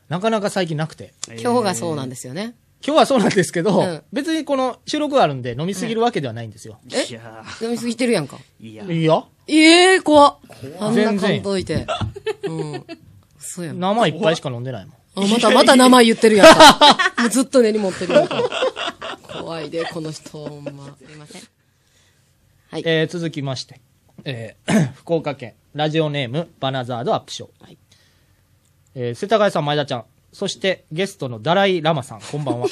Speaker 1: なかなか最近なくて。
Speaker 2: 今日がそうなんですよね。
Speaker 1: 今日はそうなんですけど、
Speaker 2: うん
Speaker 1: 別にこの収録があるんで飲みすぎるわけではないんですよ。
Speaker 3: いや
Speaker 2: 飲みすぎてるやんか。
Speaker 3: ーいや
Speaker 1: いいよ。
Speaker 2: ええ、怖っ。あんな
Speaker 1: 全然
Speaker 2: 感動いて。うん。そうやん。あ、
Speaker 1: 生一杯しか飲んでないもん。
Speaker 2: また、また名前言ってるやん か。もうずっと根に持ってるやんか。怖いで、この人、ほんま。すいません。
Speaker 1: えー続きまして、えー 福岡県、ラジオネーム、バナザードアップショー。えー世田谷さん、前田ちゃん、そしてゲストのダライ・ラマさん、こんば んは。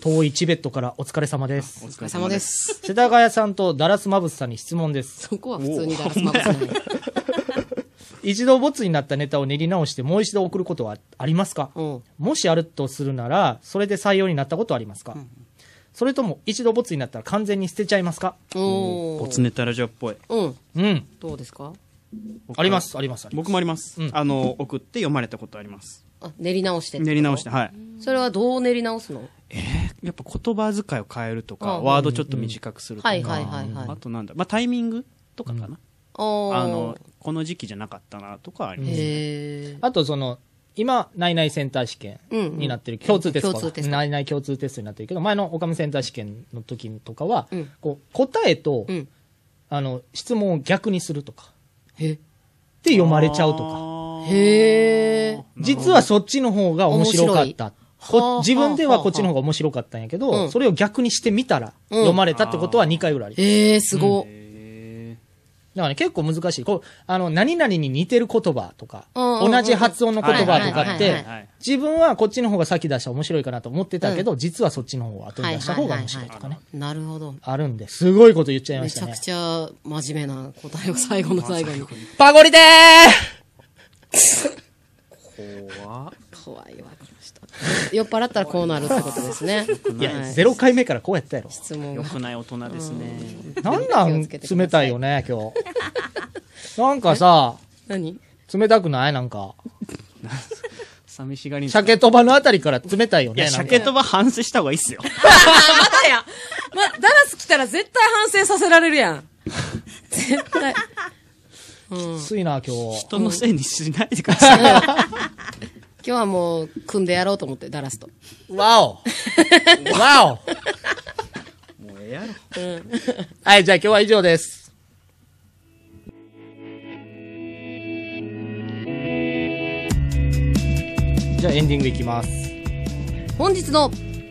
Speaker 1: 遠いチベットからお疲れ様です。
Speaker 2: お疲れ様です。
Speaker 1: 世田谷さんとダラス・マブスさんに質問です。
Speaker 2: そこは普通にダラスマブスなんや
Speaker 1: 一度ボツになったネタを練り直してもう一度送ることはありますか、
Speaker 2: うん
Speaker 1: もしあるとするなら、それで採用になったことはありますか、それとも一度ボツになったら完全に捨てちゃいますか
Speaker 2: お
Speaker 3: ボ
Speaker 2: ー
Speaker 3: ツネタラジオっぽい。
Speaker 2: うん。
Speaker 1: うん。
Speaker 2: どうですか
Speaker 1: あります、あります、あります。
Speaker 3: 僕もあります。
Speaker 1: うん
Speaker 3: あの、送って読まれたことあります。
Speaker 2: あ、練り直してってこと
Speaker 3: 練り直して、はい。
Speaker 2: それはどう練り直すの
Speaker 3: やっぱ言葉遣いを変えると
Speaker 2: う
Speaker 3: か、
Speaker 2: ん
Speaker 3: ワードちょっと短くするとか、
Speaker 2: はいはいはいはい
Speaker 3: あとなんだ、まあタイミングとかかな。
Speaker 2: お
Speaker 3: あの
Speaker 2: ー。、
Speaker 3: この時期じゃなかったなとかあります。
Speaker 2: へー。
Speaker 1: あとその、今、内々センター試験になってる、共通テストか。
Speaker 2: 共通テスト
Speaker 1: 内々共通テストになってるけど、前のオカムセンター試験の時とかは、
Speaker 2: うん
Speaker 1: こう答えと、
Speaker 2: うん
Speaker 1: あの、質問を逆にするとか、
Speaker 2: へ
Speaker 1: で読まれちゃうとか。
Speaker 3: か。
Speaker 2: へー。
Speaker 1: 実はそっちの方が面白かった。
Speaker 2: 白いはあ
Speaker 1: こ自分ではこっちの方が面白かったんやけど、
Speaker 2: うん
Speaker 1: それを逆にしてみたら、読まれたってことは2回ぐらいあります
Speaker 2: えー、すごっ。
Speaker 1: からね、結構難しい。こう、あの、何々に似てる言葉とか、
Speaker 2: うんうんうん
Speaker 1: 同じ発音の言葉とかっ
Speaker 2: はいはいはい
Speaker 1: て
Speaker 2: は、
Speaker 1: 自分はこっちの方が先出したら面白いかなと思ってたけど、実はそっちの方を後に出した方が面白いとかね。
Speaker 2: なるほど。
Speaker 1: あるんで、すごいこと言っちゃいま
Speaker 2: め
Speaker 1: し
Speaker 2: ち
Speaker 1: た
Speaker 2: ゃ
Speaker 1: ね
Speaker 2: く。ちゃ真面目な答えを最後の最後に。
Speaker 1: パゴリでー
Speaker 2: 怖いわ、この人。酔っ払ったらこうなるってことですね。
Speaker 1: いや、
Speaker 2: はい
Speaker 1: 0回目からこうやったやろ。
Speaker 2: 質問
Speaker 6: 良
Speaker 2: が。
Speaker 6: くない大人ですね。
Speaker 1: なんな
Speaker 2: 気を
Speaker 1: ん
Speaker 2: つけてください
Speaker 1: 冷たいよね、今日。 なんかさ、
Speaker 2: 何
Speaker 1: 冷たくないなんか。
Speaker 6: 寂しがりん。
Speaker 1: 鮭飛ばのあたりから冷たいよ
Speaker 6: い
Speaker 1: ね。
Speaker 6: や、
Speaker 1: なんか
Speaker 6: 鮭とば反省した方がいいっす よ。
Speaker 2: あ、またや。ま、ダラス来たら絶対反省させられるやん。絶対。
Speaker 1: きついな、今日。
Speaker 6: 人のせいにしないでください。
Speaker 2: 今日はもう、組んでやろうと思って、ダラスと。
Speaker 1: わおわおはい、じゃあ今日は以上です。じゃあエンディングいきます。
Speaker 2: 本日の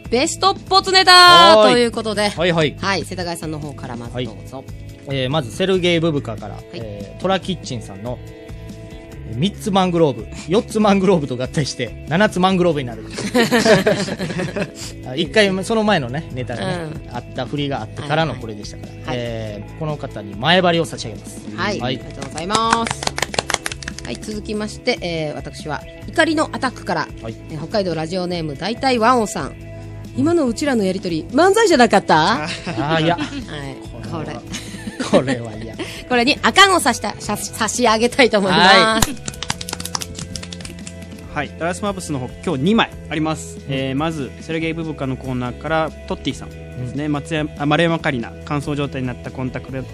Speaker 2: ベストポツネタ
Speaker 1: はーい
Speaker 2: ということで。
Speaker 1: はいはい。
Speaker 2: はい、世田谷さんの方からまずどうぞ。
Speaker 1: えーまずセルゲイ・ブブカから、えートラキッチンさんの3つマングローブ4つマングローブと合体して7つマングローブに なるあ一回その前のねネタがね、あった振りがあってからのこれでしたから、
Speaker 2: はい
Speaker 1: えーこの方に前張りを差し上げます
Speaker 2: はい、
Speaker 1: は
Speaker 2: ありがとうございます。はい、続きまして、えー私は、怒りのアタックから、
Speaker 1: はい
Speaker 2: えー北海道ラジオネーム大体ワンオさん。今のうちらのやりとり、漫才じゃなかった
Speaker 1: あ
Speaker 2: はい、
Speaker 1: ーいや
Speaker 2: これ。
Speaker 1: これは嫌
Speaker 2: これに赤を差した、差差し上げたいと思います。
Speaker 6: はい、ダラスマブスの方今日2枚あります、えーまずセルゲイ・ブブカのコーナーからトッティさんですね、松山あ丸山カリナ乾燥状態になったコンタクトレ ン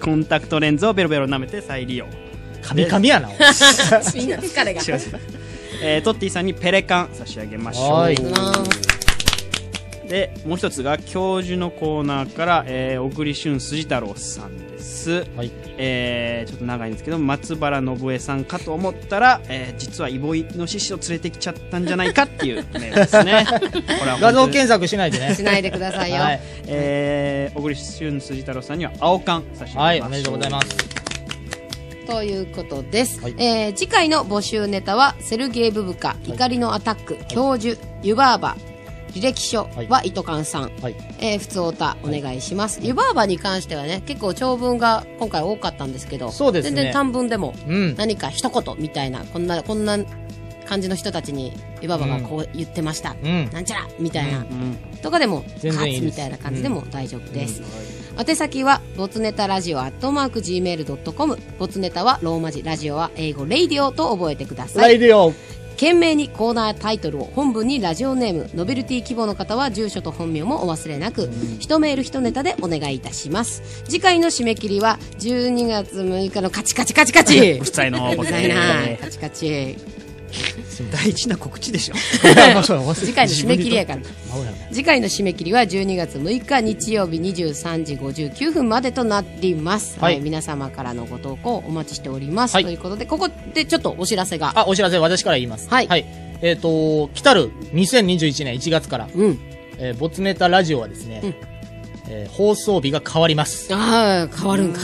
Speaker 6: コンタクトレンズをベロベロ舐めて再利用
Speaker 1: カミカミやなおいあ
Speaker 2: みんな疲れが。
Speaker 6: 違う違うえートッティさんにペレカン差し上げましょ
Speaker 1: はいう
Speaker 6: でもう一つが教授のコーナーから、えー、小栗旬辻太郎さんです、
Speaker 1: はい
Speaker 6: えーちょっと長いんですけど松原信江さんかと思ったら、えー実はイボイの獅子を連れてきちゃったんじゃないかっていうメールです ねこれは本当に
Speaker 1: 画像検索しないでね
Speaker 2: しないでくださいよ。
Speaker 1: はい、
Speaker 6: えー、小栗旬辻太郎さんには青缶差し上げます、
Speaker 1: はい、おめでとうございます
Speaker 2: ということです、
Speaker 1: はい
Speaker 2: えー次回の募集ネタは「セルゲイ・ブブカ怒りのアタック、教授湯婆婆履歴書
Speaker 1: はい」
Speaker 2: は糸勘さん、
Speaker 1: はい
Speaker 2: えー、普通おたお願いします、湯婆婆に関してはね結構長文が今回多かったんですけど
Speaker 1: そうですね
Speaker 2: 全然短文でも
Speaker 1: うん
Speaker 2: 何か一言みたいなこんなこんな感じの人たちに湯婆婆がこう言ってました、
Speaker 1: うん
Speaker 2: なんちゃらみたいな、
Speaker 6: うん
Speaker 2: とかでも
Speaker 1: 全然いい
Speaker 2: カ
Speaker 1: で
Speaker 2: ツみ
Speaker 1: す
Speaker 2: たいな感じでも大丈夫です、宛先はボツネタラジオアットマーク Gmail.com ボツネタはローマ字ラジオは英語レイディオと覚えてくださ
Speaker 1: ライ
Speaker 2: い
Speaker 1: ディオ
Speaker 2: 懸命にコーナータイトルを本文にラジオネームノベルティ規模の方は住所と本名もお忘れなく、一メール一ネタでお願いいたします次回の締め切りは12月6日のカチカチカチカチ
Speaker 6: 不在の
Speaker 2: うるさいなカチカチ
Speaker 6: 大事な告知で しょ
Speaker 2: 次回の締め切りやから
Speaker 1: 危ない
Speaker 2: 次回の締め切りは12月6日日曜日23時59分までとなっています、
Speaker 1: は
Speaker 2: はいい皆様からのご投稿お待ちしております、
Speaker 1: はい
Speaker 2: ということでここでちょっとお知らせが
Speaker 1: あ、お知らせ、私から言います。
Speaker 2: はい
Speaker 1: えっ、と、来たる2021年1月から、
Speaker 2: うん
Speaker 1: えーボツネタラジオはですね、
Speaker 2: ん
Speaker 1: えー放送日が変わります。
Speaker 2: ああ変わるんか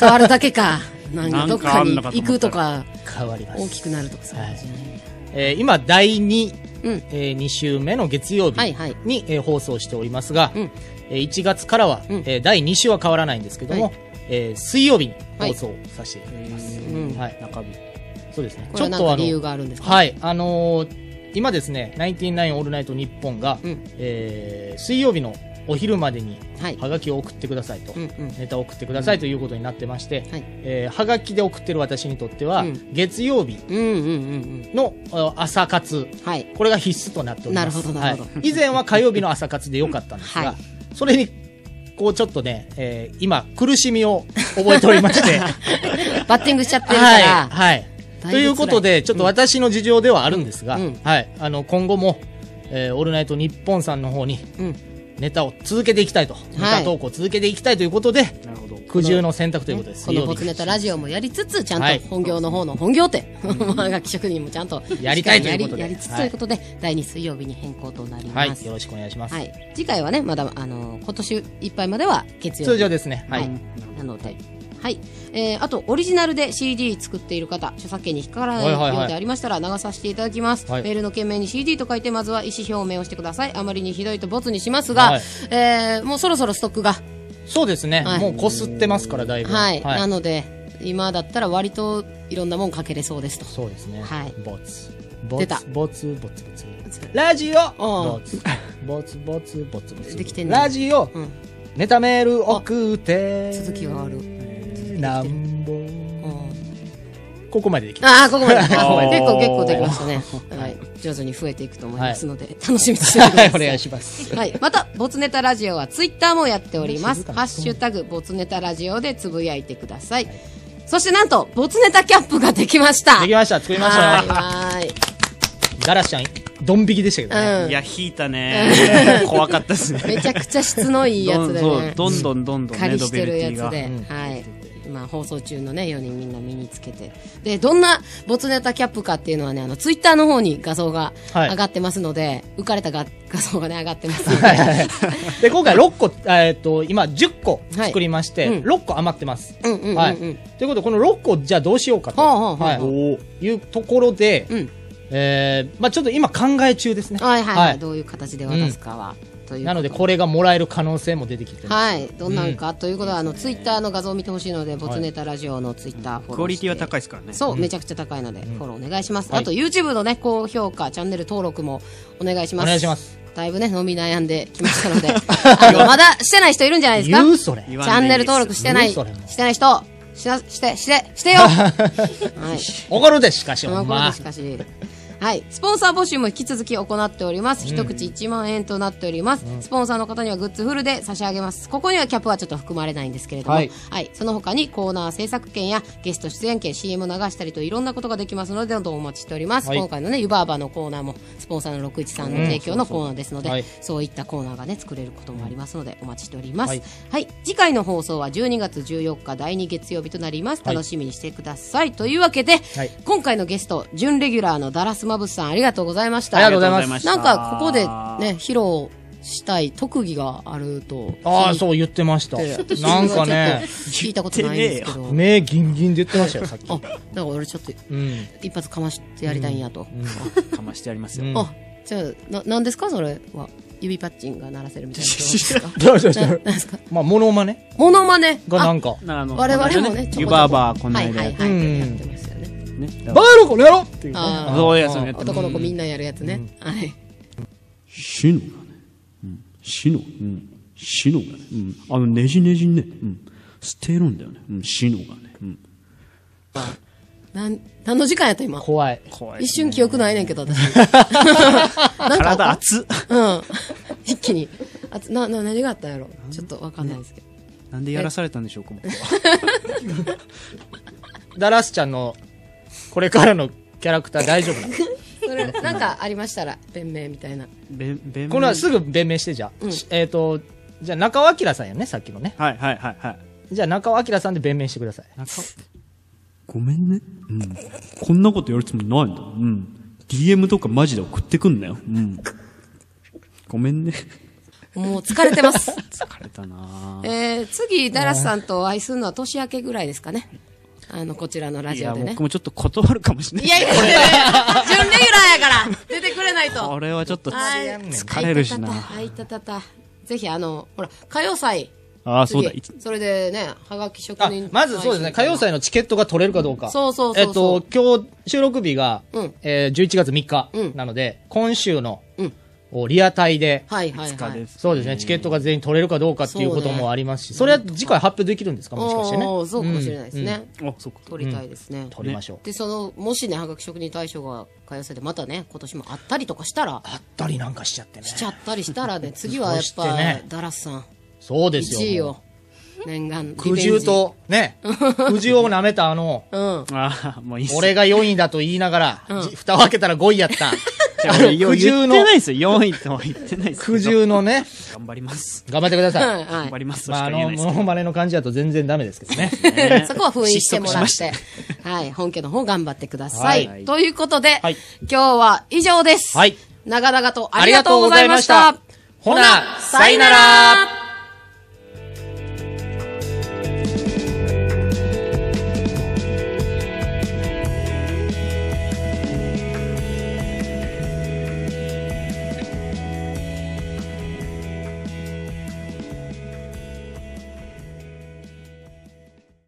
Speaker 2: 変わるだ けかなん
Speaker 6: な
Speaker 2: か
Speaker 6: んか
Speaker 2: どっかに
Speaker 6: あんのかと
Speaker 2: 行
Speaker 6: 思
Speaker 2: く
Speaker 6: った
Speaker 2: とか
Speaker 1: 変わります。
Speaker 2: 大きくなるとかそういうことじゃない
Speaker 1: えー今、第2、
Speaker 2: うん
Speaker 1: え2週目の月曜日に、
Speaker 2: はいはい
Speaker 1: えー放送しておりますが、
Speaker 2: うん
Speaker 1: えー1月からは、
Speaker 2: うん
Speaker 1: えー第2週は変わらないんですけども、
Speaker 2: は
Speaker 1: えー水曜日に放送させていただきます。
Speaker 2: ん
Speaker 1: はい、中日。そうですね。
Speaker 2: これはなんか理由があるんですか
Speaker 1: はい、あのー今ですね、ナインティナインオールナイト日本が、
Speaker 2: うん
Speaker 1: えー水曜日のお昼までに
Speaker 2: はい
Speaker 1: ハガキを送ってくださいと、
Speaker 2: うんうん
Speaker 1: ネタを送ってくださいということになってまして、
Speaker 2: はい
Speaker 1: えーハガキで送ってる私にとっては、
Speaker 2: うん
Speaker 1: 月曜日
Speaker 2: うんうんうん
Speaker 1: のあ朝活、
Speaker 2: うんはい
Speaker 1: これが必須となっております。
Speaker 2: なるほどなるほど
Speaker 1: はい以前は火曜日の朝活で良かったんですが、
Speaker 2: はい
Speaker 1: それにこうちょっとね、えー今苦しみを覚えておりま して。
Speaker 2: バッティングしちゃってるから、
Speaker 1: はい。はい。
Speaker 2: だいぶ辛
Speaker 1: ということで、ちょっと私の事情ではあるんですが、
Speaker 2: うんうん
Speaker 1: はい。あの、今後も、えーオールナイト日本さんの方に、
Speaker 2: うん
Speaker 1: ネタを続けていきたいと、ネタ投稿を続けていきたいということで、
Speaker 6: なるほど
Speaker 1: 苦渋の選択ということです。
Speaker 2: こ
Speaker 1: 水
Speaker 2: の
Speaker 1: 曜
Speaker 2: ボ
Speaker 1: 日
Speaker 2: ツネタラジオもやりつつ、ちゃ
Speaker 1: は
Speaker 2: ん
Speaker 1: い
Speaker 2: と本業の方の本業って、 はがき職人もちゃんと
Speaker 1: やりたいということで
Speaker 2: やりやりつつ
Speaker 1: はい
Speaker 2: ということで、第2水曜日に変更となり
Speaker 1: は
Speaker 2: ま
Speaker 1: い。
Speaker 2: す。
Speaker 1: よろしくお願いします。
Speaker 2: はい次回はね、まだ、あの、今年いっぱいまでは月曜
Speaker 1: 通
Speaker 2: 日
Speaker 1: 常ですね。は。
Speaker 2: はいいなので、はい、えーあとオリジナルで CD 作っている方著作権に引っかからない
Speaker 1: はいはいはい
Speaker 2: ようでありましたら流させていただきます、
Speaker 1: はい
Speaker 2: メールの件名に CD と書いてまずは意思表明をしてくださいあまりにひどいとボツにしますが、
Speaker 1: はい
Speaker 2: えーもうそろそろストックが
Speaker 1: そうですね、
Speaker 2: はい
Speaker 1: もうこすってますからだいぶ
Speaker 2: はい、なので今だったら割といろんなもんかけれそうですと
Speaker 1: そうですね、
Speaker 2: はい
Speaker 1: ボツボ
Speaker 2: 出た
Speaker 1: ツボツボツボツラジオ
Speaker 2: お
Speaker 1: ボツ ボツボツボツボツ
Speaker 2: できてんね
Speaker 1: ラジオ、
Speaker 2: うん
Speaker 1: ネタメール送って
Speaker 2: 続きがある
Speaker 1: なんぼ
Speaker 2: うん
Speaker 1: ここまでできた
Speaker 2: ああこ こまで結
Speaker 6: ー
Speaker 2: 構結構できましたね、はい、徐々に増えていくと思いますので、楽しみにしててください
Speaker 1: お願いし ます
Speaker 2: はい。また、ボツネタラジオはツイッターもやっております。
Speaker 1: 静か
Speaker 2: ハ
Speaker 1: な
Speaker 2: ッシュタグ、ボツネタラジオでつぶやいてください。そしてなんと、ボツネタキャップができました。
Speaker 1: できました作りましたよ
Speaker 2: はーい。
Speaker 1: ガラシャンドン引きでしたけどね、
Speaker 2: はーい。うん
Speaker 6: い。や、引いたね。怖かったですね。
Speaker 2: めちゃくちゃ質のいいやつで
Speaker 6: そう
Speaker 2: ね。
Speaker 6: どんどんどんどん
Speaker 2: 借
Speaker 6: ね、
Speaker 2: り
Speaker 6: ド
Speaker 2: し
Speaker 6: ベ
Speaker 2: て
Speaker 6: ル
Speaker 2: る
Speaker 6: テ
Speaker 2: や
Speaker 6: ィ
Speaker 2: つ
Speaker 6: が。
Speaker 2: で。はい。今、放送中のね、4人みんな身につけて。で、どんなボツネタキャップかっていうのはね、あの、ツイッターの方に画像が
Speaker 1: はい
Speaker 2: 上がってますので、浮かれたが画像がね、上がってますの
Speaker 1: はい
Speaker 2: で。
Speaker 1: はいはいで今回6個、えー、と今10個作りまして、
Speaker 2: はいうん
Speaker 1: 6個余ってます、
Speaker 2: うんうんうんうん
Speaker 1: はい、ということでこの6個じゃあどうしようかと、
Speaker 2: ほうほうほう
Speaker 1: はいいうところで、
Speaker 2: うん
Speaker 1: えーまあ、ちょっと今考え中ですね、
Speaker 2: はいはい、はい、
Speaker 1: は
Speaker 2: どういう形で渡すかは。という
Speaker 1: い
Speaker 2: こ
Speaker 1: な
Speaker 2: と
Speaker 1: のでこれがもらえる可能性も出てきてます、
Speaker 2: はい、どんなんか、ということはあのツイッターの画像を見てほしいので、ボツネタラジオのツイッターフォローして、
Speaker 6: クオリティは高い
Speaker 2: い
Speaker 6: ですからね。
Speaker 2: そう、めちゃくちゃ高いのでフォローお願いします、
Speaker 1: はい
Speaker 2: あと YouTube のね高評価チャンネル登録もお願いしま
Speaker 1: お
Speaker 2: す
Speaker 1: 願いします
Speaker 2: だいぶね伸び悩んできました のであのまだしてない人いるんじゃないですか
Speaker 1: 言うそれ
Speaker 6: 言わ
Speaker 2: チ
Speaker 6: な
Speaker 2: ャ
Speaker 6: いでいい
Speaker 2: ン
Speaker 6: で
Speaker 2: ネ
Speaker 6: す
Speaker 2: ル登録してない
Speaker 1: 言うそ
Speaker 2: し
Speaker 1: れも
Speaker 2: てない人しなしてしてして よはい
Speaker 1: 怒るでしかし
Speaker 2: その
Speaker 1: ほん
Speaker 2: 頃
Speaker 1: ま
Speaker 2: でしかし。はい。スポンサー募集も引き続き行っております。一口1万円となっております。スポンサーの方にはグッズフルで差し上げます。ここにはキャップはちょっと含まれないんですけれども、は
Speaker 1: はいい、
Speaker 2: その他にコーナー制作権やゲスト出演権、CM 流したりといろんなことができますので、どんどんお待ちしております。
Speaker 1: はい
Speaker 2: 今回のね、湯婆婆のコーナーも、スポンサーの61さんの提供のコーナーですので、
Speaker 1: うんそうそうはい
Speaker 2: そういったコーナーがね、作れることもありますので、お待ちしております。は
Speaker 1: はいい、
Speaker 2: 次回の放送は12月14日第2月曜日となります。
Speaker 1: はい
Speaker 2: 楽しみにしてください。というわけで、
Speaker 1: い
Speaker 2: 今回のゲスト、準レギュラーのダラスマブスさん、ありがとうございました。
Speaker 1: ありがとうございます
Speaker 6: ありが
Speaker 2: な
Speaker 6: と
Speaker 2: ん
Speaker 6: うございました
Speaker 2: か、ここでね、披露したい特技があると。
Speaker 1: ああそうう言ってました
Speaker 2: 私は
Speaker 1: なんかね
Speaker 2: ちょっと聞いたことないんですけど。
Speaker 1: 目ギンギンで言ってましたよさっき
Speaker 2: あ、だから俺ちょっと
Speaker 1: うん
Speaker 2: 一発かましてやりたいんやと。
Speaker 6: かましてあります
Speaker 1: う
Speaker 6: よ。
Speaker 1: ん
Speaker 2: あ、じゃあ、な、なんですかそれは。指パッチンが鳴らせるみたいな。
Speaker 1: どうしようどうしよう
Speaker 2: 何ですか
Speaker 1: まあモノマネ
Speaker 2: モノマネ
Speaker 1: がなんか
Speaker 6: なんかあの
Speaker 2: 我々もね、ちょこちょこ
Speaker 6: 湯バーバーこんな
Speaker 2: はい
Speaker 6: 間
Speaker 2: は
Speaker 6: や
Speaker 2: い
Speaker 6: っ
Speaker 2: はい、
Speaker 1: うん
Speaker 2: やってますよね。
Speaker 6: てね。
Speaker 1: バカ野郎この野郎っていうね
Speaker 2: あー
Speaker 6: そうですよね。
Speaker 2: 男の子みんなやるやつね。はい。
Speaker 3: シノがね。うん。シノ。うん。シノがね。うん。あの、ねじねじね。うん。捨てるんだよね。うん。シノがね。うん。
Speaker 2: なん、何の時間やった今。
Speaker 1: 怖い
Speaker 6: 怖い
Speaker 2: 一。瞬記憶ないねんけど、私。なんか
Speaker 6: 体熱っ。
Speaker 2: うん。一気に。あつな、な、何があったんやろちょっとわかんないですけど。
Speaker 6: なんでやらされたんでしょう、この子は。
Speaker 1: ダラスちゃんのこれからのキャラクター大丈夫なの
Speaker 2: それ、なんかありましたら、弁明みたいな。
Speaker 6: べんべん
Speaker 1: これはすぐ弁明してじゃあ、しえっ、とじゃあ中尾明さんやねさっきのね
Speaker 6: はいはいはいはい。
Speaker 1: じゃあ中尾明さんで弁明してください
Speaker 3: ごめんね。うん。こんなことやるつもりないんだ。うん。DM とかマジで送ってくんなよ。うん。ごめんね。
Speaker 2: もう疲れてます。
Speaker 6: 疲れたな
Speaker 2: えー、次、ダラスさんとお会いするのは年明けぐらいですかね。あの、こちらのラ
Speaker 6: い
Speaker 2: ジ
Speaker 6: や、
Speaker 2: オでね
Speaker 6: 僕。もちょっと断るかもしれない
Speaker 2: い。やいや、これ、準レギュラーやから、出てくれないと。
Speaker 6: これはちょっと
Speaker 2: はい
Speaker 6: 疲れるしな
Speaker 2: あいたたた。ぜひ、あの、ほら、歌謡祭。
Speaker 6: ああ、そうだ。
Speaker 2: 次
Speaker 6: いつ
Speaker 2: それでね、はがき職
Speaker 1: あ
Speaker 2: 人。
Speaker 1: まずそうですね歌謡祭のチケットが取れるかどうか
Speaker 2: そうそうそうそう
Speaker 1: えっと今日収録日が、
Speaker 2: うん
Speaker 1: えー、11月3日
Speaker 2: うん
Speaker 1: なので、今週の、
Speaker 2: うん
Speaker 1: おリアタイで、
Speaker 2: はいはい
Speaker 6: か
Speaker 2: は
Speaker 6: で
Speaker 2: い。
Speaker 6: す。
Speaker 1: そうですねチケットが全員取れるかどうかっていうこと
Speaker 2: そうね
Speaker 1: もありますしそ,、れは次回発表できるんですかもしかしてね
Speaker 2: おーそうかもしれないですね。
Speaker 6: あ、そうか。
Speaker 2: 取りたいですね。
Speaker 1: 取りましょう、
Speaker 2: で、その、もしね、はがき職人大賞が歌謡祭でまたね、今年もあったりとかしたら、
Speaker 1: あったりなんかしちゃってね
Speaker 2: しちゃったりしたら ね、次はやっ
Speaker 1: そ
Speaker 2: ぱ、
Speaker 1: してね
Speaker 2: ダラスさん、
Speaker 1: そうですよ
Speaker 2: 1位
Speaker 1: もう
Speaker 2: を、念願、
Speaker 1: 苦
Speaker 2: リベン
Speaker 1: 渋
Speaker 2: ジ。
Speaker 1: と、ね、苦渋を舐めたあの、
Speaker 2: うん。
Speaker 6: ああ、もういいっす。
Speaker 1: 俺が4位だと言いながら、じ蓋を開けたら5位やった。
Speaker 6: じゃあ
Speaker 1: あ
Speaker 6: 俺
Speaker 1: の
Speaker 6: よ
Speaker 1: 苦
Speaker 6: 言
Speaker 1: 渋
Speaker 6: っ
Speaker 1: の
Speaker 6: て、ないですよ。4位とは言ってないですけど。
Speaker 1: 苦渋のね、
Speaker 6: 頑張ります。
Speaker 1: 頑張ってください。
Speaker 2: は
Speaker 6: 頑張ります。とし
Speaker 1: まあ、
Speaker 6: か
Speaker 1: あ
Speaker 6: 言え
Speaker 1: の、
Speaker 6: ないで
Speaker 1: モ
Speaker 6: すけど
Speaker 1: ノマネの感じだと全然ダメですけどね。
Speaker 2: い。 そこは封印してもらっ
Speaker 6: 失
Speaker 2: て、はい、本家の方頑張ってください。
Speaker 6: はい
Speaker 2: ということで、
Speaker 1: はい
Speaker 2: 今日は以上です。
Speaker 1: はい
Speaker 2: 長々とありがとうございました。
Speaker 1: ほな、さいなら